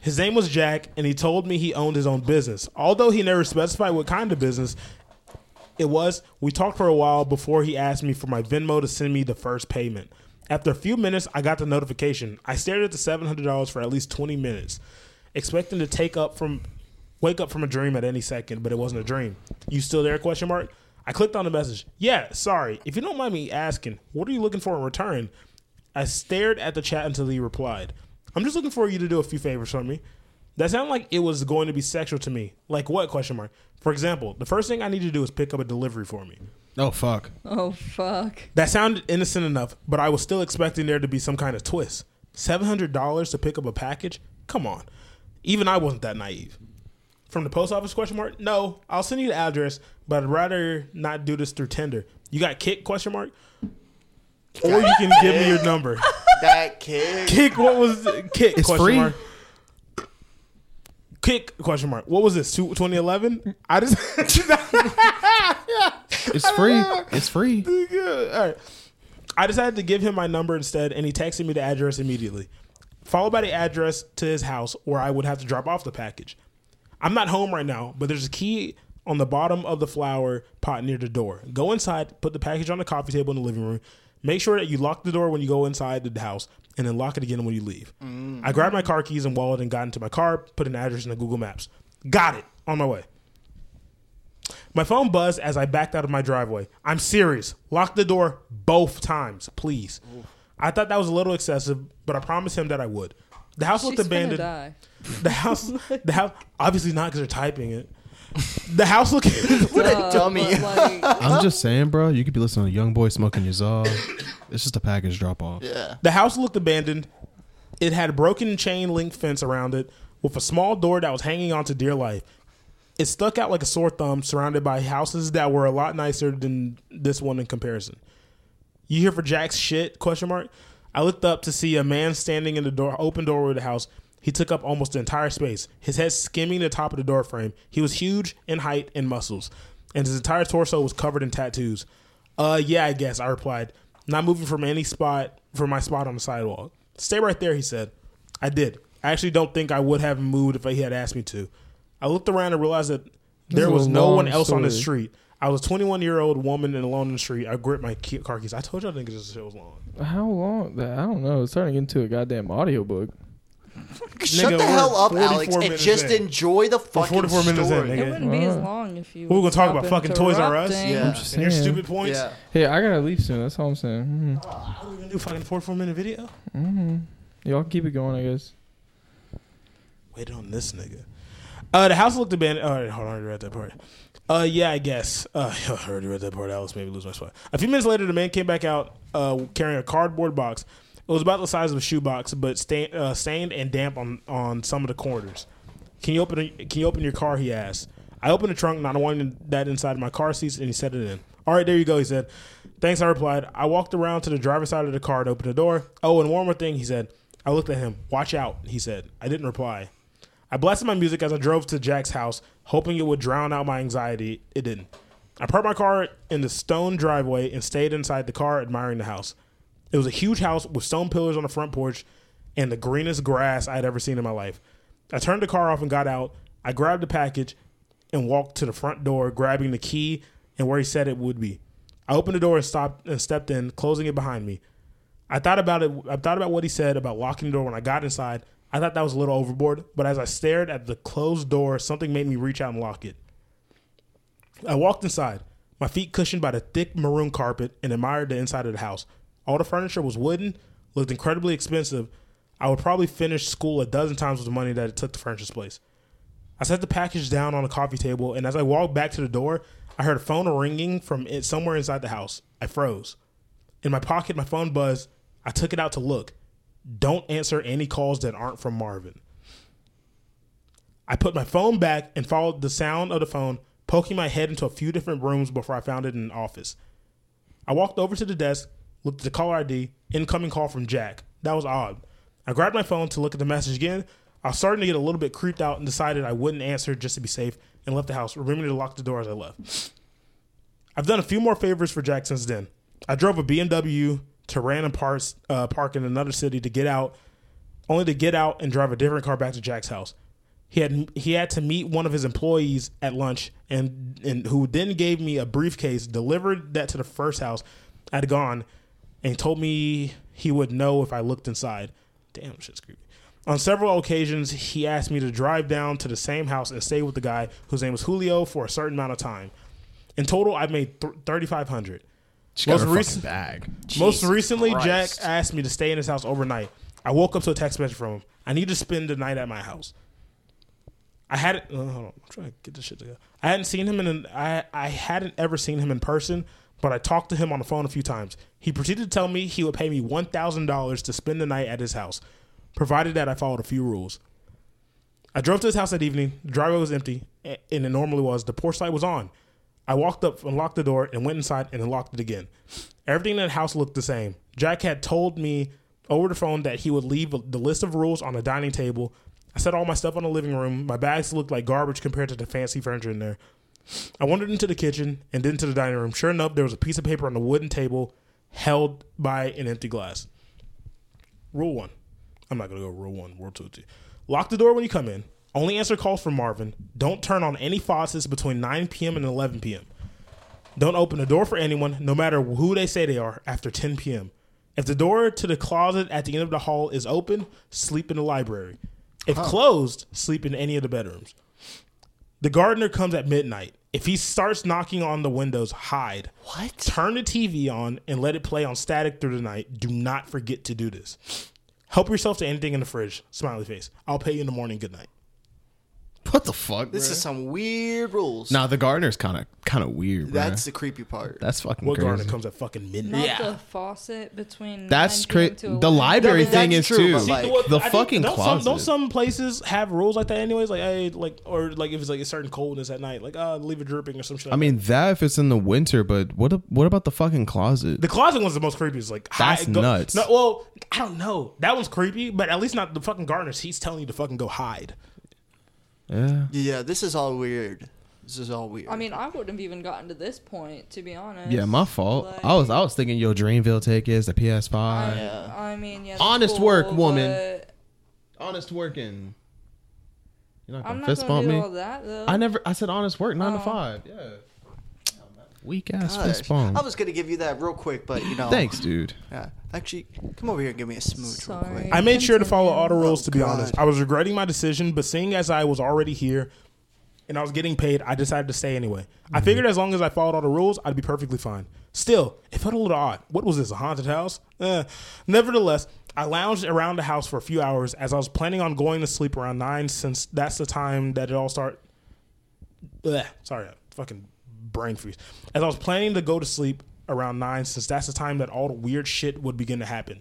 [SPEAKER 5] His name was Jack, and he told me he owned his own business. Although he never specified what kind of business it was, we talked for a while before he asked me for my Venmo to send me the first payment. After a few minutes, I got the notification. I stared at the $700 for at least 20 minutes, expecting to take up from wake up from a dream at any second, but it wasn't a dream. You still there question mark? I clicked on the message. Yeah, sorry. If you don't mind me asking, what are you looking for in return? I stared at the chat until he replied. I'm just looking for you to do a few favors for me. That sounded like it was going to be sexual to me. Like what? Question mark. For example, the first thing I need you to do is pick up a delivery for me.
[SPEAKER 2] Oh fuck.
[SPEAKER 4] Oh fuck.
[SPEAKER 5] That sounded innocent enough, but I was still expecting there to be some kind of twist. Seven hundred dollars to pick up a package? Come on. Even I wasn't that naive. From the post office? Question mark. No, I'll send you the address, but I'd rather not do this through Tinder. You got kick? Question mark. Or you can give me your number.
[SPEAKER 7] that kid.
[SPEAKER 5] Kick. What was kick?
[SPEAKER 2] It's
[SPEAKER 5] question
[SPEAKER 2] free.
[SPEAKER 5] Mark. Kick question mark. What was this? 2011? I just
[SPEAKER 2] It's free. It's free.
[SPEAKER 5] All right. I decided to give him my number instead, and he texted me the address immediately, followed by the address to his house where I would have to drop off the package. I'm not home right now, but there's a key on the bottom of the flower pot near the door. Go inside, put the package on the coffee table in the living room. Make sure that you lock the door when you go inside the house, and then lock it again when you leave. I grabbed my car keys and wallet and got into my car, put an address in the Google Maps. Got it. On my way. My phone buzzed as I backed out of my driveway. I'm serious. Lock the door both times, please. I thought that was a little excessive, but I promised him that I would. The house
[SPEAKER 4] She's gonna
[SPEAKER 5] looked abandoned.
[SPEAKER 4] die.
[SPEAKER 5] The house, the house, obviously not because they're typing it. The house looked.
[SPEAKER 7] What
[SPEAKER 4] Uh,
[SPEAKER 7] a dummy.
[SPEAKER 4] but, like,
[SPEAKER 2] I'm just saying, bro. You could be listening to Young Boy smoking your Zaw. It's just a package drop off.
[SPEAKER 7] Yeah.
[SPEAKER 5] The house looked abandoned. It had a broken chain link fence around it. with a small door that was hanging onto dear life. It stuck out like a sore thumb, surrounded by houses that were a lot nicer than this one in comparison. You here for Jack's shit? Question mark. I looked up to see a man standing in the door, open doorway of the house. He took up almost the entire space, his head skimming the top of the door frame. He was huge in height and muscles, and his entire torso was covered in tattoos. Uh, yeah, I guess I replied, not moving from any spot from my spot on the sidewalk. Stay right there, he said. I did. I actually don't think I would have moved if he had asked me to. I looked around and realized that there
[SPEAKER 3] is a
[SPEAKER 5] was no
[SPEAKER 3] long
[SPEAKER 5] one else on the
[SPEAKER 3] story.
[SPEAKER 5] street street. I was a 21 year old woman and alone in the street. I gripped my key- car keys. I told y'all niggas this shit was long.
[SPEAKER 3] How long? I don't know. It's turning into a goddamn audiobook.
[SPEAKER 7] Shut
[SPEAKER 5] Nigga,
[SPEAKER 7] the hell
[SPEAKER 5] we're
[SPEAKER 7] up, Alex,
[SPEAKER 5] 44
[SPEAKER 7] and
[SPEAKER 5] minutes
[SPEAKER 7] just
[SPEAKER 5] in.
[SPEAKER 7] enjoy the
[SPEAKER 5] We're
[SPEAKER 7] fucking
[SPEAKER 5] 44 minutes in,
[SPEAKER 7] story.
[SPEAKER 4] It
[SPEAKER 5] nigga.
[SPEAKER 4] wouldn't be as
[SPEAKER 3] Alright.
[SPEAKER 4] long if you.
[SPEAKER 5] We were gonna talk
[SPEAKER 4] stop
[SPEAKER 5] about fucking Toys R Us?
[SPEAKER 4] interrupting.
[SPEAKER 7] Yeah.
[SPEAKER 5] And
[SPEAKER 3] Saying.
[SPEAKER 5] your stupid points.
[SPEAKER 7] Yeah.
[SPEAKER 3] Hey, I gotta leave soon. That's all I'm saying. Mhm.
[SPEAKER 5] Are we gonna do fucking 44 minute video?
[SPEAKER 3] Y'all keep it going, I guess.
[SPEAKER 5] Wait on this nigga. Uh, the house looked abandoned. All right, hold on. I already read that part. Uh, yeah, I guess. Uh, I already read that part. Alex made me lose my spot. A few minutes later, the man came back out uh, carrying a cardboard box. It was about the size of a shoebox, but stain, uh, stained and damp on, on some of the corners. Can you open? A, can you open your car? He asked. I opened the trunk, not wanting that inside my car seats, and he set it in. All right, there you go. He said. Thanks. I replied. I walked around to the driver's side of the car and opened the door. Oh, and one more thing, he said. I looked at him. Watch out, he said. I didn't reply. I blasted my music as I drove to Jack's house, hoping it would drown out my anxiety. It didn't. I parked my car in the stone driveway and stayed inside the car, admiring the house. It was a huge house with stone pillars on the front porch and the greenest grass I had ever seen in my life. I turned the car off and got out. I grabbed the package and walked to the front door, grabbing the key and where he said it would be. I opened the door and stopped and stepped in, closing it behind me. I thought about it. I thought about what he said about locking the door when I got inside. I thought that was a little overboard, but as I stared at the closed door, something made me reach out and lock it. I walked inside, my feet cushioned by the thick maroon carpet, and admired the inside of the house. All the furniture was wooden, looked incredibly expensive. I would probably finish school a dozen times with the money that it took to furnish this place. I set the package down on a coffee table, and as I walked back to the door, I heard a phone ringing from it somewhere inside the house. I froze. In my pocket, my phone buzzed. I took it out to look. Don't answer any calls that aren't from Marvin. I put my phone back and followed the sound of the phone, poking my head into a few different rooms before I found it in an office. I walked over to the desk, looked at the caller ID, incoming call from Jack. That was odd. I grabbed my phone to look at the message again. I was starting to get a little bit creeped out and decided I wouldn't answer just to be safe and left the house, remembering to lock the door as I left. I've done a few more favors for Jack since then. I drove a BMW to random parts, uh, park in another city to get out, only to get out and drive a different car back to Jack's house. He had he had to meet one of his employees at lunch, and and who then gave me a briefcase, delivered that to the first house I'd gone, and told me he would know if I looked inside. Damn, shit's creepy. On several occasions, he asked me to drive down to the same house and stay with the guy whose name was Julio for a certain amount of time. In total, I made th- thirty five hundred.
[SPEAKER 2] Got
[SPEAKER 5] Most
[SPEAKER 2] her fucking
[SPEAKER 5] recent-
[SPEAKER 2] bag.
[SPEAKER 5] Most
[SPEAKER 7] Jesus
[SPEAKER 5] recently,
[SPEAKER 7] Christ.
[SPEAKER 5] Jack asked me to stay in his house overnight. I woke up to a text message from him. I need to spend the night at my house. I hadn't. Uh, hold on, I'm trying to get this shit together. I hadn't seen him in. An, I I hadn't ever seen him in person, but I talked to him on the phone a few times. He proceeded to tell me he would pay me one thousand dollars to spend the night at his house, provided that I followed a few rules. I drove to his house that evening. The driveway was empty, a- and it normally was. The porch light was on. I walked up, unlocked the door, and went inside and unlocked it again. Everything in the house looked the same. Jack had told me over the phone that he would leave the list of rules on the dining table. I set all my stuff on the living room. My bags looked like garbage compared to the fancy furniture in there. I wandered into the kitchen and then to the dining room. Sure enough, there was a piece of paper on the wooden table held by an empty glass. Rule one. I'm not gonna go rule one, rule two, two. Lock the door when you come in. Only answer calls from Marvin. Don't turn on any faucets between 9 p.m. and 11 p.m. Don't open the door for anyone, no matter who they say they are, after 10 p.m. If the door to the closet at the end of the hall is open, sleep in the library. If closed, sleep in any of the bedrooms. The gardener comes at midnight. If he starts knocking on the windows, hide.
[SPEAKER 7] What?
[SPEAKER 5] Turn the TV on and let it play on static through the night. Do not forget to do this. Help yourself to anything in the fridge. Smiley face. I'll pay you in the morning. Good night.
[SPEAKER 2] What the fuck?
[SPEAKER 7] This is some weird rules.
[SPEAKER 2] nah. The gardener's kind of kind of weird.
[SPEAKER 7] that's
[SPEAKER 2] That's
[SPEAKER 7] the creepy part.
[SPEAKER 2] that's fucking
[SPEAKER 5] What
[SPEAKER 2] crazy.
[SPEAKER 5] garden comes at fucking
[SPEAKER 4] Not
[SPEAKER 5] midnight?
[SPEAKER 4] the faucet between.
[SPEAKER 2] That's
[SPEAKER 4] 9 p.m.
[SPEAKER 2] crazy.
[SPEAKER 4] to
[SPEAKER 2] The
[SPEAKER 4] 11.
[SPEAKER 2] library
[SPEAKER 7] I mean,
[SPEAKER 2] thing is
[SPEAKER 7] that's true,
[SPEAKER 2] too.
[SPEAKER 7] but, like-
[SPEAKER 5] See, what-
[SPEAKER 2] the
[SPEAKER 5] I think-
[SPEAKER 2] fucking
[SPEAKER 5] don't
[SPEAKER 2] closet.
[SPEAKER 5] Some, don't some places have rules like that, anyways? Like, hey, like, or like if it's like a certain coldness at night, like, uh, leave it dripping or some shit.
[SPEAKER 2] I
[SPEAKER 5] like
[SPEAKER 2] mean that if it's in the winter, but what a- what about the fucking closet?
[SPEAKER 5] that. the closet one's the most creepy. It's like
[SPEAKER 2] That's
[SPEAKER 5] hide- go-
[SPEAKER 2] nuts.
[SPEAKER 5] No, well, I don't know. That one's creepy, but at least not the fucking gardeners. He's telling you to fucking go hide.
[SPEAKER 2] yeah.
[SPEAKER 7] Yeah, this is all weird. This is all weird.
[SPEAKER 4] I mean, I wouldn't have even gotten to this point, to be honest.
[SPEAKER 2] Yeah, my fault. I was I was thinking your Dreamville take is the PS5.
[SPEAKER 4] I,
[SPEAKER 7] Yeah.
[SPEAKER 4] I mean, yeah.
[SPEAKER 2] Honest work, woman.
[SPEAKER 4] but
[SPEAKER 2] honest working. You're not gonna
[SPEAKER 4] I'm not
[SPEAKER 2] fist
[SPEAKER 4] gonna
[SPEAKER 2] bump
[SPEAKER 4] do
[SPEAKER 2] me.
[SPEAKER 4] all that though.
[SPEAKER 2] I never. I said honest work, nine to
[SPEAKER 4] Oh.
[SPEAKER 2] five. Yeah. Weak ass
[SPEAKER 7] Gosh,
[SPEAKER 2] fist
[SPEAKER 7] I
[SPEAKER 2] bump.
[SPEAKER 7] was gonna give you that real quick, but you know.
[SPEAKER 2] Thanks, dude.
[SPEAKER 7] Yeah. Actually, come over here and give me a smooch real
[SPEAKER 4] Sorry.
[SPEAKER 7] quick.
[SPEAKER 5] I made sure to follow all the
[SPEAKER 4] Continue.
[SPEAKER 5] rules. to be
[SPEAKER 7] God.
[SPEAKER 5] honest, I was regretting my decision, but seeing as I was already here and I was getting paid, I decided to stay anyway. I figured as long as I followed all the rules, I'd be perfectly fine. Still, it felt a little odd. What was this? A haunted house? Eh. Nevertheless, I lounged around the house for a few hours as I was planning on going to sleep around nine, since that's the time that it all started. Blech. sorry, I fucking brain freeze. As I was planning to go to sleep around nine, since that's the time that all the weird shit would begin to happen.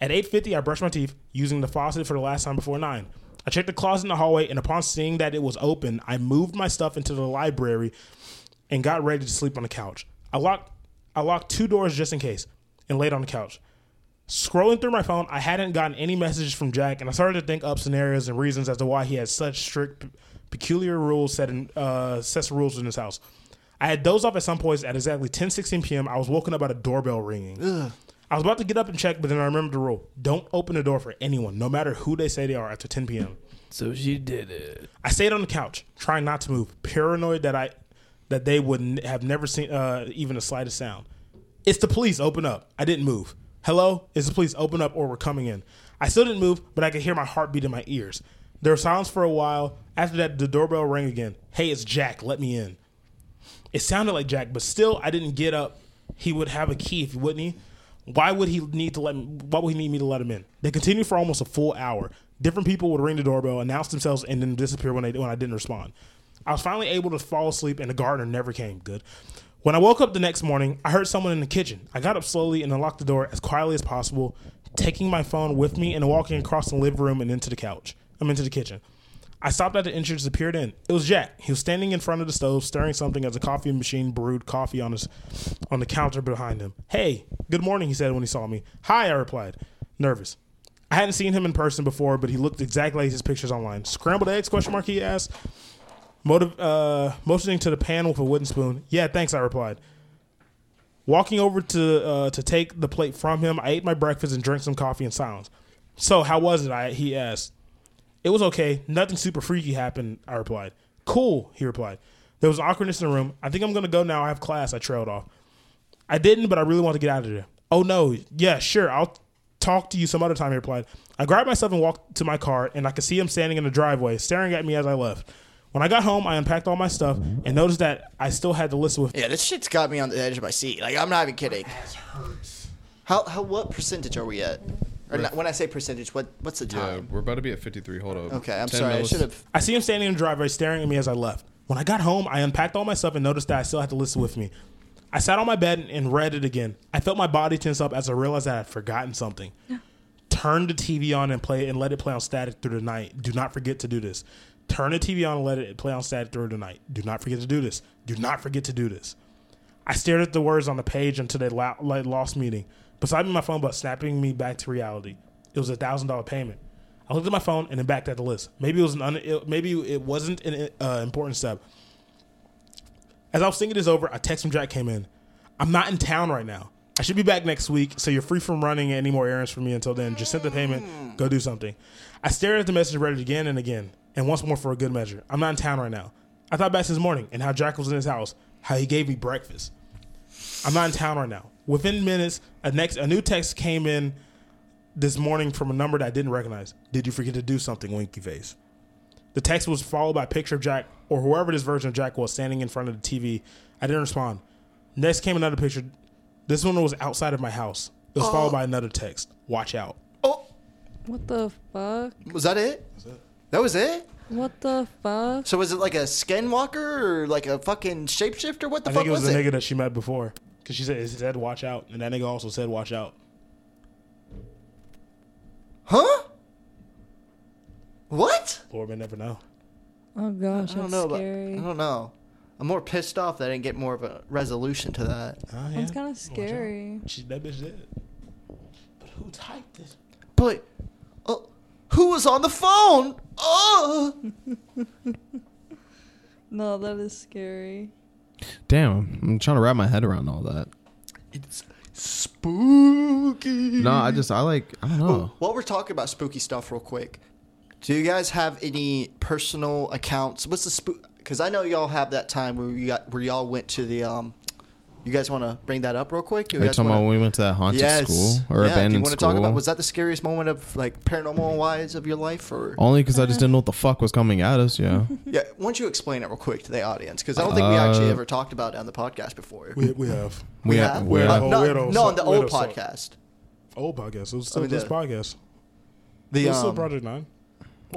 [SPEAKER 5] At eight fifty, I brushed my teeth using the faucet for the last time before nine. I checked the closet in the hallway, and upon seeing that it was open, I moved my stuff into the library and got ready to sleep on the couch. I locked, I locked two doors just in case, and laid on the couch. Scrolling through my phone, I hadn't gotten any messages from Jack, and I started to think up scenarios and reasons as to why he had such strict, peculiar rules set in uh, sets of rules in his house. I had dozed off at some points at exactly 10:16 p.m. I was woken up by a doorbell ringing. I was about to get up and check, but then I remembered the rule: don't open the door for anyone, no matter who they say they are, after 10 p.m.
[SPEAKER 3] So she did it.
[SPEAKER 5] I stayed on the couch, trying not to move, paranoid that I that they would n- have never seen uh, even the slightest sound. It's the police. Open up. I didn't move. Hello, it's the police. Open up, or we're coming in. I still didn't move, but I could hear my heartbeat in my ears. There was silence for a while. After that, the doorbell rang again. Hey, it's Jack. Let me in. It sounded like Jack, but still, I didn't get up. He would have a key if he wouldn't he? Why would he need to let? Me, why would he need me to let him in? They continued for almost a full hour. Different people would ring the doorbell, announce themselves, and then disappear when they when I didn't respond. I was finally able to fall asleep, and the gardener never came. Good. When I woke up the next morning, I heard someone in the kitchen. I got up slowly and unlocked the door as quietly as possible, taking my phone with me and walking across the living room and into the couch. I'm into the kitchen. I stopped at the entrance and peered in. It was Jack. He was standing in front of the stove, stirring something as a coffee machine brewed coffee on his on the counter behind him. Hey, good morning, he said when he saw me. Hi, I replied, nervous. I hadn't seen him in person before, but he looked exactly like his pictures online. Scrambled eggs? Question mark. He asked, motiv- uh, motioning to the pan with a wooden spoon. Yeah, thanks. I replied. Walking over to uh, to take the plate from him, I ate my breakfast and drank some coffee in silence. So, how was it? I he asked. It was okay. Nothing super freaky happened, I replied. Cool, he replied. There was awkwardness in the room. I think I'm going to go now. I have class, I trailed off. I didn't, but I really want to get out of there. Oh, no. Yeah, sure. I'll talk to you some other time, he replied. I grabbed myself and walked to my car, and I could see him standing in the driveway, staring at me as I left. When I got home, I unpacked all my stuff and noticed that I still had the list with
[SPEAKER 7] Yeah, this shit's got me on the edge of my seat. Like I'm not even kidding. How how what percentage are we at? Or not, when I say percentage, what what's the time?
[SPEAKER 2] Uh, we're about to be at fifty-three. Hold up.
[SPEAKER 7] Okay, I'm sorry. I should have.
[SPEAKER 5] I see him standing in the driveway staring at me as I left. When I got home, I unpacked all my stuff and noticed that I still had the list with me. I sat on my bed and read it again. I felt my body tense up as I realized that I had forgotten something. Turn the TV on and play it and let it play on static through the night. Do not forget to do this. Turn the TV on and let it play on static through the night. Do not forget to do this. Do not forget to do this. I stared at the words on the page until they la- like lost meaning. Beside me, my phone but snapping me back to reality. It was a thousand dollar payment. I looked at my phone and then backed at the list. Maybe it was an un- it- maybe it wasn't an uh, important step. As I was thinking this over, a text from Jack came in. I'm not in town right now. I should be back next week, so you're free from running any more errands for me until then. Just send the payment. Go do something. I stared at the message read it again and again, and once more for a good measure. I'm not in town right now. I thought back to this morning and how Jack was in his house, how he gave me breakfast. I'm not in town right now. Within minutes, a next a new text came in this morning from a number that I didn't recognize. Did you forget to do something, winky face? The text was followed by a picture of Jack or whoever this version of Jack was standing in front of the TV. I didn't respond. Next came another picture. This one was outside of my house. It was followed by another text. Watch out.
[SPEAKER 7] Oh,
[SPEAKER 4] What the fuck?
[SPEAKER 7] was that it? That was it.
[SPEAKER 4] What the fuck?
[SPEAKER 7] So was it like a skinwalker or like a fucking shapeshifter? What the
[SPEAKER 5] I
[SPEAKER 7] fuck
[SPEAKER 5] think it was
[SPEAKER 7] was,
[SPEAKER 5] the
[SPEAKER 7] it?
[SPEAKER 5] nigga that she met before. Because she said, it said, watch out. And that nigga also said, watch out.
[SPEAKER 7] Huh? What?
[SPEAKER 5] Lord may never know.
[SPEAKER 4] Oh gosh,
[SPEAKER 7] I
[SPEAKER 4] that's
[SPEAKER 7] don't know. But,
[SPEAKER 4] scary.
[SPEAKER 7] I don't know. I'm more pissed off that I didn't get more of a resolution to that.
[SPEAKER 5] Oh, yeah.
[SPEAKER 4] That's kind of scary.
[SPEAKER 5] She, that bitch did. But who typed this?
[SPEAKER 7] But uh, who was on the phone? Oh,
[SPEAKER 4] No, that is scary.
[SPEAKER 2] Damn, I'm trying to wrap my head around all that.
[SPEAKER 7] it's spooky.
[SPEAKER 2] No, I just I like I don't know.
[SPEAKER 7] While we're talking about spooky stuff, real quick, do you guys have any personal accounts? What's the spook? Because I know y'all have that time where you got where y'all went to the um. You guys want to bring that up real quick? You
[SPEAKER 2] Are you
[SPEAKER 7] guys
[SPEAKER 2] talking
[SPEAKER 7] wanna-
[SPEAKER 2] about when we went to that haunted
[SPEAKER 7] yes.
[SPEAKER 2] school or
[SPEAKER 7] yeah, do you
[SPEAKER 2] abandoned
[SPEAKER 7] wanna
[SPEAKER 2] school?
[SPEAKER 7] talk about was that the scariest moment of like paranormal wise of your life or
[SPEAKER 2] Only because I just didn't know what the fuck was coming at us. Yeah.
[SPEAKER 7] yeah? Why don't you explain it real quick to the audience because I don't think we actually
[SPEAKER 2] Uh,
[SPEAKER 7] ever talked about it on the podcast before.
[SPEAKER 5] We, we have.
[SPEAKER 2] We
[SPEAKER 7] Yeah?
[SPEAKER 2] have, we
[SPEAKER 5] Yeah.
[SPEAKER 2] have
[SPEAKER 5] Oh,
[SPEAKER 7] no,
[SPEAKER 5] we had a-
[SPEAKER 7] no, on the
[SPEAKER 5] we had
[SPEAKER 7] old
[SPEAKER 5] a-
[SPEAKER 7] podcast.
[SPEAKER 5] Old podcast. It was
[SPEAKER 7] I
[SPEAKER 5] still
[SPEAKER 7] mean,
[SPEAKER 5] this
[SPEAKER 7] the-
[SPEAKER 5] podcast.
[SPEAKER 7] The
[SPEAKER 5] it was still
[SPEAKER 7] um,
[SPEAKER 5] Project 9.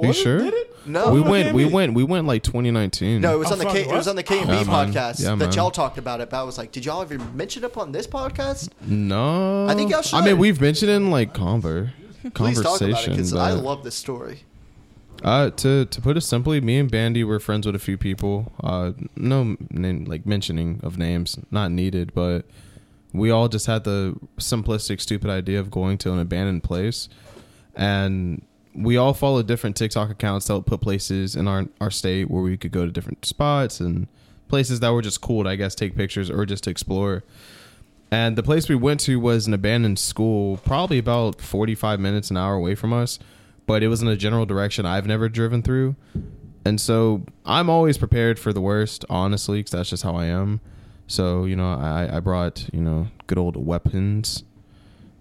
[SPEAKER 2] You
[SPEAKER 5] Was it?
[SPEAKER 2] sure?
[SPEAKER 5] Did it?
[SPEAKER 7] no,
[SPEAKER 2] we
[SPEAKER 5] fuck
[SPEAKER 2] went,
[SPEAKER 5] yeah,
[SPEAKER 2] we
[SPEAKER 5] me.
[SPEAKER 2] went, we went like 2019.
[SPEAKER 7] no, it was
[SPEAKER 5] Oh,
[SPEAKER 7] on the
[SPEAKER 5] fuck,
[SPEAKER 7] K, it
[SPEAKER 5] what?
[SPEAKER 7] was on the K and
[SPEAKER 2] Yeah,
[SPEAKER 7] B
[SPEAKER 2] man.
[SPEAKER 7] podcast
[SPEAKER 2] Yeah,
[SPEAKER 7] that
[SPEAKER 2] man.
[SPEAKER 7] y'all talked about it. But I was like, did y'all ever mention it on this podcast?
[SPEAKER 2] no.
[SPEAKER 7] I think y'all
[SPEAKER 2] I
[SPEAKER 7] should.
[SPEAKER 2] mean, we've mentioned it in like conver,
[SPEAKER 7] Please
[SPEAKER 2] conversation.
[SPEAKER 7] talk about it because I
[SPEAKER 2] but-
[SPEAKER 7] love this story.
[SPEAKER 2] Uh, to to put it simply, me and Bandy were friends with a few people. Uh, no name like mentioning of names, not needed, but we all just had the simplistic, stupid idea of going to an abandoned place, and we all followed different TikTok accounts that would put places in our our state where we could go to different spots and places that were just cool to, I guess, take pictures or just to explore. And the place we went to was an abandoned school, probably about 45 minutes, an hour away from us, but it was in a general direction I've never driven through. And so I'm always prepared for the worst, honestly, because that's just how I am. So, you know, I, I brought, you know, good old weapons.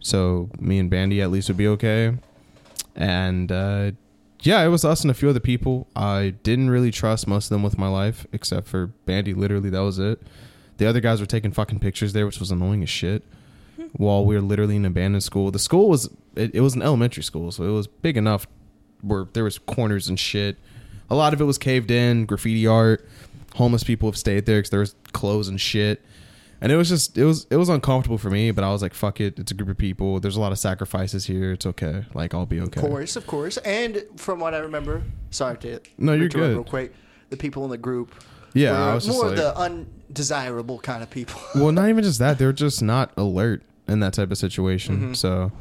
[SPEAKER 2] So me and Bandy at least would be okay. And uh, yeah, it was us and a few other people. I didn't really trust most of them with my life, except for Bandy. Literally, that was it. The other guys were taking fucking pictures there, which was annoying as shit. While we were literally in an abandoned school, the school was it, it was an elementary school, so it was big enough where there was corners and shit. A lot of it was caved in, graffiti art. Homeless people have stayed there because there was clothes and shit, and it was just it was it was uncomfortable for me. But I was like, fuck it, it's a group of people. There's a lot of sacrifices here. It's okay. Like I'll be okay.
[SPEAKER 7] Of course, of course. And from what I remember, sorry to
[SPEAKER 2] No, you're
[SPEAKER 7] interrupt
[SPEAKER 2] good.
[SPEAKER 7] Real quick, the people in the group.
[SPEAKER 2] Yeah,
[SPEAKER 7] were
[SPEAKER 2] I was just
[SPEAKER 7] more of
[SPEAKER 2] like-
[SPEAKER 7] the undesirable kind of people.
[SPEAKER 2] well, not even just that. They're just not alert in that type of situation.
[SPEAKER 7] Mm-hmm.
[SPEAKER 2] So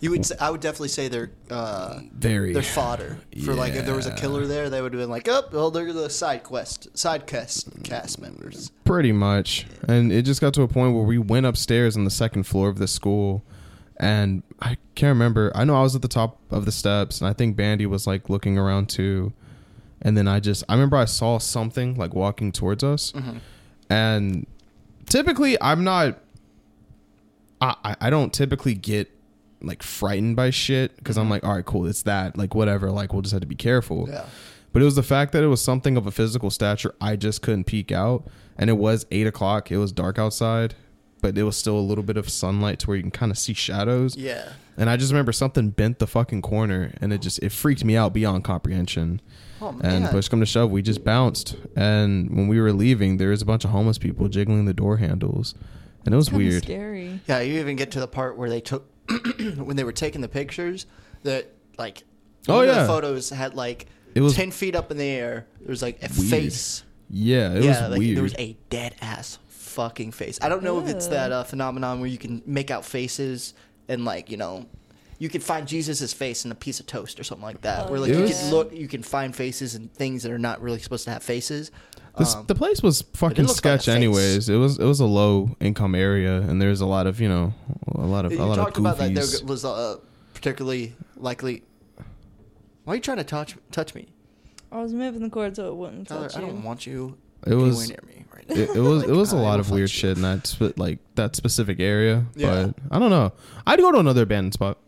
[SPEAKER 7] you would, s- I would definitely say they're uh,
[SPEAKER 2] very
[SPEAKER 7] they're fodder for like if there was a killer there, they would have been like, oh, well, they're the side quest, side cast cast members.
[SPEAKER 2] pretty much. And it just got to a point where we went upstairs on the second floor of the school, and I can't remember. I know I was at the top of the steps, and I think Bandy was like looking around too. And then I just I remember I saw something like walking towards us, and typically I'm not I, I- I don't typically get like frightened by shit because I'm like, all right, cool, it's that, like whatever, like we'll just have to be careful.
[SPEAKER 7] Yeah.
[SPEAKER 2] But it was the fact that it was something of a physical stature I just couldn't peek out, and it was eight o'clock. It was dark outside, but it was still a little bit of sunlight to where you can kind of see shadows.
[SPEAKER 7] Yeah.
[SPEAKER 2] And I just remember something bent the fucking corner, and it just it freaked me out beyond comprehension.
[SPEAKER 7] Oh man.
[SPEAKER 2] And push come to shove, we just bounced. And when we were leaving, there was a bunch of homeless people jiggling the door handles, and it was
[SPEAKER 4] Kinda
[SPEAKER 2] weird.
[SPEAKER 4] Scary.
[SPEAKER 7] yeah, you even get to the part where they took when they were taking the pictures that like
[SPEAKER 2] Oh,
[SPEAKER 7] one of the
[SPEAKER 2] yeah.
[SPEAKER 7] photos had like
[SPEAKER 2] It was-
[SPEAKER 7] ten feet up in the air. There was like a
[SPEAKER 2] Weird.
[SPEAKER 7] face.
[SPEAKER 2] Yeah, it
[SPEAKER 7] yeah,
[SPEAKER 2] was
[SPEAKER 7] like
[SPEAKER 2] weird.
[SPEAKER 7] there was a dead ass fucking face. I don't know if it's
[SPEAKER 4] Ew.
[SPEAKER 7] that uh, phenomenon where you can make out faces and like you know, you can find Jesus' face in a piece of toast or something like that. where like
[SPEAKER 2] It
[SPEAKER 7] you
[SPEAKER 2] was-
[SPEAKER 7] can look, you can find faces and things that are not really supposed to have faces.
[SPEAKER 2] This,
[SPEAKER 7] Um,
[SPEAKER 2] the place was fucking
[SPEAKER 7] looks like a
[SPEAKER 2] sketch,
[SPEAKER 7] face.
[SPEAKER 2] anyways. It was it was a low income area, and there's a lot of you know a lot of a
[SPEAKER 7] you
[SPEAKER 2] lot of
[SPEAKER 7] talked about that there
[SPEAKER 2] goofies.
[SPEAKER 7] was uh, particularly likely. Why are you trying to touch touch me,
[SPEAKER 4] I was moving the cord so it wouldn't
[SPEAKER 7] Tyler?
[SPEAKER 4] touch
[SPEAKER 7] I
[SPEAKER 4] you.
[SPEAKER 7] don't want you
[SPEAKER 2] It was-
[SPEAKER 7] anywhere near me right now.
[SPEAKER 2] it, it was it was a
[SPEAKER 7] I
[SPEAKER 2] lot
[SPEAKER 7] will
[SPEAKER 2] of weird
[SPEAKER 7] fight you.
[SPEAKER 2] shit in that spe- like that specific area.
[SPEAKER 7] Yeah.
[SPEAKER 2] But I don't know. I'd go to another abandoned spot.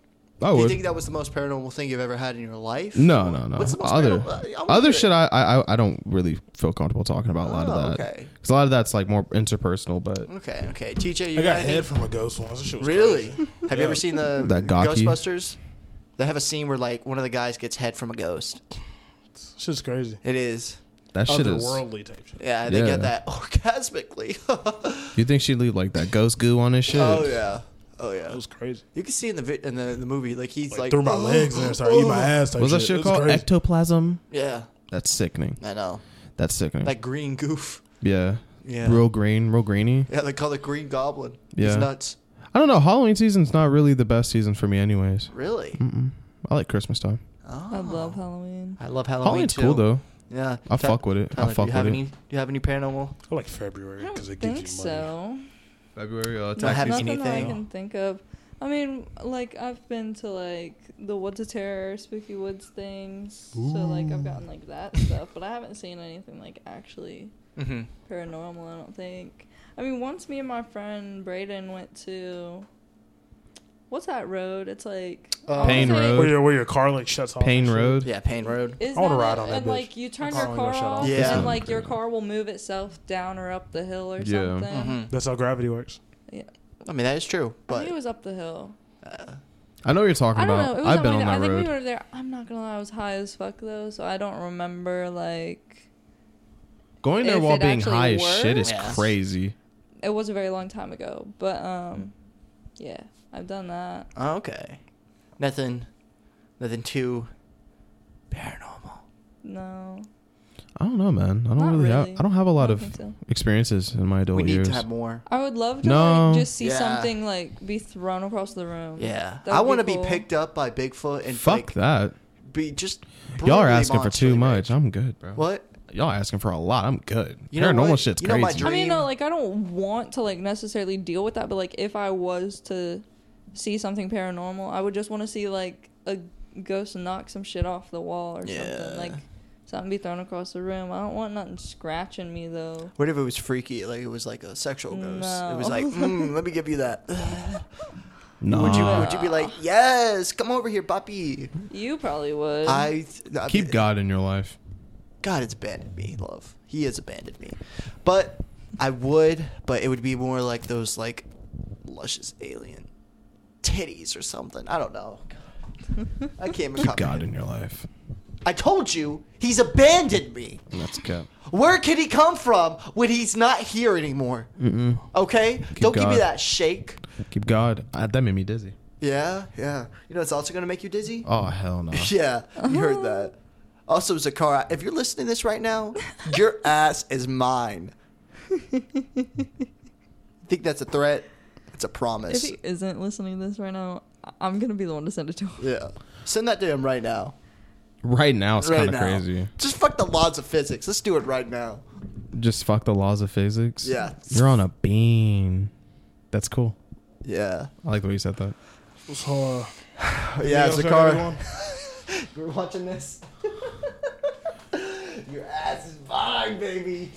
[SPEAKER 2] I
[SPEAKER 7] Do you
[SPEAKER 2] would.
[SPEAKER 7] think that was the most paranormal thing you've ever had in your life?
[SPEAKER 2] no, no, no.
[SPEAKER 7] What's the most
[SPEAKER 2] Other
[SPEAKER 7] paranormal- I wanna
[SPEAKER 2] other
[SPEAKER 7] hear
[SPEAKER 2] shit,
[SPEAKER 7] it.
[SPEAKER 2] I, I I don't really feel comfortable talking about a lot
[SPEAKER 7] Oh,
[SPEAKER 2] of that.
[SPEAKER 7] okay.
[SPEAKER 2] Because a lot of that's like more interpersonal, but
[SPEAKER 7] Okay, okay. TJ, you got
[SPEAKER 5] I got
[SPEAKER 7] anything?
[SPEAKER 5] head from a ghost once. That shit was
[SPEAKER 7] Really?
[SPEAKER 5] crazy.
[SPEAKER 7] Have you ever seen the
[SPEAKER 2] That gawky.
[SPEAKER 7] Ghostbusters? They have a scene where like one of the guys gets head from a ghost.
[SPEAKER 5] It's just crazy.
[SPEAKER 7] It is.
[SPEAKER 2] That shit is.
[SPEAKER 5] Otherworldly type shit.
[SPEAKER 7] Yeah, they
[SPEAKER 2] Yeah.
[SPEAKER 7] get that orgasmically.
[SPEAKER 2] You think she'd leave like that ghost goo on his shit?
[SPEAKER 7] oh yeah. Oh yeah.
[SPEAKER 5] It was crazy.
[SPEAKER 7] You can see in the vi- in the, the movie like he's
[SPEAKER 5] Like,
[SPEAKER 7] like, oh,
[SPEAKER 5] through my legs and I started eating my ass. Type
[SPEAKER 2] What's that
[SPEAKER 5] shit.
[SPEAKER 2] shit
[SPEAKER 5] It was
[SPEAKER 2] called?
[SPEAKER 5] crazy.
[SPEAKER 2] Ectoplasm.
[SPEAKER 7] Yeah,
[SPEAKER 2] That's sickening.
[SPEAKER 7] I know.
[SPEAKER 2] That's sickening.
[SPEAKER 7] That green goof.
[SPEAKER 2] yeah.
[SPEAKER 7] Yeah.
[SPEAKER 2] Real green, real greeny.
[SPEAKER 7] Yeah, they call it Green Goblin.
[SPEAKER 2] Yeah.
[SPEAKER 7] He's nuts.
[SPEAKER 2] I don't know. Halloween season's not really the best season for me, anyways.
[SPEAKER 7] Really?
[SPEAKER 2] Mm-mm. I like Christmas time.
[SPEAKER 7] Oh.
[SPEAKER 4] I love Halloween.
[SPEAKER 7] I love Halloween
[SPEAKER 2] Halloween's
[SPEAKER 7] too.
[SPEAKER 2] cool though.
[SPEAKER 7] Yeah.
[SPEAKER 2] I
[SPEAKER 7] Ty-
[SPEAKER 2] fuck with it.
[SPEAKER 7] Tyler,
[SPEAKER 2] I fuck
[SPEAKER 7] do you
[SPEAKER 2] with
[SPEAKER 7] have
[SPEAKER 2] it.
[SPEAKER 7] any? Do you have any paranormal?
[SPEAKER 5] I like February
[SPEAKER 4] I don't
[SPEAKER 5] because it gives
[SPEAKER 4] think
[SPEAKER 5] you money.
[SPEAKER 4] so.
[SPEAKER 2] February uh,
[SPEAKER 7] tax
[SPEAKER 4] Nothing
[SPEAKER 7] season.
[SPEAKER 4] that I
[SPEAKER 7] Anything.
[SPEAKER 4] can think of. I mean, like I've been to like the Woods of Terror, Spooky Woods things. So like I've gotten like that stuff, but I haven't seen anything like actually
[SPEAKER 7] Mm-hmm.
[SPEAKER 4] paranormal. I don't think. I mean, once me and my friend Brayden went to what's that road? It's like I wanna
[SPEAKER 2] Uh, Payne
[SPEAKER 4] say-
[SPEAKER 2] Road.
[SPEAKER 5] Where your, where your car like shuts off.
[SPEAKER 2] Payne
[SPEAKER 5] and shit.
[SPEAKER 2] Road.
[SPEAKER 7] Yeah, Payne Road.
[SPEAKER 4] Is
[SPEAKER 5] I wanna
[SPEAKER 4] that
[SPEAKER 5] ride
[SPEAKER 4] it?
[SPEAKER 5] on that
[SPEAKER 4] And
[SPEAKER 5] bitch.
[SPEAKER 4] like you turn
[SPEAKER 5] car
[SPEAKER 4] your
[SPEAKER 5] ain't
[SPEAKER 4] car
[SPEAKER 5] gonna shut
[SPEAKER 4] off,
[SPEAKER 7] off.
[SPEAKER 4] yeah.
[SPEAKER 7] Yeah.
[SPEAKER 4] and like your
[SPEAKER 2] Yeah.
[SPEAKER 4] car will move itself down or up the hill or
[SPEAKER 2] Yeah.
[SPEAKER 4] something.
[SPEAKER 7] hmm
[SPEAKER 5] That's how gravity works.
[SPEAKER 7] I mean that is true,
[SPEAKER 4] I think
[SPEAKER 7] but
[SPEAKER 4] it was up the hill.
[SPEAKER 7] uh,
[SPEAKER 2] I know what you're talking
[SPEAKER 4] I don't know.
[SPEAKER 2] about.
[SPEAKER 4] It was
[SPEAKER 2] I've been
[SPEAKER 4] one
[SPEAKER 2] on
[SPEAKER 4] of the-
[SPEAKER 2] that
[SPEAKER 4] I think
[SPEAKER 2] road.
[SPEAKER 4] we were there. I'm not gonna lie, I was high as fuck though, so I don't remember like
[SPEAKER 2] Going there
[SPEAKER 4] if
[SPEAKER 2] while
[SPEAKER 4] it
[SPEAKER 2] being
[SPEAKER 4] actually
[SPEAKER 2] high as shit is
[SPEAKER 7] works.
[SPEAKER 2] crazy.
[SPEAKER 4] it was a very long time ago. But
[SPEAKER 2] Mm.
[SPEAKER 4] um, yeah, I've done that.
[SPEAKER 7] oh, okay. Nothing. Nothing too paranormal.
[SPEAKER 4] No,
[SPEAKER 2] I don't know, man. I don't
[SPEAKER 4] Not
[SPEAKER 2] really, have.
[SPEAKER 4] really.
[SPEAKER 2] I don't have a lot
[SPEAKER 4] I
[SPEAKER 2] of
[SPEAKER 4] don't think so.
[SPEAKER 2] experiences in my adult
[SPEAKER 7] we need
[SPEAKER 2] years.
[SPEAKER 7] to have more.
[SPEAKER 4] I would love to
[SPEAKER 2] No.
[SPEAKER 4] like, just see
[SPEAKER 7] Yeah.
[SPEAKER 4] something like be thrown across the room.
[SPEAKER 7] Yeah,
[SPEAKER 4] That
[SPEAKER 7] I
[SPEAKER 4] would
[SPEAKER 7] want to
[SPEAKER 4] cool.
[SPEAKER 7] be picked up by Bigfoot and
[SPEAKER 2] Fuck
[SPEAKER 7] like,
[SPEAKER 2] that.
[SPEAKER 7] Be just.
[SPEAKER 2] Y'all are
[SPEAKER 7] brutally
[SPEAKER 2] asking for too
[SPEAKER 7] monstrally
[SPEAKER 2] much.
[SPEAKER 7] raped.
[SPEAKER 2] I'm good, bro.
[SPEAKER 7] What?
[SPEAKER 2] Y'all asking for a lot. I'm good.
[SPEAKER 7] You know
[SPEAKER 2] Paranormal
[SPEAKER 7] what?
[SPEAKER 2] shit's
[SPEAKER 7] You know
[SPEAKER 2] crazy.
[SPEAKER 7] my
[SPEAKER 4] I mean, no,
[SPEAKER 7] dream.
[SPEAKER 4] like I don't want to like necessarily deal with that, but like if I was to see something paranormal, I would just want to see like a ghost knock some shit off the wall or
[SPEAKER 7] Yeah.
[SPEAKER 4] something, like something be thrown across the room. I don't want nothing scratching me though.
[SPEAKER 7] What if it was freaky? Like it was like a sexual ghost. It
[SPEAKER 4] No.
[SPEAKER 7] was like, mm, let me give you that.
[SPEAKER 2] Nah.
[SPEAKER 7] Would you would you
[SPEAKER 2] Ah.
[SPEAKER 7] be like, yes, come over here, puppy?
[SPEAKER 4] You probably would.
[SPEAKER 7] I th- I-
[SPEAKER 2] Keep God in your life.
[SPEAKER 7] God has abandoned me, love. He has abandoned me. But I would, but it would be more like those like luscious alien titties or something. I don't know. I can't even
[SPEAKER 2] Keep God
[SPEAKER 7] comprehend.
[SPEAKER 2] in your life.
[SPEAKER 7] I told you he's abandoned me.
[SPEAKER 2] That's cap.
[SPEAKER 7] Where can he come from when he's not here anymore?
[SPEAKER 2] Mm-mm.
[SPEAKER 7] Okay, don't give me
[SPEAKER 2] God.
[SPEAKER 7] that shake.
[SPEAKER 2] Keep God. Uh, that made me dizzy.
[SPEAKER 7] Yeah, yeah. You know, it's also gonna make you dizzy.
[SPEAKER 2] Oh hell no.
[SPEAKER 7] Yeah, you heard that. Also, Zakara, if you're listening to this right now, your ass is mine. think that's a threat? It's a
[SPEAKER 4] if
[SPEAKER 7] promise.
[SPEAKER 4] he isn't listening to this right now, I- I'm gonna be the one to send it to him.
[SPEAKER 7] yeah. Send that to him right now.
[SPEAKER 2] Right now it's
[SPEAKER 7] right
[SPEAKER 2] kind of
[SPEAKER 7] now.
[SPEAKER 2] crazy.
[SPEAKER 7] Just fuck the laws of physics. Let's do it right now.
[SPEAKER 2] Just fuck the laws of physics.
[SPEAKER 7] Yeah.
[SPEAKER 2] You're on a bean. That's cool.
[SPEAKER 7] Yeah.
[SPEAKER 2] I like the way you said that.
[SPEAKER 5] So, uh,
[SPEAKER 7] Yeah,
[SPEAKER 5] anything else y'all
[SPEAKER 7] Zakara.
[SPEAKER 5] got going?
[SPEAKER 7] We're watching this. your ass is mine, baby.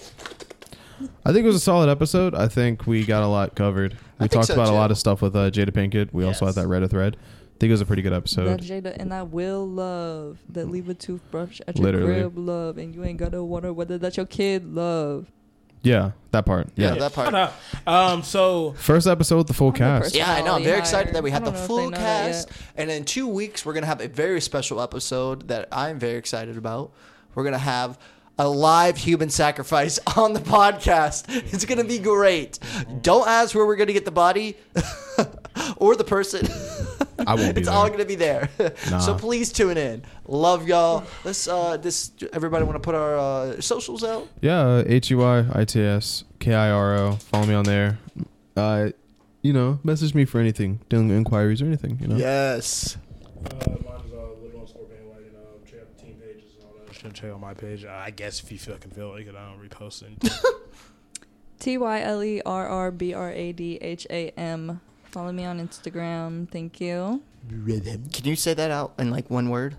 [SPEAKER 2] I think it was a solid episode. I think we got a lot covered. We
[SPEAKER 7] think
[SPEAKER 2] talked
[SPEAKER 7] so,
[SPEAKER 2] about
[SPEAKER 7] too.
[SPEAKER 2] a lot of stuff with uh, Jada Pinkett. We also had
[SPEAKER 7] Yes.
[SPEAKER 2] that Reddit thread. I think it was a pretty good
[SPEAKER 4] That
[SPEAKER 2] episode.
[SPEAKER 4] Jada and I will love that leave a toothbrush at your
[SPEAKER 2] Literally.
[SPEAKER 4] crib love and you ain't gotta wonder whether that's your kid love.
[SPEAKER 2] Yeah, that part. Yeah.
[SPEAKER 7] Yeah, that part.
[SPEAKER 5] Shut up. Um, so
[SPEAKER 2] First episode with the full
[SPEAKER 4] the
[SPEAKER 2] cast.
[SPEAKER 4] person.
[SPEAKER 7] Yeah, I know. I'm
[SPEAKER 4] personality
[SPEAKER 7] very excited
[SPEAKER 4] hire.
[SPEAKER 7] that we
[SPEAKER 4] I
[SPEAKER 7] had the
[SPEAKER 4] don't know if they know
[SPEAKER 7] full
[SPEAKER 4] that
[SPEAKER 7] cast.
[SPEAKER 4] yet.
[SPEAKER 7] And in two weeks, we're going to have a very special episode that I'm very excited about. We're going to have a live human sacrifice on the podcast. It's going to be great. Don't ask where we're going to get the body or the person.
[SPEAKER 2] I won't be
[SPEAKER 7] it's
[SPEAKER 2] there.
[SPEAKER 7] all going to be there. So
[SPEAKER 2] Nah.
[SPEAKER 7] please tune in. Love y'all. Let's, uh, this, everybody want to put our uh, socials out?
[SPEAKER 2] Yeah, H U I I T S K I R O. Follow me on there. Uh, you know, message me for anything, doing inquiries or anything. You know.
[SPEAKER 7] Yes.
[SPEAKER 5] Uh, mine is uh, Little on Scorpion Wagon. Um, check out the team pages and all that shit. Check out my page. I guess if you fucking feel like it, I don't repost it.
[SPEAKER 4] T Y L E R R B R A D H A M. Follow me on Instagram. Thank you.
[SPEAKER 7] Can you say that out in like one word?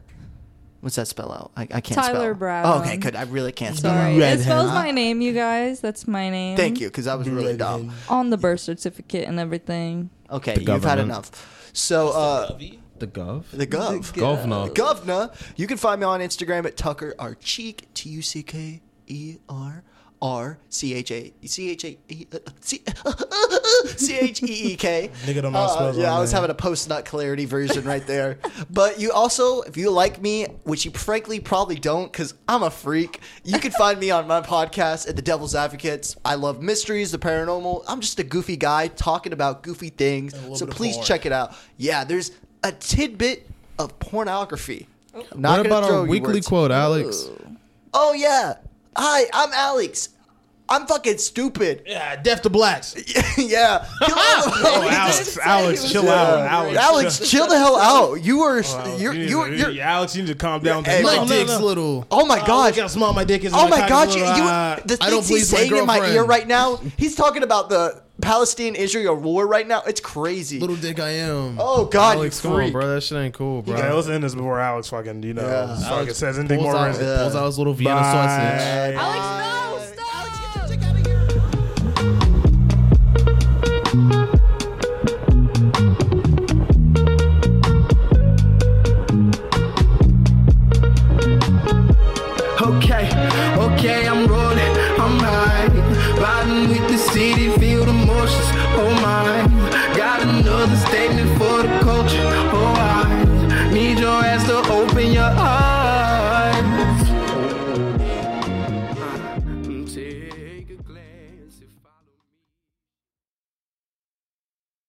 [SPEAKER 7] What's that spell out? I, I can't spell.
[SPEAKER 4] Tyler Brown.
[SPEAKER 7] Oh, okay, good. I really can't spell.
[SPEAKER 4] Sorry.
[SPEAKER 7] out.
[SPEAKER 4] it spells my name, you guys. That's my name.
[SPEAKER 7] Thank you, because I was really dumb.
[SPEAKER 4] On the birth certificate and everything.
[SPEAKER 7] Okay,
[SPEAKER 2] The
[SPEAKER 7] you've had
[SPEAKER 2] government.
[SPEAKER 7] enough. So, uh,
[SPEAKER 2] The gov.
[SPEAKER 7] the gov.
[SPEAKER 2] Governor.
[SPEAKER 7] Governor. You can find me on Instagram at Tucker R Cheek, T U C K E R R C H A C H A E C C H E E K.
[SPEAKER 5] Nigga don't know how to spell
[SPEAKER 7] Uh, Yeah, I was
[SPEAKER 5] that.
[SPEAKER 7] having a post nut clarity version right there. But you also, if you like me, which you frankly probably don't, because I'm a freak. You can find me on my podcast at The Devil's Advocates. I love mysteries, the paranormal. I'm just a goofy guy talking about goofy things.
[SPEAKER 5] little
[SPEAKER 7] So
[SPEAKER 5] bit of
[SPEAKER 7] please
[SPEAKER 5] porn.
[SPEAKER 7] check it out. Yeah, there's a tidbit of pornography. I'm not
[SPEAKER 2] What
[SPEAKER 7] gonna
[SPEAKER 2] about
[SPEAKER 7] throw
[SPEAKER 2] our
[SPEAKER 7] you
[SPEAKER 2] weekly
[SPEAKER 7] words.
[SPEAKER 2] quote, Alex?
[SPEAKER 4] Ooh.
[SPEAKER 7] Oh yeah. Hi, I'm Alex. I'm fucking stupid.
[SPEAKER 5] Yeah, death to blacks.
[SPEAKER 7] yeah. Kill all the-
[SPEAKER 5] Oh, Alex,
[SPEAKER 4] say he
[SPEAKER 5] Alex,
[SPEAKER 4] was
[SPEAKER 5] chill
[SPEAKER 4] doing
[SPEAKER 5] out,
[SPEAKER 4] it.
[SPEAKER 5] Alex.
[SPEAKER 7] Alex, chill the hell out. You are
[SPEAKER 5] Wow,
[SPEAKER 7] you're
[SPEAKER 5] Oh, you-
[SPEAKER 7] you're,
[SPEAKER 5] you-
[SPEAKER 7] you're,
[SPEAKER 5] Alex, you need to calm down.
[SPEAKER 7] Hey,
[SPEAKER 5] Look,
[SPEAKER 7] my
[SPEAKER 5] look,
[SPEAKER 7] dick's
[SPEAKER 5] look.
[SPEAKER 2] little.
[SPEAKER 7] Oh my
[SPEAKER 5] Oh,
[SPEAKER 7] god.
[SPEAKER 5] Look how small my dick is.
[SPEAKER 7] Oh my
[SPEAKER 5] My cock
[SPEAKER 7] god,
[SPEAKER 5] is
[SPEAKER 7] you,
[SPEAKER 5] little, uh,
[SPEAKER 7] you the
[SPEAKER 2] I don't
[SPEAKER 7] things he's
[SPEAKER 2] please my
[SPEAKER 7] saying in my ear
[SPEAKER 2] girlfriend.
[SPEAKER 7] right now, he's talking about the Palestine Israel war right now. It's crazy.
[SPEAKER 2] Little dick I am.
[SPEAKER 7] oh god,
[SPEAKER 2] Alex,
[SPEAKER 7] you
[SPEAKER 2] come
[SPEAKER 7] freak.
[SPEAKER 2] on, bro. That shit ain't cool, bro.
[SPEAKER 5] Okay, let's end this before Alex fucking, you know,
[SPEAKER 7] Yeah.
[SPEAKER 5] fucking
[SPEAKER 2] Alex
[SPEAKER 5] says anything more.
[SPEAKER 2] pulls out,
[SPEAKER 5] racist.
[SPEAKER 2] pulls out his little Vienna
[SPEAKER 5] Bye.
[SPEAKER 2] sausage.
[SPEAKER 4] Alex, no, stop!
[SPEAKER 8] Okay, okay, I'm rolling, I'm high, riding with the city.
[SPEAKER 2] Oh, Oh,